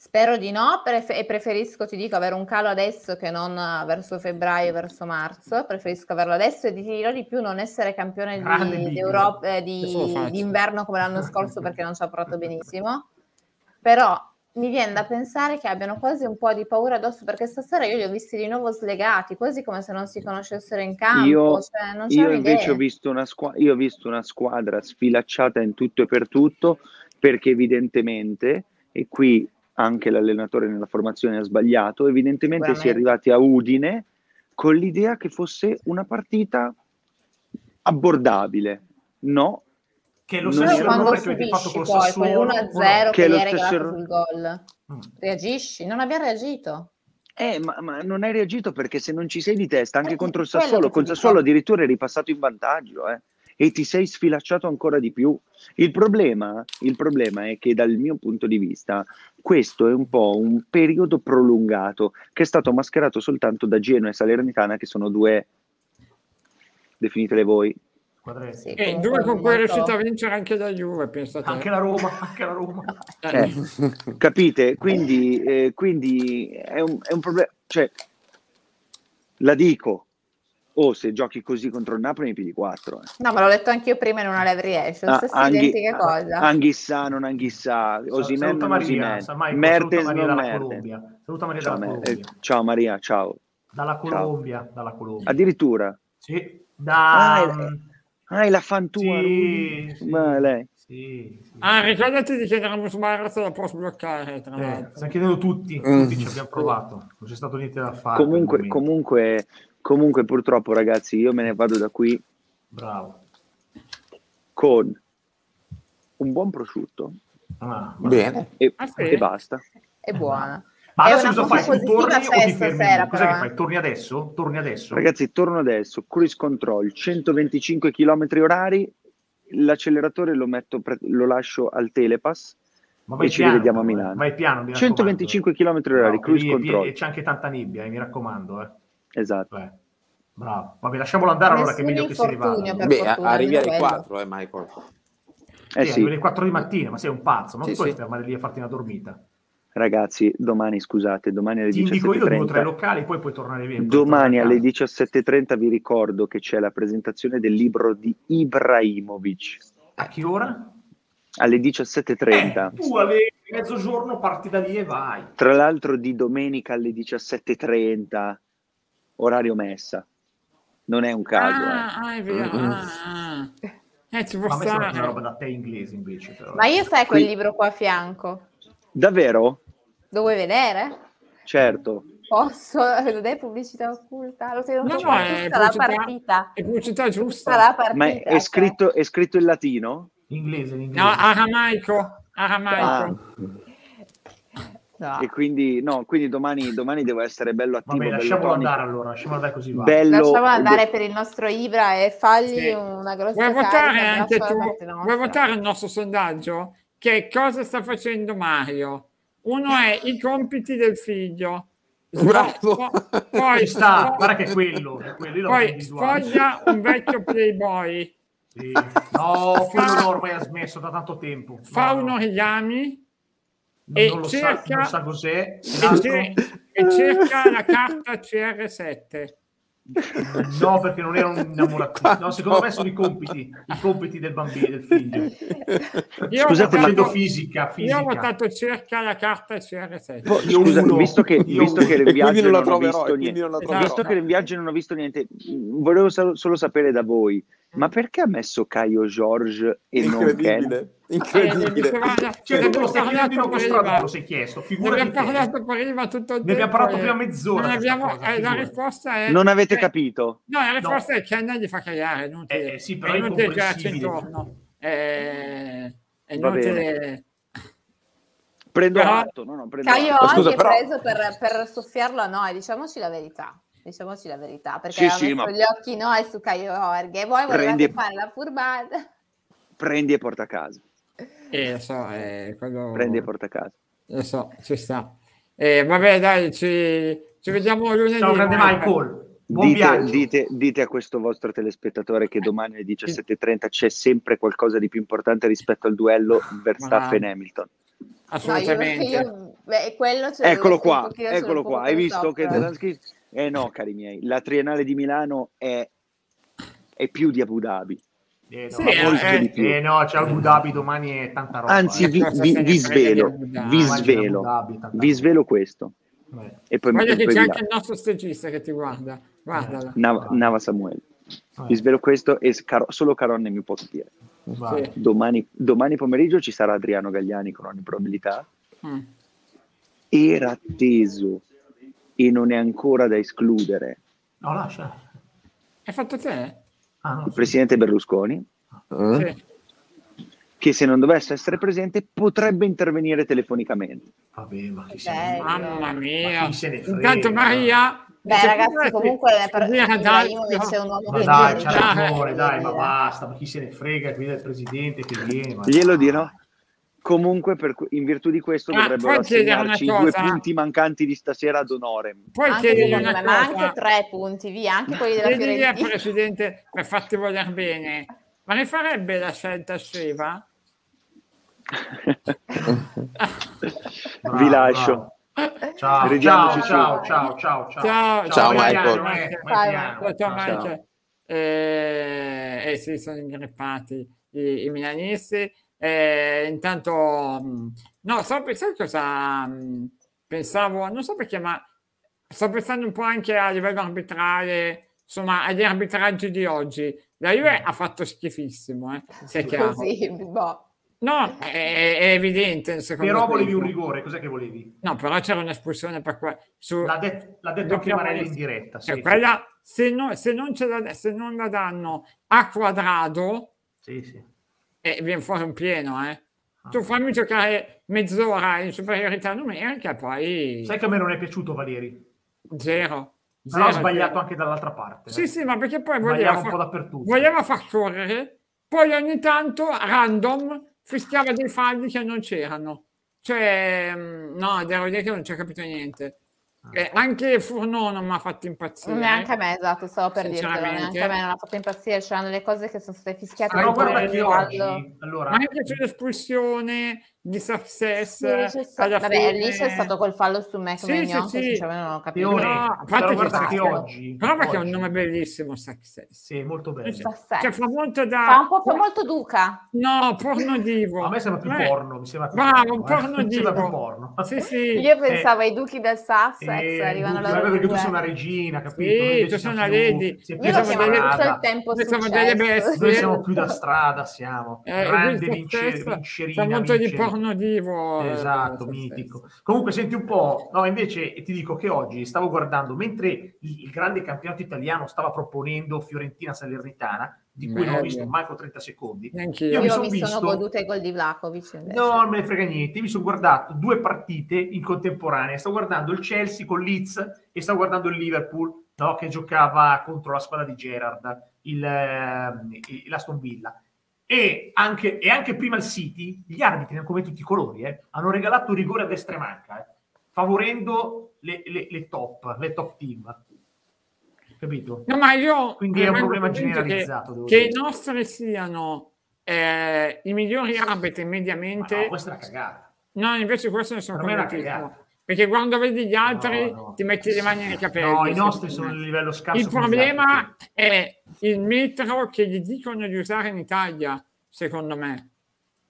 Speaker 3: Spero di no, pref- e preferisco, ti dico, avere un calo adesso che non eh, verso febbraio, verso marzo. Preferisco averlo adesso e ti dirò di più non essere campione
Speaker 2: Grande
Speaker 3: di,
Speaker 2: Big.
Speaker 3: d'Europa, eh, di-
Speaker 1: Questo lo faccio.
Speaker 3: d'inverno come l'anno scorso perché non ci ha provato benissimo. Però mi viene da pensare che abbiano quasi un po' di paura addosso perché stasera io li ho visti di nuovo slegati, quasi come se non si conoscessero in campo.
Speaker 5: Io-
Speaker 3: cioè, non c'è
Speaker 5: Io invece
Speaker 3: un'idea.
Speaker 5: ho visto, una squa- io ho visto una squadra sfilacciata in tutto e per tutto perché evidentemente, e qui anche l'allenatore nella formazione ha sbagliato, evidentemente si è
Speaker 3: Sicuramente.
Speaker 5: arrivati a Udine con l'idea che fosse una partita abbordabile. No,
Speaker 2: Che è lo
Speaker 5: Non
Speaker 2: stesso
Speaker 5: è-
Speaker 2: errore
Speaker 3: quando
Speaker 2: che avete fatto
Speaker 3: subisci
Speaker 2: con
Speaker 3: poi
Speaker 2: Sassuolo. o no?
Speaker 3: quell'1-0
Speaker 5: Che
Speaker 3: che
Speaker 5: è
Speaker 3: gli
Speaker 5: lo
Speaker 3: hai regalato
Speaker 5: stesso-
Speaker 3: sul gol,
Speaker 2: Mm.
Speaker 3: reagisci? Non abbiamo reagito.
Speaker 5: eh, ma, ma non hai reagito perché se non ci sei di testa, anche
Speaker 3: Eh,
Speaker 5: contro il
Speaker 3: quello
Speaker 5: Sassuolo,
Speaker 3: che
Speaker 5: con
Speaker 3: ti dico.
Speaker 5: Sassuolo addirittura eri passato in vantaggio, eh, e ti sei sfilacciato ancora di più. Il problema, il problema è che dal mio punto di vista questo è un po' un periodo prolungato che è stato mascherato soltanto da Genoa e Salernitana, che sono due, definitele voi,
Speaker 2: Quadretti.
Speaker 3: Sì,
Speaker 1: E
Speaker 3: comunque
Speaker 1: Eh, due con cui è
Speaker 3: molto-
Speaker 1: riuscita a vincere anche la Juve, pensate.
Speaker 2: esatto. Anche la Roma, anche la Roma.
Speaker 5: Eh, capite? Quindi, eh, quindi è un, è un problema. Cioè, la dico, oh, se giochi così contro il Napoli ne pigli eh. 4.
Speaker 3: No, ma l'ho letto anch'io prima in una live
Speaker 5: Ah,
Speaker 3: reaction, stessa identica cosa.
Speaker 5: Anghissà, non Anghissà, Osimen,
Speaker 2: Saluta
Speaker 5: non
Speaker 2: Maria,
Speaker 5: Osimen,
Speaker 2: sa- Michael,
Speaker 5: Mertens,
Speaker 2: saluta Maria
Speaker 5: non
Speaker 2: dalla
Speaker 5: Mertens.
Speaker 2: Colombia. Saluta Maria
Speaker 5: Ciao,
Speaker 2: dalla
Speaker 5: Me-
Speaker 2: Colombia.
Speaker 5: eh, ciao Maria, ciao.
Speaker 2: Dalla
Speaker 5: ciao.
Speaker 2: Colombia, dalla Colombia.
Speaker 5: Addirittura,
Speaker 2: Sì, da... mm,
Speaker 5: Ah, è- ah, è la fan tua.
Speaker 2: sì, sì,
Speaker 5: Ma lei.
Speaker 2: sì, sì.
Speaker 1: Ah, ricordati di chiedere a Musmar se la può sbloccare, tra
Speaker 2: Eh,
Speaker 1: l'altro.
Speaker 2: stiamo chiedendo tutti,
Speaker 4: Mm.
Speaker 2: tutti ci abbiamo provato, non c'è stato niente da fare.
Speaker 5: Comunque,
Speaker 2: per il momento.
Speaker 5: comunque, comunque, purtroppo, ragazzi, io me ne vado da qui
Speaker 2: bravo.
Speaker 5: con un buon prosciutto
Speaker 2: Ah, ma-
Speaker 4: Bene.
Speaker 5: e,
Speaker 1: Ah, sì?
Speaker 5: e basta.
Speaker 3: È buona.
Speaker 2: Ma
Speaker 3: È
Speaker 2: adesso
Speaker 3: una
Speaker 2: cosa
Speaker 3: cosa
Speaker 2: fai? Tu
Speaker 3: positiva
Speaker 2: torni o ti
Speaker 3: festa
Speaker 2: fermi?
Speaker 3: sera,
Speaker 2: Cos'è che
Speaker 3: però,
Speaker 2: fai?
Speaker 3: eh.
Speaker 2: Torni adesso? Torni adesso?
Speaker 5: Ragazzi, torno adesso, cruise control, 125 km orari, l'acceleratore lo, metto pre- lo lascio al telepass,
Speaker 2: Ma
Speaker 5: e ci rivediamo a Milano.
Speaker 2: Vai piano, mi raccomando.
Speaker 5: 125 km orari,
Speaker 2: Bravo,
Speaker 5: cruise
Speaker 2: lì è pie-
Speaker 5: control,
Speaker 2: E c'è anche tanta nebbia, eh, mi raccomando. Eh.
Speaker 5: esatto.
Speaker 2: Beh, bravo. Vabbè, lasciamolo andare allora, che è
Speaker 3: Nessun
Speaker 2: meglio che si
Speaker 3: infortunio,
Speaker 2: rivada.
Speaker 3: per
Speaker 4: Beh,
Speaker 3: fortuna,
Speaker 4: arrivi alle
Speaker 3: almeno
Speaker 4: 4, eh, Michael.
Speaker 5: Eh
Speaker 2: Sì,
Speaker 5: sì,
Speaker 2: alle 4 di mattina, ma sei un pazzo, non
Speaker 4: Sì,
Speaker 2: puoi
Speaker 4: sì.
Speaker 2: fermare lì a farti una dormita.
Speaker 5: ragazzi, domani scusate, domani alle
Speaker 2: Ti indico io due o tre
Speaker 5: 17.30,
Speaker 2: locali, poi puoi tornare via. puoi
Speaker 5: domani
Speaker 2: tornare a
Speaker 5: alle
Speaker 2: casa.
Speaker 5: 17.30 vi ricordo che c'è la presentazione del libro di Ibrahimovic,
Speaker 2: A che ora?
Speaker 5: alle 17.30.
Speaker 2: Eh, tu alle mezzogiorno parti da lì e vai.
Speaker 5: tra l'altro di domenica alle 17.30, orario messa. Non è un caso, eh.
Speaker 1: Ah, ah, è vero.
Speaker 4: Mm-mm.
Speaker 1: ah, ah. Eh, ci può
Speaker 2: Ma a me sembra più una
Speaker 1: stare.
Speaker 2: roba da te inglese invece. però.
Speaker 3: Ma io sai quel
Speaker 5: Qui-
Speaker 3: libro qua a fianco?
Speaker 5: Davvero?
Speaker 3: Lo vuoi vedere?
Speaker 5: Certo.
Speaker 3: Posso? Non è pubblicità occulta? Lo tengo
Speaker 1: No,
Speaker 3: tutta
Speaker 1: no, è
Speaker 3: la
Speaker 1: pubblicità-
Speaker 3: partita.
Speaker 1: È pubblicità
Speaker 3: Tutta
Speaker 1: giusta.
Speaker 3: Ah, la partita.
Speaker 5: Ma è, è
Speaker 3: cioè.
Speaker 5: scritto, è scritto in latino?
Speaker 2: Inglese, l'inglese.
Speaker 1: No, aramaico.
Speaker 5: Ah,
Speaker 1: Aramaico.
Speaker 3: No.
Speaker 5: e quindi, no, quindi domani, domani devo essere bello attivo.
Speaker 2: Vabbè,
Speaker 5: bello
Speaker 2: lasciamolo
Speaker 5: tonico.
Speaker 2: andare allora, lasciamolo andare così va.
Speaker 5: Bello-
Speaker 3: Lasciamo andare per il nostro Ibra e fagli
Speaker 1: Sì.
Speaker 3: una grossa
Speaker 1: Vuoi votare
Speaker 3: carica,
Speaker 1: anche
Speaker 3: lascia
Speaker 1: tu?
Speaker 3: da parte nostra.
Speaker 1: Vuoi votare il nostro sondaggio? Che cosa sta facendo Mario? Uno è i compiti del figlio.
Speaker 4: Bravo.
Speaker 1: Poi
Speaker 2: Ci sta,
Speaker 1: sfoglia-
Speaker 2: guarda che è quello, è quello, io l'ho
Speaker 1: Poi
Speaker 2: individuato.
Speaker 1: sfoglia un vecchio playboy,
Speaker 2: Sì. No, quello no, ormai ha smesso da tanto tempo.
Speaker 1: fa
Speaker 2: No,
Speaker 1: un
Speaker 2: no,
Speaker 1: origami
Speaker 2: non,
Speaker 1: e
Speaker 2: non lo sa,
Speaker 1: cerca-
Speaker 2: non sa cos'è.
Speaker 1: e,
Speaker 2: L'altro?
Speaker 1: ce- e cerca la carta CR7.
Speaker 2: No, perché non era un innamoratino. No, secondo me sono i compiti, i compiti del bambino, del figlio.
Speaker 1: Io ho
Speaker 2: Sta
Speaker 5: Scusate, ma-
Speaker 1: votato-
Speaker 2: facendo fisica,
Speaker 1: Io ho
Speaker 2: fisica.
Speaker 1: votato cerca la carta CR7.
Speaker 5: Po-
Speaker 2: Io
Speaker 5: scusa,
Speaker 2: uno,
Speaker 5: visto che,
Speaker 2: io
Speaker 5: visto
Speaker 2: uno.
Speaker 5: che
Speaker 4: E
Speaker 5: in
Speaker 4: quindi
Speaker 5: viaggio
Speaker 4: non la
Speaker 5: non ho
Speaker 4: troverò,
Speaker 5: visto
Speaker 4: e quindi
Speaker 5: niente-
Speaker 4: non la
Speaker 1: Esatto.
Speaker 4: troverò.
Speaker 5: visto che in viaggio non ho visto niente, mh, volevo solo, solo sapere da voi,
Speaker 3: Mm.
Speaker 5: ma perché ha messo Caio George e non Ken?
Speaker 4: Incredibile, incredibile.
Speaker 1: Eh, guarda,
Speaker 2: Cioè, tu te lo
Speaker 1: abbiamo
Speaker 2: stai chiedendo in
Speaker 1: parlato
Speaker 2: autostrada, te
Speaker 1: prima.
Speaker 2: lo sei chiesto.
Speaker 1: Ne
Speaker 2: Figurati
Speaker 1: abbiamo
Speaker 2: te.
Speaker 1: parlato prima tutto il
Speaker 2: Ne abbiamo
Speaker 1: tempo
Speaker 2: parlato
Speaker 1: e
Speaker 2: prima mezz'ora
Speaker 1: non
Speaker 2: questa
Speaker 1: abbiamo-
Speaker 2: cosa,
Speaker 1: eh, la
Speaker 2: figurati.
Speaker 1: risposta è...
Speaker 5: Non avete
Speaker 1: eh,
Speaker 5: capito?
Speaker 1: No, la risposta
Speaker 2: No.
Speaker 1: è che a noi gli fa cagare, non te,
Speaker 2: Eh, eh, sì, però
Speaker 1: è
Speaker 2: è
Speaker 1: inutile girarci
Speaker 2: incomprensibile.
Speaker 1: intorno. Eh, è
Speaker 5: Va
Speaker 1: inutile...
Speaker 5: Prendo
Speaker 1: Però-
Speaker 5: atto, no, no, prendo
Speaker 3: Caio
Speaker 5: atto.
Speaker 4: Ma scusa,
Speaker 3: oggi
Speaker 4: però-
Speaker 3: è preso per, per soffiarlo a noi, diciamoci la verità. Diciamoci la verità, perché
Speaker 5: Sì,
Speaker 3: aveva
Speaker 5: sì,
Speaker 3: messo
Speaker 5: ma-
Speaker 3: gli occhi noi su Caio Orghe e voi volevate
Speaker 5: Prendi-
Speaker 3: fare la furbata.
Speaker 5: Prendi e porta a casa.
Speaker 1: Eh, lo so, eh, quello-
Speaker 5: Prendi e porta a casa.
Speaker 1: lo so, ci sta. E vabbè, dai, ci, ci vediamo lunedì.
Speaker 2: Ciao, grande
Speaker 1: Marco.
Speaker 2: Michael. Buon
Speaker 5: Dite,
Speaker 2: viaggio.
Speaker 5: dite- dite a questo vostro telespettatore che domani alle 17.30 c'è sempre qualcosa di più importante rispetto al duello Verstappen-Hamilton.
Speaker 3: No, io-
Speaker 1: Assolutamente.
Speaker 3: io- beh, quello ce l'ho
Speaker 5: Eccolo
Speaker 3: visto un
Speaker 5: qua,
Speaker 3: pochino sul
Speaker 5: eccolo
Speaker 3: poco
Speaker 5: qua. Hai visto che
Speaker 3: software.
Speaker 5: Zelensky... Eh no, cari miei, la Triennale di Milano è, è più di Abu Dhabi.
Speaker 2: Eh, no,
Speaker 1: Sì,
Speaker 2: ma molto
Speaker 1: eh,
Speaker 2: di più. Eh, no, c'è Abu Dhabi domani e tanta roba.
Speaker 5: Anzi,
Speaker 2: eh.
Speaker 5: vi,
Speaker 1: cosa
Speaker 5: vi-
Speaker 1: cioè, se ne
Speaker 5: vi
Speaker 1: frega di
Speaker 5: svelo,
Speaker 1: Abu Dhabi?
Speaker 5: vi
Speaker 2: Domani c'è
Speaker 5: svelo,
Speaker 2: Abu Dhabi, tanta
Speaker 5: vi
Speaker 2: roba.
Speaker 5: svelo questo.
Speaker 2: Eh,
Speaker 5: E poi mi
Speaker 1: Guarda che c'è anche
Speaker 5: Nava,
Speaker 1: il nostro stagista che ti guarda. Guardala.
Speaker 5: Nava Samuele.
Speaker 2: eh,
Speaker 5: Vi svelo questo e Caro- solo Caronne mi può capire.
Speaker 2: vai.
Speaker 1: Sì.
Speaker 5: Domani, domani pomeriggio ci sarà Adriano Gagliani con ogni probabilità.
Speaker 1: Mm.
Speaker 5: Era atteso e non è ancora da escludere
Speaker 2: No, lascia.
Speaker 1: Hai fatto te?
Speaker 2: Ah, no,
Speaker 5: il presidente Berlusconi, Eh?
Speaker 4: Mm?
Speaker 1: Sì.
Speaker 5: che se non dovesse essere presente potrebbe intervenire telefonicamente.
Speaker 2: Vabbè, ma chi
Speaker 3: Ok.
Speaker 2: se ne frega.
Speaker 1: Mamma mia.
Speaker 2: Ma chi se ne frega?
Speaker 1: Intanto Maria...
Speaker 3: Beh,
Speaker 1: dice,
Speaker 3: ragazzi,
Speaker 1: "Guardati,
Speaker 3: comunque per
Speaker 1: Maria D'Alfio".
Speaker 3: Ibrahimovic è un uomo
Speaker 2: Ma
Speaker 3: che
Speaker 2: dai,
Speaker 3: merita,
Speaker 2: c'ha ragione,
Speaker 3: eh,
Speaker 2: dai, ma
Speaker 3: dire.
Speaker 2: basta, ma chi se ne frega qui del presidente che viene? ma
Speaker 5: Glielo
Speaker 2: dai.
Speaker 5: dirò. Comunque, per cu- in virtù di questo,
Speaker 1: Ah,
Speaker 5: dovrebbero
Speaker 1: puoi chiedere una
Speaker 5: assegnarci i due
Speaker 1: cosa?
Speaker 5: punti mancanti di stasera ad onore.
Speaker 1: Poi
Speaker 3: Anche
Speaker 1: chiedi
Speaker 3: secondo
Speaker 1: una
Speaker 3: me, ma
Speaker 1: cosa.
Speaker 3: anche tre punti, via, anche quelli della
Speaker 1: Chiedi al
Speaker 3: Fiorentina.
Speaker 1: Presidente per farti voler bene. Ma ne farebbe la scelta scema?
Speaker 2: Bravo,
Speaker 5: Vi lascio.
Speaker 2: bravo. Ciao, ciao,
Speaker 5: Vediamoci
Speaker 2: ciao,
Speaker 3: su.
Speaker 2: ciao, ciao, ciao.
Speaker 1: Ciao,
Speaker 4: ciao,
Speaker 2: vai
Speaker 4: Michael.
Speaker 2: piano, eh, vai
Speaker 3: Ciao,
Speaker 2: piano.
Speaker 1: Ciao, ciao,
Speaker 2: Ciao.
Speaker 1: Michael. Eh, eh sì, sono ingrippati i, i milanisti. Eh, intanto, mh, no, sto pensando cosa mh, mm, pensavo, non so perché, ma sto pensando un po' anche a livello arbitrale, insomma, agli arbitraggi di oggi. La
Speaker 2: Mm.
Speaker 1: Juve ha fatto schifissimo, eh, se è chiaro.
Speaker 3: Così, boh.
Speaker 1: No, è, è evidente, secondo
Speaker 2: Però
Speaker 1: me.
Speaker 2: volevi un rigore, cos'è che volevi?
Speaker 1: No, però c'era un'espulsione per qua. Su...
Speaker 2: L'ha, det- l'ha detto anche
Speaker 1: Dobbiamo
Speaker 2: Marelli in
Speaker 1: essere-
Speaker 2: diretta.
Speaker 1: cioè,
Speaker 2: Sì,
Speaker 1: quella, se, no- se non ce la, se non la danno a quadrado,
Speaker 2: sì, sì.
Speaker 1: eh, viene fuori un pieno. Eh.
Speaker 2: Ah.
Speaker 1: Tu fammi giocare mezz'ora in superiorità numerica, poi
Speaker 2: Sai che a me non è piaciuto
Speaker 1: Ah,
Speaker 2: Valeri,
Speaker 1: zero.
Speaker 2: però ha
Speaker 1: Zero,
Speaker 2: sbagliato
Speaker 1: zero.
Speaker 2: anche dall'altra parte.
Speaker 1: Sì,
Speaker 2: eh.
Speaker 1: sì, ma perché poi voleva
Speaker 2: Sbagliava un
Speaker 1: far,
Speaker 2: po' dappertutto.
Speaker 1: voleva far correre, poi ogni tanto, random, fischiava dei falli che non c'erano. Cioè, mh, no, devo dire che non ci ho capito niente.
Speaker 2: Ah.
Speaker 1: Eh, anche Furno non mi ha fatto impazzire. eh.
Speaker 3: Neanche a me, esatto, stavo per dirtelo,
Speaker 1: Sinceramente.
Speaker 3: neanche a me non ha fatto impazzire, c'erano le cose che sono state fischiate.
Speaker 2: Però
Speaker 3: per
Speaker 2: guarda
Speaker 3: il
Speaker 2: che
Speaker 3: fallo.
Speaker 2: oggi, allora,
Speaker 1: Ma anche sull'espulsione di Success,
Speaker 3: Sì, c'è sta-
Speaker 1: alla
Speaker 3: Vabbè,
Speaker 1: fine-
Speaker 3: lì c'è stato col fallo su me
Speaker 1: Sì,
Speaker 3: come
Speaker 1: sì,
Speaker 3: Gnocco,
Speaker 1: sì.
Speaker 3: sinceramente non ho capito.
Speaker 2: Leone,
Speaker 1: No, a parte
Speaker 2: però
Speaker 1: che
Speaker 2: guarda
Speaker 1: c'è-
Speaker 2: che oggi...
Speaker 1: Però perché è un
Speaker 2: oggi-
Speaker 1: nome bellissimo, Success.
Speaker 2: Sì, molto bello.
Speaker 1: Cioè,
Speaker 3: Success.
Speaker 1: cioè, fa molto da...
Speaker 3: Fa un po' fa molto Duca.
Speaker 1: No, porno divo.
Speaker 2: A me sembra più
Speaker 1: Eh,
Speaker 2: porno, mi sembra più
Speaker 1: Bravo, un
Speaker 2: porno, eh.
Speaker 1: porno
Speaker 2: Mi sembra più
Speaker 1: divo.
Speaker 2: porno.
Speaker 1: Sì, sì.
Speaker 3: Io pensavo ai Duchi del Sussex,
Speaker 2: Eh,
Speaker 3: arrivano
Speaker 2: Duca,
Speaker 3: alla
Speaker 2: vabbè, perché tu
Speaker 3: due.
Speaker 2: sei una regina, capito?
Speaker 1: Sì,
Speaker 2: Noi invece
Speaker 1: tu sei
Speaker 2: siamo
Speaker 1: una
Speaker 2: più-
Speaker 1: lady.
Speaker 2: siamo
Speaker 3: Io
Speaker 2: più
Speaker 3: lo
Speaker 1: Noi
Speaker 2: da
Speaker 1: siamo
Speaker 3: chiamo
Speaker 1: delle-
Speaker 2: strada.
Speaker 3: tutto il tempo
Speaker 1: Noi siamo delle
Speaker 3: successo.
Speaker 1: bestie.
Speaker 2: Noi siamo più da strada, siamo
Speaker 1: Eh,
Speaker 2: grande
Speaker 1: quindi
Speaker 2: vincere,
Speaker 1: Success
Speaker 2: vincerina,
Speaker 1: Fa molto di
Speaker 2: vincerina.
Speaker 1: porno divo. eh,
Speaker 2: Esatto,
Speaker 1: Success.
Speaker 2: mitico. Comunque, senti un po', no, invece ti dico che oggi stavo guardando, mentre il, il grande campionato italiano stava proponendo Fiorentina-Salernitana, di cui non ho
Speaker 1: Bello.
Speaker 2: visto manco 30 secondi,
Speaker 1: Neanch'io.
Speaker 2: Io mi
Speaker 3: Io
Speaker 2: son
Speaker 3: mi sono
Speaker 2: visto-
Speaker 3: goduta i gol di Vlahovic invece.
Speaker 2: No, non me ne frega niente. Mi sono guardato due partite in contemporanea. Sto guardando il Chelsea con Leeds e sto guardando il Liverpool no, che giocava contro la squadra di Gerard, il, ehm, il- l'Aston Villa. E anche, e anche prima il City, gli arbitri, come tutti i colori, eh, hanno regalato un rigore a destra e manca, eh, favorendo le, le- le top, le top team. Capito?
Speaker 1: No, ma io
Speaker 2: Quindi è un
Speaker 1: rimango
Speaker 2: problema
Speaker 1: convinto che-
Speaker 2: generalizzato. devo
Speaker 1: che
Speaker 2: dire.
Speaker 1: i nostri siano eh, i migliori arbitri
Speaker 2: Ma
Speaker 1: mediamente.
Speaker 2: no,
Speaker 1: No,
Speaker 2: questa è una cagata.
Speaker 1: invece questo ne sono
Speaker 2: Per me è una
Speaker 1: convintissimo.
Speaker 2: cagata.
Speaker 1: Perché quando vedi gli altri
Speaker 2: No, no.
Speaker 1: ti metti le mani nei capelli.
Speaker 2: No, i
Speaker 1: secondo
Speaker 2: nostri
Speaker 1: me.
Speaker 2: sono di livello scarso.
Speaker 1: Il
Speaker 2: con gli
Speaker 1: problema
Speaker 2: altri.
Speaker 1: è il metro che gli dicono di usare in Italia, secondo me.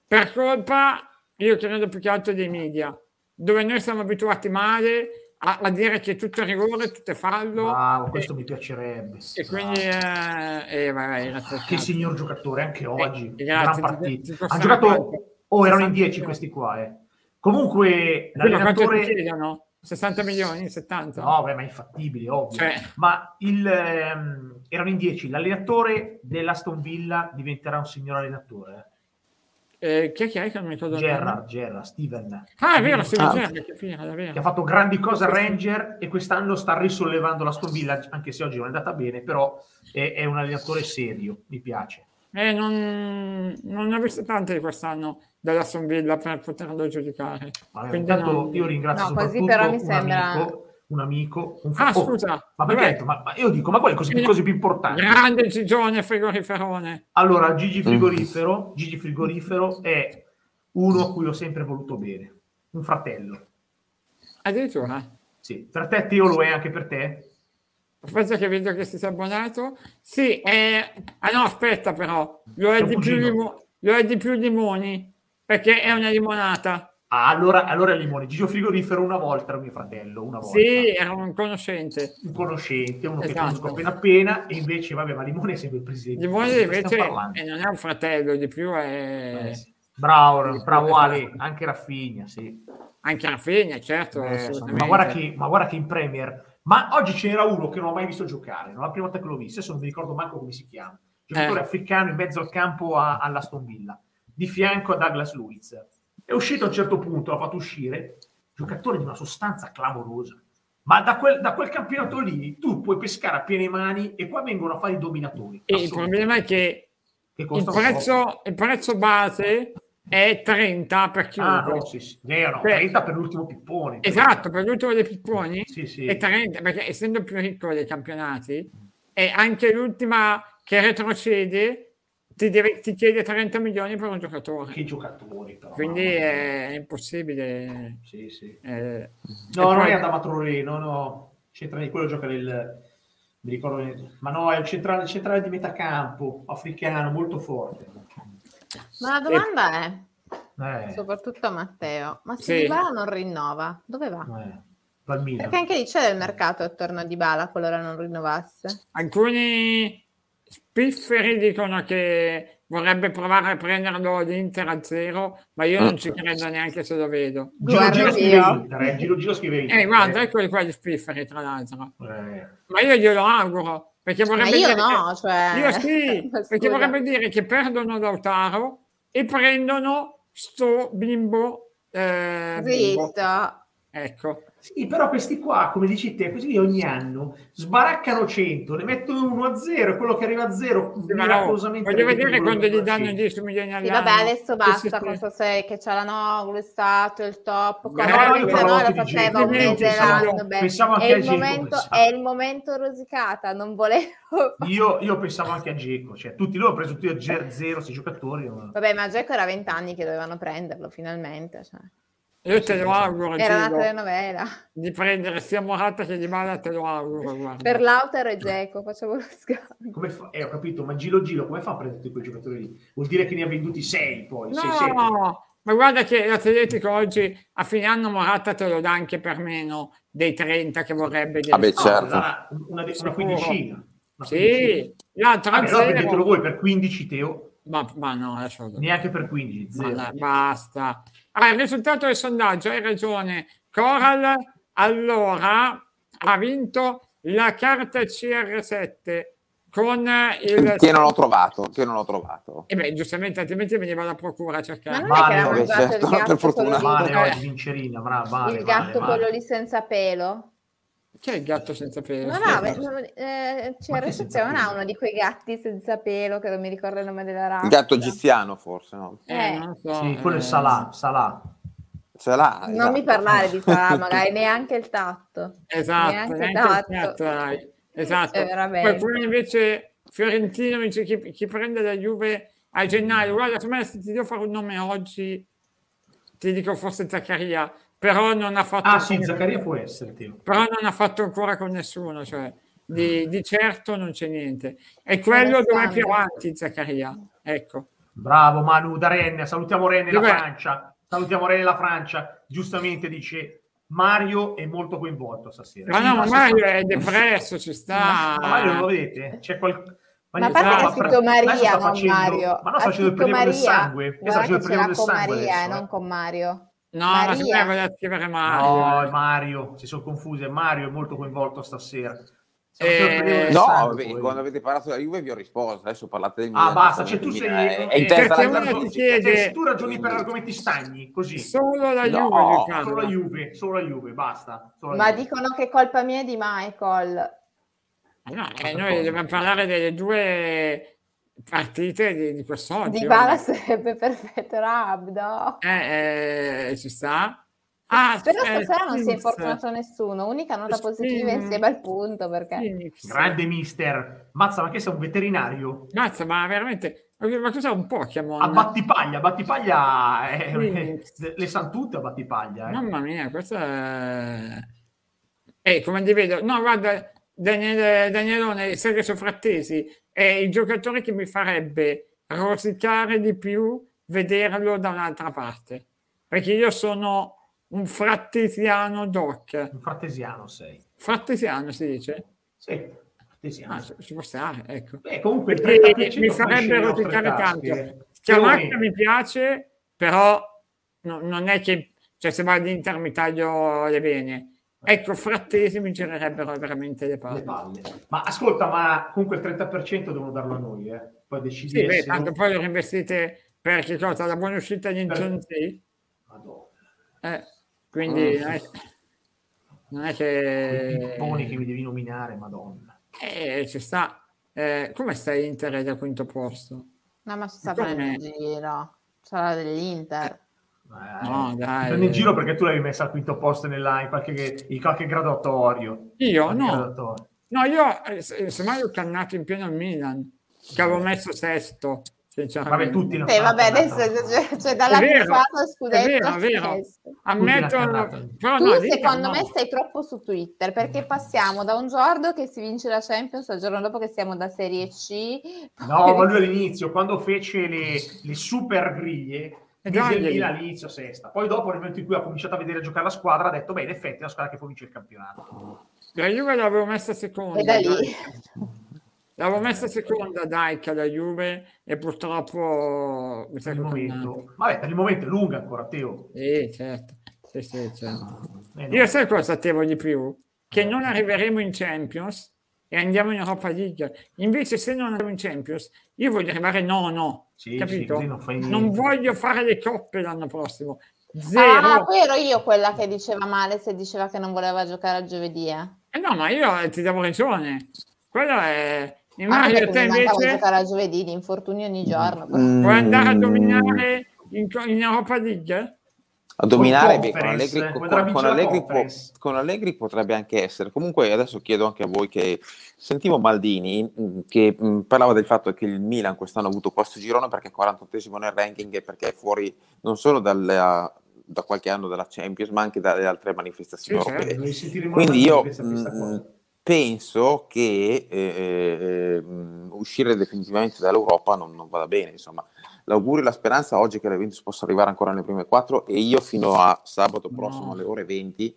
Speaker 1: Per colpa, io credo più che altro dei media, dove noi siamo abituati male a, a dire che tutto è rigore, tutto è fallo.
Speaker 2: Bravo,
Speaker 1: e-
Speaker 2: questo mi piacerebbe.
Speaker 1: e quindi eh, eh, vai, vai, grazie al
Speaker 2: esatto. Che
Speaker 1: cazzo.
Speaker 2: signor giocatore, anche oggi.
Speaker 1: Eh, grazie,
Speaker 2: gran
Speaker 1: ti-
Speaker 2: partita.
Speaker 1: ti costa
Speaker 2: Ha
Speaker 1: una parte.
Speaker 2: giocato... Oh, erano in
Speaker 1: 60
Speaker 2: 10 questi qua, eh. Comunque,
Speaker 1: Quello quanto ti
Speaker 2: l'allenatore...
Speaker 1: chiedono? 60 milioni, 70?
Speaker 2: No, beh, ma è infattibile, ovvio.
Speaker 1: Cioè.
Speaker 2: Ma il, ehm, erano in 10. L'allenatore dell'Aston Villa diventerà un signor allenatore.
Speaker 1: Eh, chi è che è che non mi
Speaker 2: eh.
Speaker 1: ricordo il nome?
Speaker 2: Gerrard, Gerrard, Steven.
Speaker 1: Ah, è vero, si
Speaker 4: Ah.
Speaker 1: Gerrard, che figa, davvero.
Speaker 2: Che ha fatto grandi cose a Ranger e quest'anno sta risollevando l'Aston Villa, anche se oggi non è andata bene, però è, è un allenatore serio, mi piace.
Speaker 1: e Eh, non, non ne ho viste tante di quest'anno dell'Aston Villa per poterlo giudicare.
Speaker 2: Vabbè,
Speaker 1: Quindi
Speaker 2: intanto
Speaker 1: no.
Speaker 2: io ringrazio
Speaker 3: No, così
Speaker 2: soprattutto
Speaker 3: però mi
Speaker 2: un
Speaker 3: sembra-
Speaker 2: amico, un amico, un
Speaker 1: Ah,
Speaker 2: oh,
Speaker 1: scusa.
Speaker 2: ma
Speaker 1: Vabbè.
Speaker 2: perché? ho detto, Ma, ma io dico, ma qual è così,
Speaker 1: Sì.
Speaker 2: cose più importanti?
Speaker 1: Grande Gigione Frigoriferone.
Speaker 2: Allora, Gigi Frigorifero, Gigi Frigorifero è uno a cui ho sempre voluto bene, un fratello.
Speaker 1: Addirittura.
Speaker 2: Sì, per te Teo lo è anche per te?
Speaker 1: Penso che vedo che si sia abbonato. Sì, eh, ah no, aspetta però, lo è,
Speaker 2: Ciao,
Speaker 1: di più,
Speaker 2: cugino.
Speaker 1: limo- lo è di più limoni, perché è una limonata.
Speaker 2: Ah, allora, allora è limone. Gigi Frigorifero una volta era mio fratello, una volta.
Speaker 1: Sì, era un conoscente.
Speaker 2: Un conoscente, uno che
Speaker 1: Esatto.
Speaker 2: conosco appena appena, e invece, vabbè, ma Limone è sempre il presidente.
Speaker 1: Limoni
Speaker 2: Di cosa
Speaker 1: invece
Speaker 2: stiamo parlando?
Speaker 1: eh, non è un fratello, di più è
Speaker 2: Eh, sì. Bravo, bravo Ale, anche Raffigna, sì.
Speaker 1: anche la figlia, certo.
Speaker 2: Eh, insomma,
Speaker 1: assolutamente.
Speaker 2: ma, guarda che, ma guarda che in Premier, ma oggi ce n'era uno che non ho mai visto giocare, non è la prima volta che l'ho visto, adesso non mi ricordo manco come si chiama. Giocatore
Speaker 1: Eh.
Speaker 2: africano in mezzo al campo a- alla Aston Villa, di fianco a Douglas Luiz. È uscito a un certo punto, l'ha fatto uscire, giocatore di una sostanza clamorosa. Ma da quel, da quel campionato lì tu puoi pescare a piene mani e qua vengono a fare i dominatori.
Speaker 1: E il problema è che
Speaker 2: Che
Speaker 1: il
Speaker 2: costano poco.
Speaker 1: prezzo, il prezzo base è 30 per
Speaker 2: Ah,
Speaker 1: chiunque.
Speaker 2: no, sì, sì. Vero,
Speaker 1: Beh.
Speaker 2: 30 per l'ultimo pippone.
Speaker 1: Cioè Esatto, per l'ultimo dei pipponi
Speaker 2: Sì, sì.
Speaker 1: è 30, perché essendo più ricco dei campionati, e anche l'ultima che retrocede ti, deve- ti chiede 30 milioni per un giocatore.
Speaker 2: Che giocatori, però.
Speaker 1: Quindi è impossibile.
Speaker 2: Sì, sì.
Speaker 1: eh.
Speaker 2: No,
Speaker 1: E
Speaker 2: non
Speaker 1: poi-
Speaker 2: è andava Traoré, no, no. C'entra di quello gioca nel... Mi ricordo... Ma no, è il centrale, il centrale di metacampo, africano, molto forte.
Speaker 3: Ma la domanda è,
Speaker 2: Eh,
Speaker 3: soprattutto a Matteo, ma se
Speaker 1: Sì.
Speaker 3: Dybala non rinnova, dove va?
Speaker 2: eh. Dal Milan.
Speaker 3: Perché anche lì c'è del mercato attorno a Dybala qualora non rinnovasse.
Speaker 1: Alcuni spifferi dicono che vorrebbe provare a prenderlo l'Inter a zero, ma io non ci credo neanche se lo vedo.
Speaker 2: Giro, giro
Speaker 3: Guarda
Speaker 2: scrive
Speaker 3: io.
Speaker 2: Inter, eh. Giro, giro scrive Inter.
Speaker 1: Eh, guarda,
Speaker 2: eh.
Speaker 1: eccoli qua gli spifferi, tra l'altro.
Speaker 2: Eh.
Speaker 1: Ma io glielo auguro, perché
Speaker 3: Ma
Speaker 1: vorrebbe
Speaker 3: io
Speaker 1: dire...
Speaker 3: no, cioè...
Speaker 1: Io sì,
Speaker 3: Scusa.
Speaker 1: perché vorrebbe dire che perdono Lautaro e prendono sto bimbo. eh, bimbo.
Speaker 3: Zitto.
Speaker 1: Ecco,
Speaker 2: Sì, però questi qua, come dici te, così ogni anno sbaraccano 100, ne mettono uno a zero e quello che arriva a zero
Speaker 1: Ma no,
Speaker 2: miracolosamente...
Speaker 1: voglio
Speaker 2: ripete
Speaker 1: vedere
Speaker 2: quello
Speaker 1: quando
Speaker 2: che
Speaker 1: gli
Speaker 2: fa
Speaker 1: danno
Speaker 2: il
Speaker 1: 10 milioni all'anno.
Speaker 3: Sì, vabbè, adesso basta
Speaker 1: Sì, sì,
Speaker 3: con
Speaker 1: sì.
Speaker 3: so se che c'è la Noglu, è stato il top, come
Speaker 1: No, io
Speaker 3: se
Speaker 1: parlavo
Speaker 3: no lo
Speaker 2: di gente,
Speaker 3: faceva un
Speaker 1: io
Speaker 3: mese
Speaker 1: pensavo-
Speaker 3: l'anno, beh.
Speaker 2: pensavo anche
Speaker 3: È il,
Speaker 2: a gente,
Speaker 3: momento,
Speaker 2: pensavo.
Speaker 3: è il momento rosicata, non volevo...
Speaker 2: Io, io pensavo anche a Geco, cioè tutti loro hanno preso tutti a Ger zero, sti giocatori. ma-
Speaker 3: Vabbè, ma Geco era vent'anni che dovevano prenderlo finalmente, cioè.
Speaker 1: Io te lo auguro,
Speaker 3: era una
Speaker 1: Gillo,
Speaker 3: telenovela.
Speaker 1: di prendere sia Morata che Di Bala, te lo auguro. guarda.
Speaker 3: Per Lautaro e Geco facevo lo scambio.
Speaker 2: Come fa- eh, ho capito, ma Gilo Gilo come fa a prendere tutti quei giocatori lì? Vuol dire che ne ha venduti 6 poi, sei, sette.
Speaker 1: No, ma guarda che l'Atletico oggi a fine anno Morata te lo dà anche per meno dei 30 che vorrebbe. che-
Speaker 4: Vabbè, certo.
Speaker 2: Allora, una, de- una
Speaker 1: Sicuro.
Speaker 2: quindicina. Una quindicina.
Speaker 1: Sì, l'altro a
Speaker 2: Vabbè, allora
Speaker 1: zero-
Speaker 2: prendetelo voi per 15 Teo,
Speaker 1: Ma, ma no, adesso...
Speaker 2: neanche per 15,
Speaker 1: Ma
Speaker 2: zero.
Speaker 1: dai, basta. Ah, il risultato del sondaggio, hai ragione. Coral allora ha vinto la carta CR7 con il...
Speaker 4: Che non ho trovato, che non ho trovato.
Speaker 1: Eh beh, giustamente, altrimenti veniva la procura a
Speaker 3: Ma
Speaker 1: cercare.
Speaker 3: non
Speaker 2: Male,
Speaker 3: è che era
Speaker 2: vabbè,
Speaker 3: mangiato
Speaker 4: certo,
Speaker 3: il
Speaker 4: per
Speaker 3: gatto,
Speaker 4: fortuna.
Speaker 3: quello lì-
Speaker 2: Male
Speaker 1: Eh.
Speaker 2: oggi, Vincerina, brava, male, male,
Speaker 3: il gatto
Speaker 2: male.
Speaker 3: quello lì senza pelo?
Speaker 1: Che è il gatto senza pelo?
Speaker 3: No, no,
Speaker 1: Scusa.
Speaker 3: beh, no, eh,
Speaker 2: esatto. Ma che
Speaker 3: CRS
Speaker 2: senza
Speaker 3: non ha
Speaker 2: pelo?
Speaker 3: uno di quei gatti senza pelo che non mi ricordo il nome della razza.
Speaker 4: Il gatto egiziano forse, no?
Speaker 1: Eh, non lo so,
Speaker 2: Sì, quello
Speaker 1: eh.
Speaker 2: è Salah, Salah.
Speaker 4: Ce l'ha.
Speaker 3: Non
Speaker 4: esatto.
Speaker 3: mi parlare di Salah, magari neanche il tatto.
Speaker 1: Esatto,
Speaker 3: Neanche
Speaker 1: neanche il
Speaker 3: tatto.
Speaker 1: piatto hai. Esatto.
Speaker 3: Eh, veramente.
Speaker 1: Qualcuno invece, Fiorentino, dice chi, chi prende la Juve a gennaio. Guarda, secondo me se ti devo fare un nome oggi, ti dico forse Zaccaria, però non ha fatto,
Speaker 2: Ah sì, Zaccaria può essere, Teo.
Speaker 1: però non ha fatto ancora con nessuno, cioè di,
Speaker 2: Ah.
Speaker 1: di certo non c'è niente. E quello dove è più
Speaker 3: Alessandro.
Speaker 1: avanti Zaccaria, ecco.
Speaker 2: Bravo Manu da Rennes, salutiamo Rennes la
Speaker 1: Dov'è?
Speaker 2: Francia. Salutiamo Rennes la Francia. Giustamente dice Mario è molto coinvolto stasera.
Speaker 1: Ma
Speaker 2: Sì,
Speaker 1: no, ma
Speaker 2: se-
Speaker 1: Mario è depresso, ci
Speaker 2: Ma- ma Mario non lo
Speaker 1: sta.
Speaker 2: vedete? C'è qual...
Speaker 3: Ma a parte che ha
Speaker 1: no,
Speaker 3: scritto Maria, non
Speaker 2: facendo...
Speaker 3: Mario.
Speaker 2: Ma no,
Speaker 3: Ha
Speaker 2: sta facendo il
Speaker 3: scritto
Speaker 2: prelievo del
Speaker 3: Maria.
Speaker 2: sangue. Io sta
Speaker 3: Guarda
Speaker 2: facendo il
Speaker 3: che
Speaker 2: prelievo
Speaker 3: c'era
Speaker 2: del
Speaker 3: con
Speaker 2: sangue
Speaker 3: Maria e
Speaker 2: adesso.
Speaker 3: non
Speaker 2: eh.
Speaker 3: con Mario.
Speaker 1: No, ma se
Speaker 3: Maria.
Speaker 1: voleva scrivere Ah, Mario.
Speaker 2: No, Mario, si sono confuse. Mario è molto coinvolto stasera. Sta
Speaker 1: Eh,
Speaker 2: facendo il prelievo del
Speaker 1: Eh,
Speaker 4: No,
Speaker 2: sangue,
Speaker 4: vabbè,
Speaker 2: poi.
Speaker 4: quando avete parlato della Juve vi ho risposto, adesso parlate del
Speaker 2: Ah,
Speaker 4: Milan,
Speaker 2: basta,
Speaker 4: parlate
Speaker 2: cioè, tu
Speaker 4: del
Speaker 2: sei-
Speaker 4: Milan, È, eh, è in
Speaker 2: Perché
Speaker 4: testa la
Speaker 1: Cioè,
Speaker 4: Mm.
Speaker 1: uno ti
Speaker 4: classifica.
Speaker 1: chiede-
Speaker 2: Cioè, tu ragioni per argomenti stagni, così.
Speaker 1: Solo la Juve,
Speaker 4: No,
Speaker 1: gli
Speaker 2: Solo
Speaker 1: parla.
Speaker 2: la Juve, solo la Juve, basta. Solo la
Speaker 3: Ma
Speaker 2: Juve.
Speaker 3: dicono che colpa mia è di Michael.
Speaker 1: No, eh,
Speaker 2: Altra
Speaker 1: noi
Speaker 2: cosa.
Speaker 1: dobbiamo parlare delle due partite di, di quest'oggi. oh.
Speaker 3: Di Bala sarebbe perfetto, Rabdo.
Speaker 1: Eh, eh, ci sta. Ah,
Speaker 3: Però
Speaker 1: eh,
Speaker 3: stasera non si è
Speaker 1: Sphinx.
Speaker 3: infortunato nessuno, unica nota positiva
Speaker 1: Sphinx.
Speaker 3: insieme al punto perché...
Speaker 1: Sphinx.
Speaker 2: Grande mister. Mazza, ma che sei un veterinario?
Speaker 1: Mazza, ma veramente, ma cos'è un Pokémon?
Speaker 2: A battipaglia, a battipaglia eh,
Speaker 1: Sì.
Speaker 2: le- le san tutte a battipaglia. eh.
Speaker 1: Mamma mia, questa è... Eh, come ti vedo? No, guarda, Daniele, Danielone, sai che sono frattesi, è il giocatore che mi farebbe rosicare di più vederlo da un'altra parte. Perché io sono un frattesiano doc.
Speaker 2: Un frattesiano sei.
Speaker 1: Frattesiano si dice?
Speaker 2: Sì, frattesiano.
Speaker 1: Ah, ci ci può stare, ecco.
Speaker 2: Beh, comunque il
Speaker 1: Perché
Speaker 2: 30%
Speaker 1: mi farebbe
Speaker 2: finisce le nostre
Speaker 1: rosicare
Speaker 2: tasche.
Speaker 1: tanto. Chiamata
Speaker 2: Leone,
Speaker 1: mi piace, però no- non è che cioè, se vado in mi taglio le vene. Ecco, frattesi mi girerebbero veramente le
Speaker 2: le
Speaker 1: palle.
Speaker 2: palle. Ma ascolta, ma comunque il 30% devono darlo a noi, eh. Poi decidi
Speaker 1: Sì, beh,
Speaker 2: se-
Speaker 1: tanto poi lo reinvestite per che cosa? La buona uscita di
Speaker 2: Certo.
Speaker 1: Inzonzi?
Speaker 2: Madonna,
Speaker 1: Eh, quindi
Speaker 4: Ah,
Speaker 1: non è, non è
Speaker 2: i pipponi che
Speaker 1: che...
Speaker 2: mi devi nominare, madonna.
Speaker 1: Eh, ci sta. Eh, come sta Inter da quinto posto?
Speaker 3: No, ma ci sta
Speaker 1: Come?
Speaker 3: prendendo in giro. Sarà dell'Inter.
Speaker 2: Eh,
Speaker 1: No,
Speaker 2: ti
Speaker 1: dai.
Speaker 2: prendo in giro perché tu l'hai messa al quinto posto nella, in, qualche, in qualche graduatorio.
Speaker 1: Io
Speaker 2: Qualche
Speaker 1: no.
Speaker 2: graduatorio.
Speaker 1: No, io eh, se- semmai ho cannato in pieno il Milan, che avevo messo sesto, sinceramente.
Speaker 2: Vabbè, tutti
Speaker 3: Sì, Eh, vabbè, adesso
Speaker 2: Tutti
Speaker 3: cioè, cioè, dalla
Speaker 1: È vero,
Speaker 3: bufata
Speaker 1: È
Speaker 3: scudetto.
Speaker 1: vero, è vero.
Speaker 3: successo.
Speaker 1: Ammetto,
Speaker 2: l'hanno cannata.
Speaker 1: però
Speaker 3: Tu
Speaker 1: no, l'Inter
Speaker 3: secondo
Speaker 1: no.
Speaker 3: me sei troppo su Twitter perché passiamo da un giorno che si vince la Champions al giorno dopo che siamo da Serie C.
Speaker 2: No, ma lui all'inizio, quando fece le, le super griglie,
Speaker 1: E
Speaker 2: mise il
Speaker 1: Eh, dai,
Speaker 2: Milan all'inizio sesta. Poi dopo, nel momento in cui ha cominciato a vedere giocare la squadra, ha detto, beh, in effetti è la squadra che poi vince il campionato.
Speaker 1: La Juve l'avevo messa seconda.
Speaker 3: E da lì.
Speaker 1: Oh, dai. L'avevo messa seconda, dai, che la Juve e purtroppo mi sa che
Speaker 2: Per il
Speaker 1: ho
Speaker 2: momento.
Speaker 1: cannato.
Speaker 2: Vabbè, per il momento è lunga ancora, Teo.
Speaker 1: Sì, certo. Sì, sì, certo.
Speaker 2: Eh, no.
Speaker 1: Io sai cosa tevo di più? Che non arriveremo in Champions e andiamo in Europa League. Invece, se non andiamo in Champions, io voglio arrivare nono.
Speaker 2: Sì,
Speaker 1: capito?
Speaker 2: sì, così non fai niente.
Speaker 1: non voglio fare le coppe l'anno prossimo. Zero.
Speaker 3: Ah, poi ero io quella che diceva male se diceva che non voleva giocare a giovedì. eh. Ah,
Speaker 1: Eh no, ma io ti davo ragione. Quello è.
Speaker 3: Ah, perché
Speaker 1: Immagino te
Speaker 3: mi mancava
Speaker 1: invece
Speaker 3: giocare a giovedì, di infortuni ogni giorno. però.
Speaker 1: vuoi andare a
Speaker 4: Mm,
Speaker 1: dominare in, co- in Europa League?
Speaker 4: A dominare
Speaker 2: Con
Speaker 4: beh, con
Speaker 2: Conference,
Speaker 4: Allegri,
Speaker 2: eh,
Speaker 4: con,
Speaker 2: potrà
Speaker 4: con
Speaker 2: vincere la
Speaker 4: Allegri può-
Speaker 2: Conference.
Speaker 4: con Allegri potrebbe anche essere. Comunque adesso chiedo anche a voi che sentivo Maldini mh, che mh, parlava del fatto che il Milan quest'anno ha avuto questo girone perché è 48esimo nel ranking e perché è fuori non solo dalla- da qualche anno dalla Champions ma anche dalle altre manifestazioni
Speaker 1: Sì,
Speaker 2: Eh,
Speaker 1: certo.
Speaker 4: europee.
Speaker 2: Noi sentiremo
Speaker 4: Quindi
Speaker 2: la
Speaker 4: io mm,
Speaker 2: grandezza di questa
Speaker 4: mh,
Speaker 2: cosa.
Speaker 4: penso che eh, eh, mh, uscire definitivamente dall'Europa non, non vada bene. Insomma, l'augurio e la speranza oggi è che la Juventus possa arrivare ancora nelle prime quattro e io fino a sabato prossimo
Speaker 1: No.
Speaker 4: alle ore 20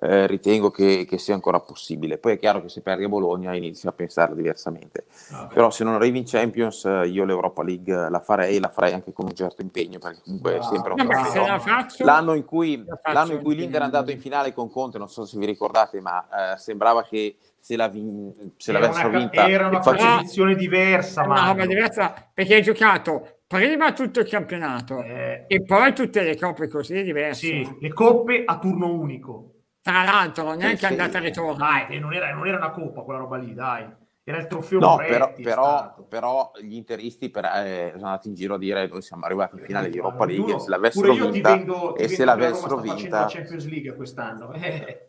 Speaker 4: eh, ritengo che, che sia ancora possibile. Poi è chiaro che se perdi a Bologna inizio a pensare diversamente.
Speaker 2: Vabbè.
Speaker 4: Però se non arrivi in Champions eh, io l'Europa League la farei e la farei anche con un certo impegno perché comunque è sempre un
Speaker 1: No, ma se
Speaker 4: trofeo.
Speaker 1: la faccio.
Speaker 4: L'anno in cui,
Speaker 1: La faccio
Speaker 4: l'anno in cui
Speaker 1: anche
Speaker 4: l'Inter
Speaker 1: io.
Speaker 4: è andato in finale con Conte, non so se vi ricordate, ma eh, sembrava che se, la vin- se
Speaker 2: Era
Speaker 4: l'avessero
Speaker 2: una,
Speaker 4: vinta...
Speaker 2: era una
Speaker 4: e poi-
Speaker 1: faccio-
Speaker 2: competizione diversa,
Speaker 1: è una
Speaker 2: ma...
Speaker 1: roba diversa perché hai giocato prima tutto il campionato
Speaker 2: Eh.
Speaker 1: e poi tutte le coppe così diverse.
Speaker 2: Sì, le coppe a turno unico.
Speaker 1: Tra l'altro, neanche
Speaker 4: Sì, sì.
Speaker 1: andata e ritorno.
Speaker 2: Dai, che non era, non era una coppa quella roba lì, dai. Era il trofeo
Speaker 4: No,
Speaker 2: Moretti,
Speaker 4: però,
Speaker 2: è
Speaker 4: però,
Speaker 2: stato.
Speaker 4: però gli interisti per- eh, sono andati in giro a dire noi siamo arrivati in finale di Europa
Speaker 2: Ognuno-
Speaker 4: League, se
Speaker 2: pure
Speaker 4: l'avessero
Speaker 2: io ti
Speaker 4: vinta...
Speaker 2: vendo- ti
Speaker 4: e
Speaker 2: vendo
Speaker 4: se
Speaker 2: che la
Speaker 4: l'avessero
Speaker 2: Roma sta facendo
Speaker 4: vinta-
Speaker 2: la Champions League quest'anno. Eh,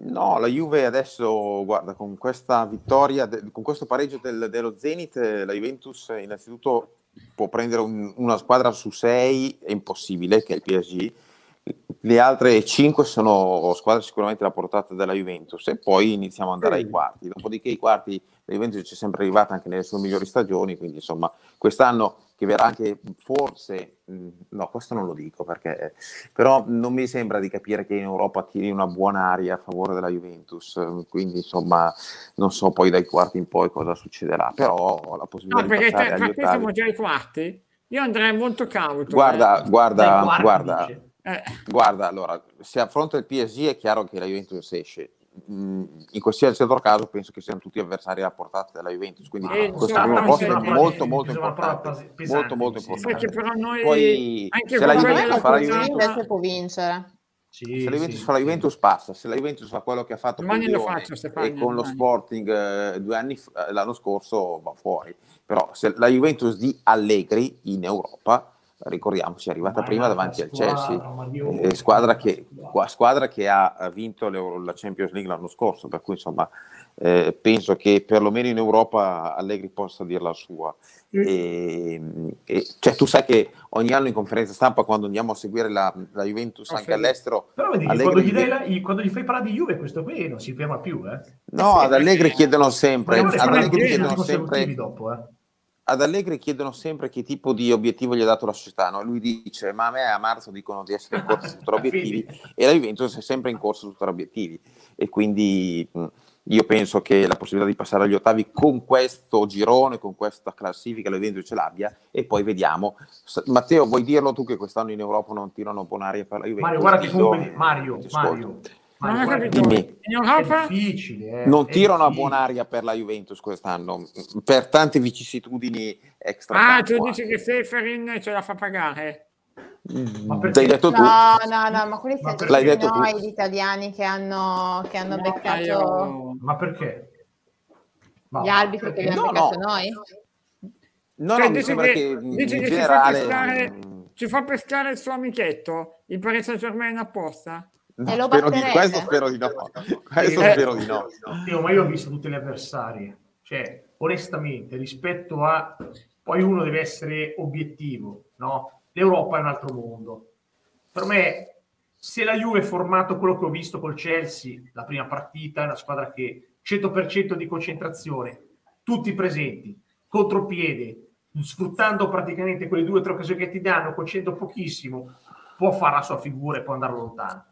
Speaker 4: No, la Juve adesso, guarda, con questa vittoria, de- con questo pareggio del- dello Zenit, eh, la Juventus eh, innanzitutto può prendere un- una squadra su sei, è impossibile, che è il PSG. Le altre cinque sono squadre sicuramente alla portata della Juventus e poi iniziamo ad andare
Speaker 1: Mm.
Speaker 4: ai quarti. Dopodiché i quarti, la Juventus ci è sempre arrivata anche nelle sue migliori stagioni, quindi insomma quest'anno che verrà anche forse, mh, no questo non lo dico perché eh, però non mi sembra di capire che in Europa tiri una buona aria a favore della Juventus, eh, quindi insomma non so poi dai quarti in poi cosa succederà, però la possibilità
Speaker 1: No, perché
Speaker 4: di
Speaker 1: te,
Speaker 4: passare agli
Speaker 1: per te siamo
Speaker 4: ottavi.
Speaker 1: già ai quarti. Io andrei molto cauto.
Speaker 4: Guarda,
Speaker 2: dai
Speaker 4: guarda,
Speaker 2: quarti,
Speaker 4: guarda,
Speaker 2: dice.
Speaker 1: eh. Eh,
Speaker 4: guarda, allora, se affronta il PSG è chiaro che la Juventus esce. Mm, In qualsiasi altro caso penso che siano tutti avversari alla portata della Juventus, quindi
Speaker 1: Eh,
Speaker 4: questa è
Speaker 1: insomma,
Speaker 4: una
Speaker 1: non
Speaker 4: proposta
Speaker 1: c'è-
Speaker 4: molto
Speaker 2: bisogna
Speaker 4: molto
Speaker 2: fare una
Speaker 4: importante,
Speaker 2: frase pesante,
Speaker 4: molto molto
Speaker 2: sì.
Speaker 4: importante.
Speaker 1: perché però noi
Speaker 4: Poi
Speaker 1: anche
Speaker 4: se
Speaker 1: con
Speaker 4: la
Speaker 3: Secondo
Speaker 1: quella
Speaker 3: me
Speaker 4: Juventus
Speaker 1: della
Speaker 3: la
Speaker 4: farà
Speaker 3: Fiorentina
Speaker 1: puntata-
Speaker 4: Juventus
Speaker 3: invece può vincere.
Speaker 2: Sì,
Speaker 4: se la Juventus
Speaker 2: sì,
Speaker 4: fa la
Speaker 2: sì.
Speaker 4: Juventus passa, se la Juventus fa quello che ha fatto con,
Speaker 1: Domani lo
Speaker 4: Lione
Speaker 1: faccio, Stefano,
Speaker 4: e con lo
Speaker 1: domani.
Speaker 4: Sporting eh, due anni f- eh, l'anno scorso va fuori. Però se la Juventus di Allegri in Europa, ricordiamoci, è arrivata
Speaker 2: Ma
Speaker 4: prima
Speaker 2: la
Speaker 4: davanti al
Speaker 2: squadra, oh.
Speaker 4: Chelsea,
Speaker 2: ma Dio.
Speaker 4: eh, squadra, che, qua- squadra che ha ha vinto l'Euro- la Champions League l'anno scorso, per cui insomma eh, penso che perlomeno in Europa Allegri possa dire la sua.
Speaker 2: Mm.
Speaker 4: E, e- cioè, tu sai che ogni anno in conferenza stampa quando andiamo a seguire la, la Juventus
Speaker 1: Ah,
Speaker 4: anche
Speaker 1: sì.
Speaker 4: all'estero
Speaker 2: Però vedi che
Speaker 4: Allegri
Speaker 2: quando gli,
Speaker 4: dice-
Speaker 2: dai la- gli- quando gli fai parlare di Juve, questo qui non si ferma più. Eh.
Speaker 4: No, ad Allegri chiedono sempre,
Speaker 2: Vogliamo
Speaker 4: ad
Speaker 1: Guarda,
Speaker 2: restare
Speaker 1: Allegri
Speaker 2: in
Speaker 4: Allegri
Speaker 1: Allegri
Speaker 2: dieci minuti
Speaker 4: chiedono
Speaker 2: consecutivi
Speaker 4: sempre,
Speaker 2: dopo. Eh.
Speaker 4: ad Allegri chiedono sempre che tipo di obiettivo gli ha dato la società. no? Lui dice: Ma a me a marzo dicono di essere in corsa su tre obiettivi, e la Juventus è sempre in corsa su tre obiettivi. E quindi mh, io penso che la possibilità di passare agli ottavi con questo girone, con questa classifica, la Juventus ce l'abbia. E poi vediamo. S- Matteo, vuoi dirlo tu che quest'anno in Europa non tirano bonaria per la Juventus?
Speaker 2: Mario, guarda che
Speaker 4: Dillo,
Speaker 2: comunque
Speaker 4: eh,
Speaker 2: Mario,
Speaker 4: ti ascolto.
Speaker 2: Mario,
Speaker 1: Non
Speaker 2: Mario,
Speaker 1: ho
Speaker 2: guarda,
Speaker 1: capito.
Speaker 4: dimmi.
Speaker 1: In
Speaker 2: è
Speaker 1: Europa?
Speaker 2: difficile. eh,
Speaker 4: non
Speaker 2: è
Speaker 4: tirano a
Speaker 2: difficile.
Speaker 4: buon'aria per la Juventus quest'anno, per tante vicissitudini extra. eh.
Speaker 1: Ah,
Speaker 2: cioè,
Speaker 1: tu dici che Seferin ce la fa pagare.
Speaker 2: Ma
Speaker 4: L'hai
Speaker 2: perché?
Speaker 4: Mm,
Speaker 2: cioè,
Speaker 4: detto tu?
Speaker 3: No, no, no, ma quelli
Speaker 2: Ma
Speaker 3: siete
Speaker 4: l'hai detto tu?
Speaker 3: noi gli italiani che hanno, che hanno
Speaker 1: No,
Speaker 3: beccato
Speaker 1: io-
Speaker 2: Ma perché? Ma-
Speaker 3: gli arbitri che li hanno
Speaker 4: No,
Speaker 3: beccato
Speaker 4: no.
Speaker 3: noi.
Speaker 4: No,
Speaker 1: Cioè,
Speaker 4: no, mi
Speaker 1: dici
Speaker 4: sembra
Speaker 1: che-
Speaker 4: che,
Speaker 1: dici
Speaker 4: in
Speaker 1: che ci fa
Speaker 4: generale...
Speaker 1: pescare-
Speaker 4: mm,
Speaker 1: Ci fa pescare il suo amichetto, il Paris Saint Germain apposta?
Speaker 4: no,
Speaker 3: E lo
Speaker 4: spero di,
Speaker 3: batterete?
Speaker 4: questo spero di no. Questo
Speaker 1: Eh.
Speaker 4: spero di no.
Speaker 2: Io, ma io ho visto tutte le avversarie. Cioè, onestamente, rispetto a... Poi uno deve essere obiettivo, no? L'Europa è un altro mondo. Per me, se la Juve è formato quello che ho visto col Chelsea, la prima partita, è una squadra che 100% di concentrazione, tutti presenti, contropiede, sfruttando praticamente quelle due o tre occasioni che ti danno, concedendo pochissimo, può fare la sua figura e può andare lontano.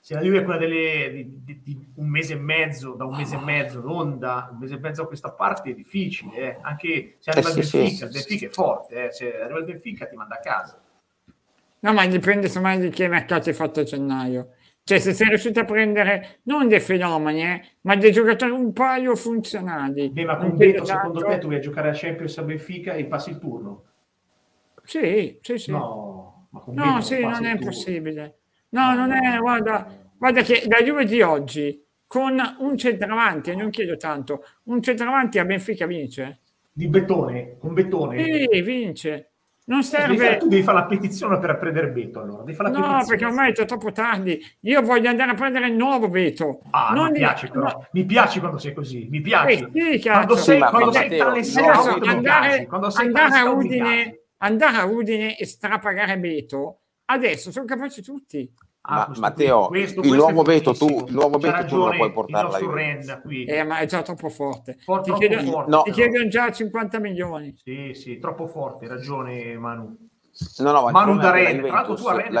Speaker 2: Se la Juve è quella delle- di, di- di un mese e mezzo, da un mese e mezzo, non da un mese e mezzo a questa parte, è difficile. eh. Anche se arriva
Speaker 4: Eh
Speaker 2: il
Speaker 4: sì,
Speaker 2: Benfica,
Speaker 4: sì.
Speaker 2: il Benfica è forte, eh. se arriva il Benfica ti manda a casa.
Speaker 1: No, ma dipende insomma di che mercato hai fatto a gennaio. Cioè, se sei riuscito a prendere non dei fenomeni, eh, ma dei giocatori un paio funzionali.
Speaker 2: Beh, ma con
Speaker 1: Non chiedo
Speaker 2: Beto, secondo
Speaker 1: tanto.
Speaker 2: te, tu vai a giocare a Champions a Benfica e passi il turno?
Speaker 1: Sì, sì, sì.
Speaker 2: No, ma con Beto
Speaker 1: No, sì,
Speaker 2: passi
Speaker 1: non
Speaker 2: il
Speaker 1: è
Speaker 2: turno.
Speaker 1: possibile. No, non è, guarda, guarda che la Juve di oggi con un centravanti, e non chiedo tanto, un centravanti a Benfica vince.
Speaker 2: Di betone, con betone.
Speaker 1: Sì, vince. Non
Speaker 2: Devi fare-
Speaker 1: serve.
Speaker 2: tu devi fare la petizione per prendere Beto allora. Devi fare la
Speaker 1: No,
Speaker 2: petizione.
Speaker 1: perché ormai è troppo tardi. Io voglio andare a prendere il nuovo Veto.
Speaker 2: Ah,
Speaker 1: non
Speaker 2: mi piace però.
Speaker 1: no,
Speaker 2: Mi piace quando sei così. Mi piace.
Speaker 1: Eh sì, cazzo.
Speaker 2: quando sei,
Speaker 4: Sì, ma
Speaker 2: quando
Speaker 4: Matteo,
Speaker 2: sei tale
Speaker 4: no,
Speaker 1: Adesso
Speaker 4: no,
Speaker 2: scout, mi piaci.
Speaker 1: andare,
Speaker 2: Quando sei tale
Speaker 1: andare a
Speaker 2: scout, mi
Speaker 1: Udine,
Speaker 2: piaci.
Speaker 1: andare a Udine e strapagare Beto, adesso sono capaci tutti.
Speaker 2: Ah,
Speaker 4: Ma-
Speaker 2: questo
Speaker 4: Matteo,
Speaker 2: qui, questo-
Speaker 4: il
Speaker 2: questo è
Speaker 4: nuovo Beto tu-
Speaker 2: fortissimo.
Speaker 4: il nuovo
Speaker 2: C'ha
Speaker 4: Beto tu non lo
Speaker 2: ragione
Speaker 4: puoi portare
Speaker 2: il nostro
Speaker 4: alla Juventus.
Speaker 2: Renda qui.
Speaker 1: Eh, ma è già troppo forte.
Speaker 2: For-
Speaker 1: Ti
Speaker 2: troppo
Speaker 1: chiedono,
Speaker 2: forte,
Speaker 4: No.
Speaker 1: ti
Speaker 2: però.
Speaker 1: chiedono già 50 milioni.
Speaker 2: Sì, sì, troppo forte, hai ragione Manu.
Speaker 4: No, no, ma
Speaker 2: Manu
Speaker 4: secondo
Speaker 2: da
Speaker 4: me la
Speaker 2: Rennes, tra l'altro tu a
Speaker 4: Juventus,
Speaker 2: Rennes
Speaker 4: la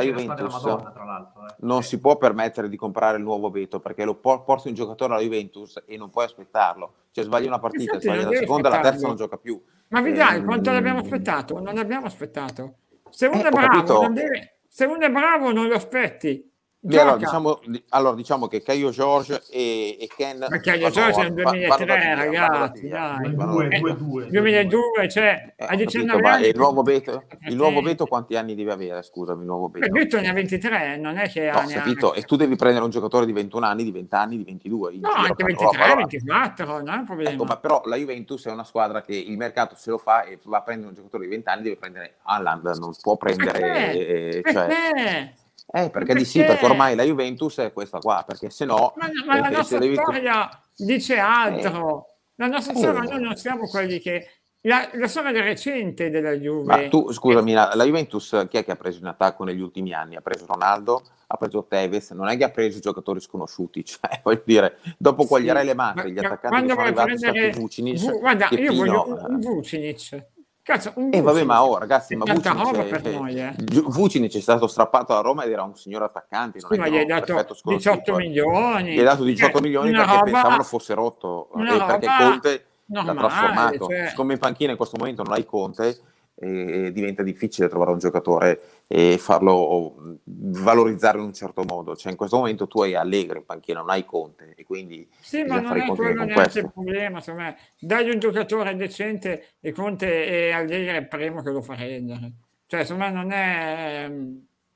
Speaker 2: c'è la squadra della
Speaker 4: Juventus
Speaker 2: Madonna, tra l'altro. eh.
Speaker 4: non si può permettere di comprare il nuovo Beto perché lo por- porti un giocatore alla Juventus e non puoi aspettarlo. Cioè sbagli una partita,
Speaker 1: Infatti,
Speaker 4: sbagli
Speaker 1: Esatto, non
Speaker 4: la
Speaker 1: devi
Speaker 4: seconda, la terza
Speaker 1: aspettarlo.
Speaker 4: non gioca più.
Speaker 1: Ma
Speaker 2: Eh,
Speaker 1: vi dai
Speaker 4: Ehm,
Speaker 1: quanto
Speaker 2: mm.
Speaker 1: l'abbiamo aspettato? Non l'abbiamo aspettato. Se uno
Speaker 4: Eh,
Speaker 1: è
Speaker 4: ho
Speaker 1: bravo,
Speaker 4: capito.
Speaker 1: non deve- se uno è bravo, non lo aspetti.
Speaker 4: Beh, allora,
Speaker 1: Gioca.
Speaker 4: diciamo, di- allora, diciamo che Caio George e, e Ken
Speaker 1: Ma Caio
Speaker 4: vanno-
Speaker 1: George nel
Speaker 4: va- vanno
Speaker 1: 2003,
Speaker 4: da via, vanno da
Speaker 1: ragazzi,
Speaker 4: via.
Speaker 1: dai.
Speaker 4: Vanno da
Speaker 2: Ah, Due,
Speaker 4: via.
Speaker 2: due, due.
Speaker 1: 2002, cioè,
Speaker 4: Eh,
Speaker 1: a
Speaker 4: ho
Speaker 1: 19
Speaker 4: capito, ma
Speaker 1: anni.
Speaker 4: il nuovo Beto, il nuovo
Speaker 1: Eh,
Speaker 4: Beto quanti anni deve avere? Scusami, il nuovo Beto.
Speaker 1: eh, Beto ne ha 23, non è che
Speaker 4: No,
Speaker 1: ha neanche-
Speaker 4: capito? E tu devi prendere un giocatore di 21 anni, di 20 anni, di 22. in
Speaker 1: No,
Speaker 4: giro
Speaker 1: anche
Speaker 4: per
Speaker 1: 23,
Speaker 4: l'Europa. Allora,
Speaker 1: 24, non è un problema.
Speaker 4: Ecco, ma però la Juventus è una squadra che il mercato se lo fa e va a prendere un giocatore di 20 anni, deve prendere Haaland, non può prendere...
Speaker 1: Perché?
Speaker 4: eh, cioè-
Speaker 1: Perché?
Speaker 4: Eh, perché di sì,
Speaker 1: Perché?
Speaker 4: perché ormai la Juventus è questa qua, perché se no...
Speaker 1: Ma, ma la
Speaker 4: eh,
Speaker 1: nostra
Speaker 4: se devi-
Speaker 1: storia dice altro. La nostra
Speaker 4: Eh.
Speaker 1: storia, noi non siamo quelli che... La, la storia del recente della Juve.
Speaker 4: Ma tu, scusami, la, la Juventus chi è che ha preso in attacco negli ultimi anni? Ha preso Ronaldo, ha preso Tevez, non è che ha preso giocatori sconosciuti, cioè voglio dire, dopo Quagliarella e Macri, gli
Speaker 1: Ma- ma quando
Speaker 4: attaccanti che sono
Speaker 1: vuoi
Speaker 4: arrivati sono stati
Speaker 1: prendere
Speaker 4: Vucinic,
Speaker 1: Vu- guarda, io voglio
Speaker 4: Chepino,
Speaker 1: un, un Vucinic. Cazzo, un
Speaker 4: E eh. vabbè,
Speaker 1: Vucinic.
Speaker 4: ma oh ragazzi,
Speaker 1: È
Speaker 4: ma
Speaker 1: tanta
Speaker 4: Vucinic, cioè,
Speaker 1: roba
Speaker 4: è-
Speaker 1: per noi, eh.
Speaker 4: Giu- Vucinic è stato strappato a Roma ed era un signor attaccante, non
Speaker 1: Sì,
Speaker 4: è
Speaker 1: ma
Speaker 4: che
Speaker 1: gli hai
Speaker 4: era un perfetto
Speaker 1: dato
Speaker 4: sconosciuto,
Speaker 1: 18
Speaker 4: eh.
Speaker 1: milioni.
Speaker 4: Gli hai dato 18
Speaker 1: Cioè,
Speaker 4: milioni
Speaker 1: una
Speaker 4: perché
Speaker 1: roba-
Speaker 4: pensavano fosse rotto
Speaker 1: una
Speaker 4: e perché
Speaker 1: roba
Speaker 4: Conte l'ha
Speaker 1: normale,
Speaker 4: trasformato.
Speaker 1: cioè.
Speaker 4: Siccome in panchina in questo momento non hai Conte, eh, diventa difficile trovare un giocatore e farlo mh, valorizzare in un certo modo. Cioè, in questo momento tu hai Allegri in panchina, non hai Conte e quindi
Speaker 1: Sì, ma
Speaker 4: bisogna
Speaker 1: non
Speaker 4: fare i
Speaker 1: è
Speaker 4: conti
Speaker 1: quello
Speaker 4: anche con
Speaker 1: neanche il
Speaker 4: questo.
Speaker 1: problema, secondo me. Dagli un giocatore decente e Conte e Allegri è il primo che lo fa rendere. Cioè, secondo me non è...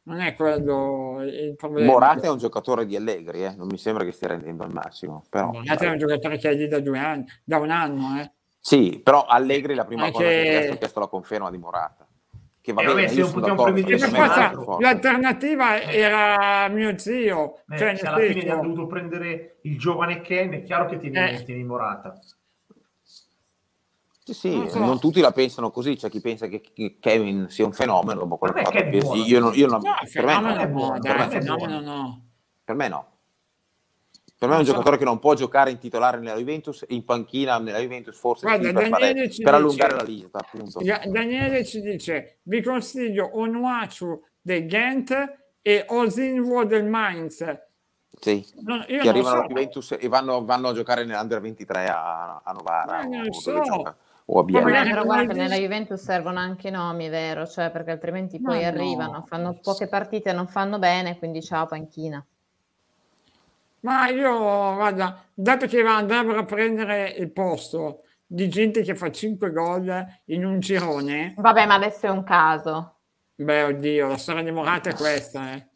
Speaker 1: non è quello il problema.
Speaker 4: Morata è un giocatore di Allegri, eh, non mi sembra che stia rendendo al massimo. Però,
Speaker 1: Morata è un giocatore che è lì da due anni, da un anno, eh.
Speaker 4: Sì, però Allegri la prima
Speaker 1: Anche-
Speaker 4: cosa che ha chiesto, ha chiesto la conferma di Morata. Che va
Speaker 2: Eh,
Speaker 4: bene,
Speaker 2: vabbè, se
Speaker 4: io
Speaker 2: non
Speaker 4: sono
Speaker 2: possiamo
Speaker 4: d'accordo,
Speaker 2: prevedere
Speaker 1: E per
Speaker 4: secondo
Speaker 2: un
Speaker 4: me è
Speaker 1: forza,
Speaker 4: molto
Speaker 2: altro.
Speaker 4: forte.
Speaker 1: l'alternativa era mio zio,
Speaker 2: Eh,
Speaker 1: cioè nel
Speaker 2: se alla fine gli
Speaker 1: senso-
Speaker 2: hanno dovuto prendere il giovane Ken, è chiaro che tieni,
Speaker 1: Eh.
Speaker 2: tieni Morata.
Speaker 4: Sì, sì,
Speaker 1: Non
Speaker 4: non,
Speaker 1: so.
Speaker 4: tutti la pensano così, c'è chi pensa che che Kevin sia un fenomeno dopo quello
Speaker 2: Per
Speaker 4: che
Speaker 2: me
Speaker 4: ha fatto
Speaker 2: Kevin
Speaker 4: al PSG.
Speaker 2: buono.
Speaker 4: Io non- io non-
Speaker 1: No,
Speaker 4: Ah, per, me
Speaker 1: fenomeno
Speaker 4: no,
Speaker 1: no,
Speaker 2: buono,
Speaker 4: per me
Speaker 1: dai,
Speaker 4: no.
Speaker 1: fenomeno no.
Speaker 4: Per me no. Per me è
Speaker 1: Non
Speaker 4: un
Speaker 1: so.
Speaker 4: giocatore che non può giocare in titolare nella Juventus, in panchina nella Juventus forse
Speaker 1: Guarda,
Speaker 4: sì, per,
Speaker 1: Daniele
Speaker 4: fare-
Speaker 1: ci
Speaker 4: per allungare
Speaker 1: dice-
Speaker 4: la lista, appunto.
Speaker 1: Da- Daniele ci dice, vi consiglio Onuachu del Ghent e Osinwo del Mainz.
Speaker 4: Sì.
Speaker 1: Non- io
Speaker 4: che
Speaker 1: non lo
Speaker 4: arrivano
Speaker 1: so.
Speaker 4: alla Juventus e vanno, vanno a giocare nell'Under 23 a, a Novara
Speaker 1: Ma
Speaker 4: o,
Speaker 1: Eh, non
Speaker 4: dove
Speaker 1: so.
Speaker 4: gioca, o a
Speaker 1: Ma
Speaker 4: Biella.
Speaker 1: magari-
Speaker 3: però
Speaker 1: come
Speaker 3: guarda che
Speaker 1: dici-
Speaker 3: nella Juventus servono anche i nomi, vero? Cioè, perché altrimenti
Speaker 1: Ma
Speaker 3: poi
Speaker 1: no.
Speaker 3: arrivano, fanno poche partite, non fanno bene, quindi ciao panchina.
Speaker 1: Ma io, guarda, dato che andrebbero a prendere il posto di gente che fa 5 gol in un girone,
Speaker 3: Vabbè, ma adesso è un caso.
Speaker 1: beh, oddio, la storia di Morata è questa, eh.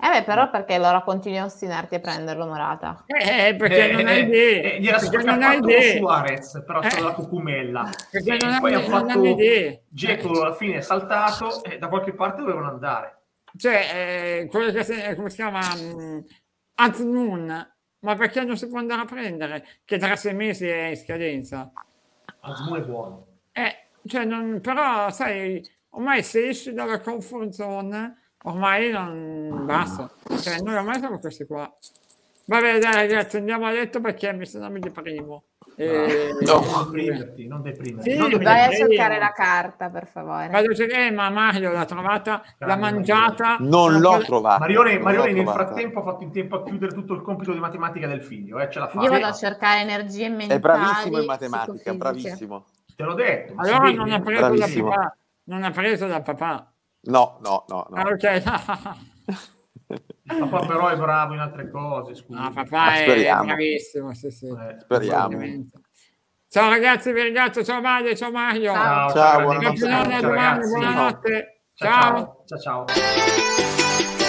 Speaker 3: Eh beh, però perché allora continui a ostinarti a prenderlo, Morata?
Speaker 1: Eh, perché
Speaker 2: Eh,
Speaker 1: non hai
Speaker 2: eh,
Speaker 1: idea.
Speaker 2: eh, gliela
Speaker 1: perché non hai
Speaker 2: scappato
Speaker 1: idea.
Speaker 2: Suarez, però
Speaker 1: Eh.
Speaker 2: c'era la cucumella.
Speaker 1: Perché
Speaker 2: E
Speaker 1: non ha-
Speaker 2: poi ha
Speaker 1: non hanno
Speaker 2: fatto
Speaker 1: idee. Eh.
Speaker 2: Dzeko alla fine è saltato e da qualche parte dovevano andare.
Speaker 1: Cioè, eh, quello che si- eh, come si chiama? mm, Aznun. Ma perché non si può andare a prendere? Che tra sei mesi è in scadenza.
Speaker 2: Asmu è buono.
Speaker 1: Eh, cioè, non- però, sai, ormai se esci dalla comfort zone, ormai non basta. Cioè, noi ormai siamo questi qua. Vabbè, dai ragazzi, andiamo a letto perché mi sono mi deprimo. Eh,
Speaker 4: No.
Speaker 2: Non deprimerti, non deprimerti.
Speaker 1: Sì,
Speaker 2: Non deprimerti.
Speaker 3: Vai a
Speaker 1: Eh,
Speaker 3: cercare
Speaker 1: eh.
Speaker 3: la carta, per favore.
Speaker 1: Vado a cercare, ma Mario l'ha trovata, l'ha
Speaker 2: Grande
Speaker 1: mangiata.
Speaker 4: Non l'ho
Speaker 1: Ancora-
Speaker 4: trovato.
Speaker 2: Ah, Marione,
Speaker 4: Ah, non
Speaker 2: Marione
Speaker 4: l'ho
Speaker 2: nel
Speaker 4: trovato.
Speaker 2: frattempo ha fatto in tempo a chiudere tutto il compito di matematica del figlio, eh, ce la fa.
Speaker 3: Io vado a cercare energie mentali.
Speaker 4: È bravissimo in matematica,
Speaker 3: psicofisiche.
Speaker 4: bravissimo.
Speaker 2: Te l'ho detto. ma si
Speaker 1: Allora
Speaker 2: vede.
Speaker 1: non ha preso da
Speaker 4: Bravissimo.
Speaker 1: papà. Non ha preso da papà.
Speaker 4: No, no, no. no.
Speaker 1: Ah, ok.
Speaker 2: Papà però è bravo in altre cose, scusa.
Speaker 1: No,
Speaker 4: Ma
Speaker 1: papà è
Speaker 4: Ah, speriamo.
Speaker 1: bravissimo. sì, sì.
Speaker 2: Eh,
Speaker 4: Speriamo.
Speaker 1: Ovviamente. Ciao ragazzi, vi ringrazio. Ciao Mario, ciao Mario.
Speaker 2: Ciao,
Speaker 4: Ciao,
Speaker 2: ciao, grande,
Speaker 4: buonanotte.
Speaker 1: Buonanotte,
Speaker 2: ciao,
Speaker 1: domani,
Speaker 2: ragazzi.
Speaker 1: buonanotte.
Speaker 2: Ciao, ciao. ciao, ciao.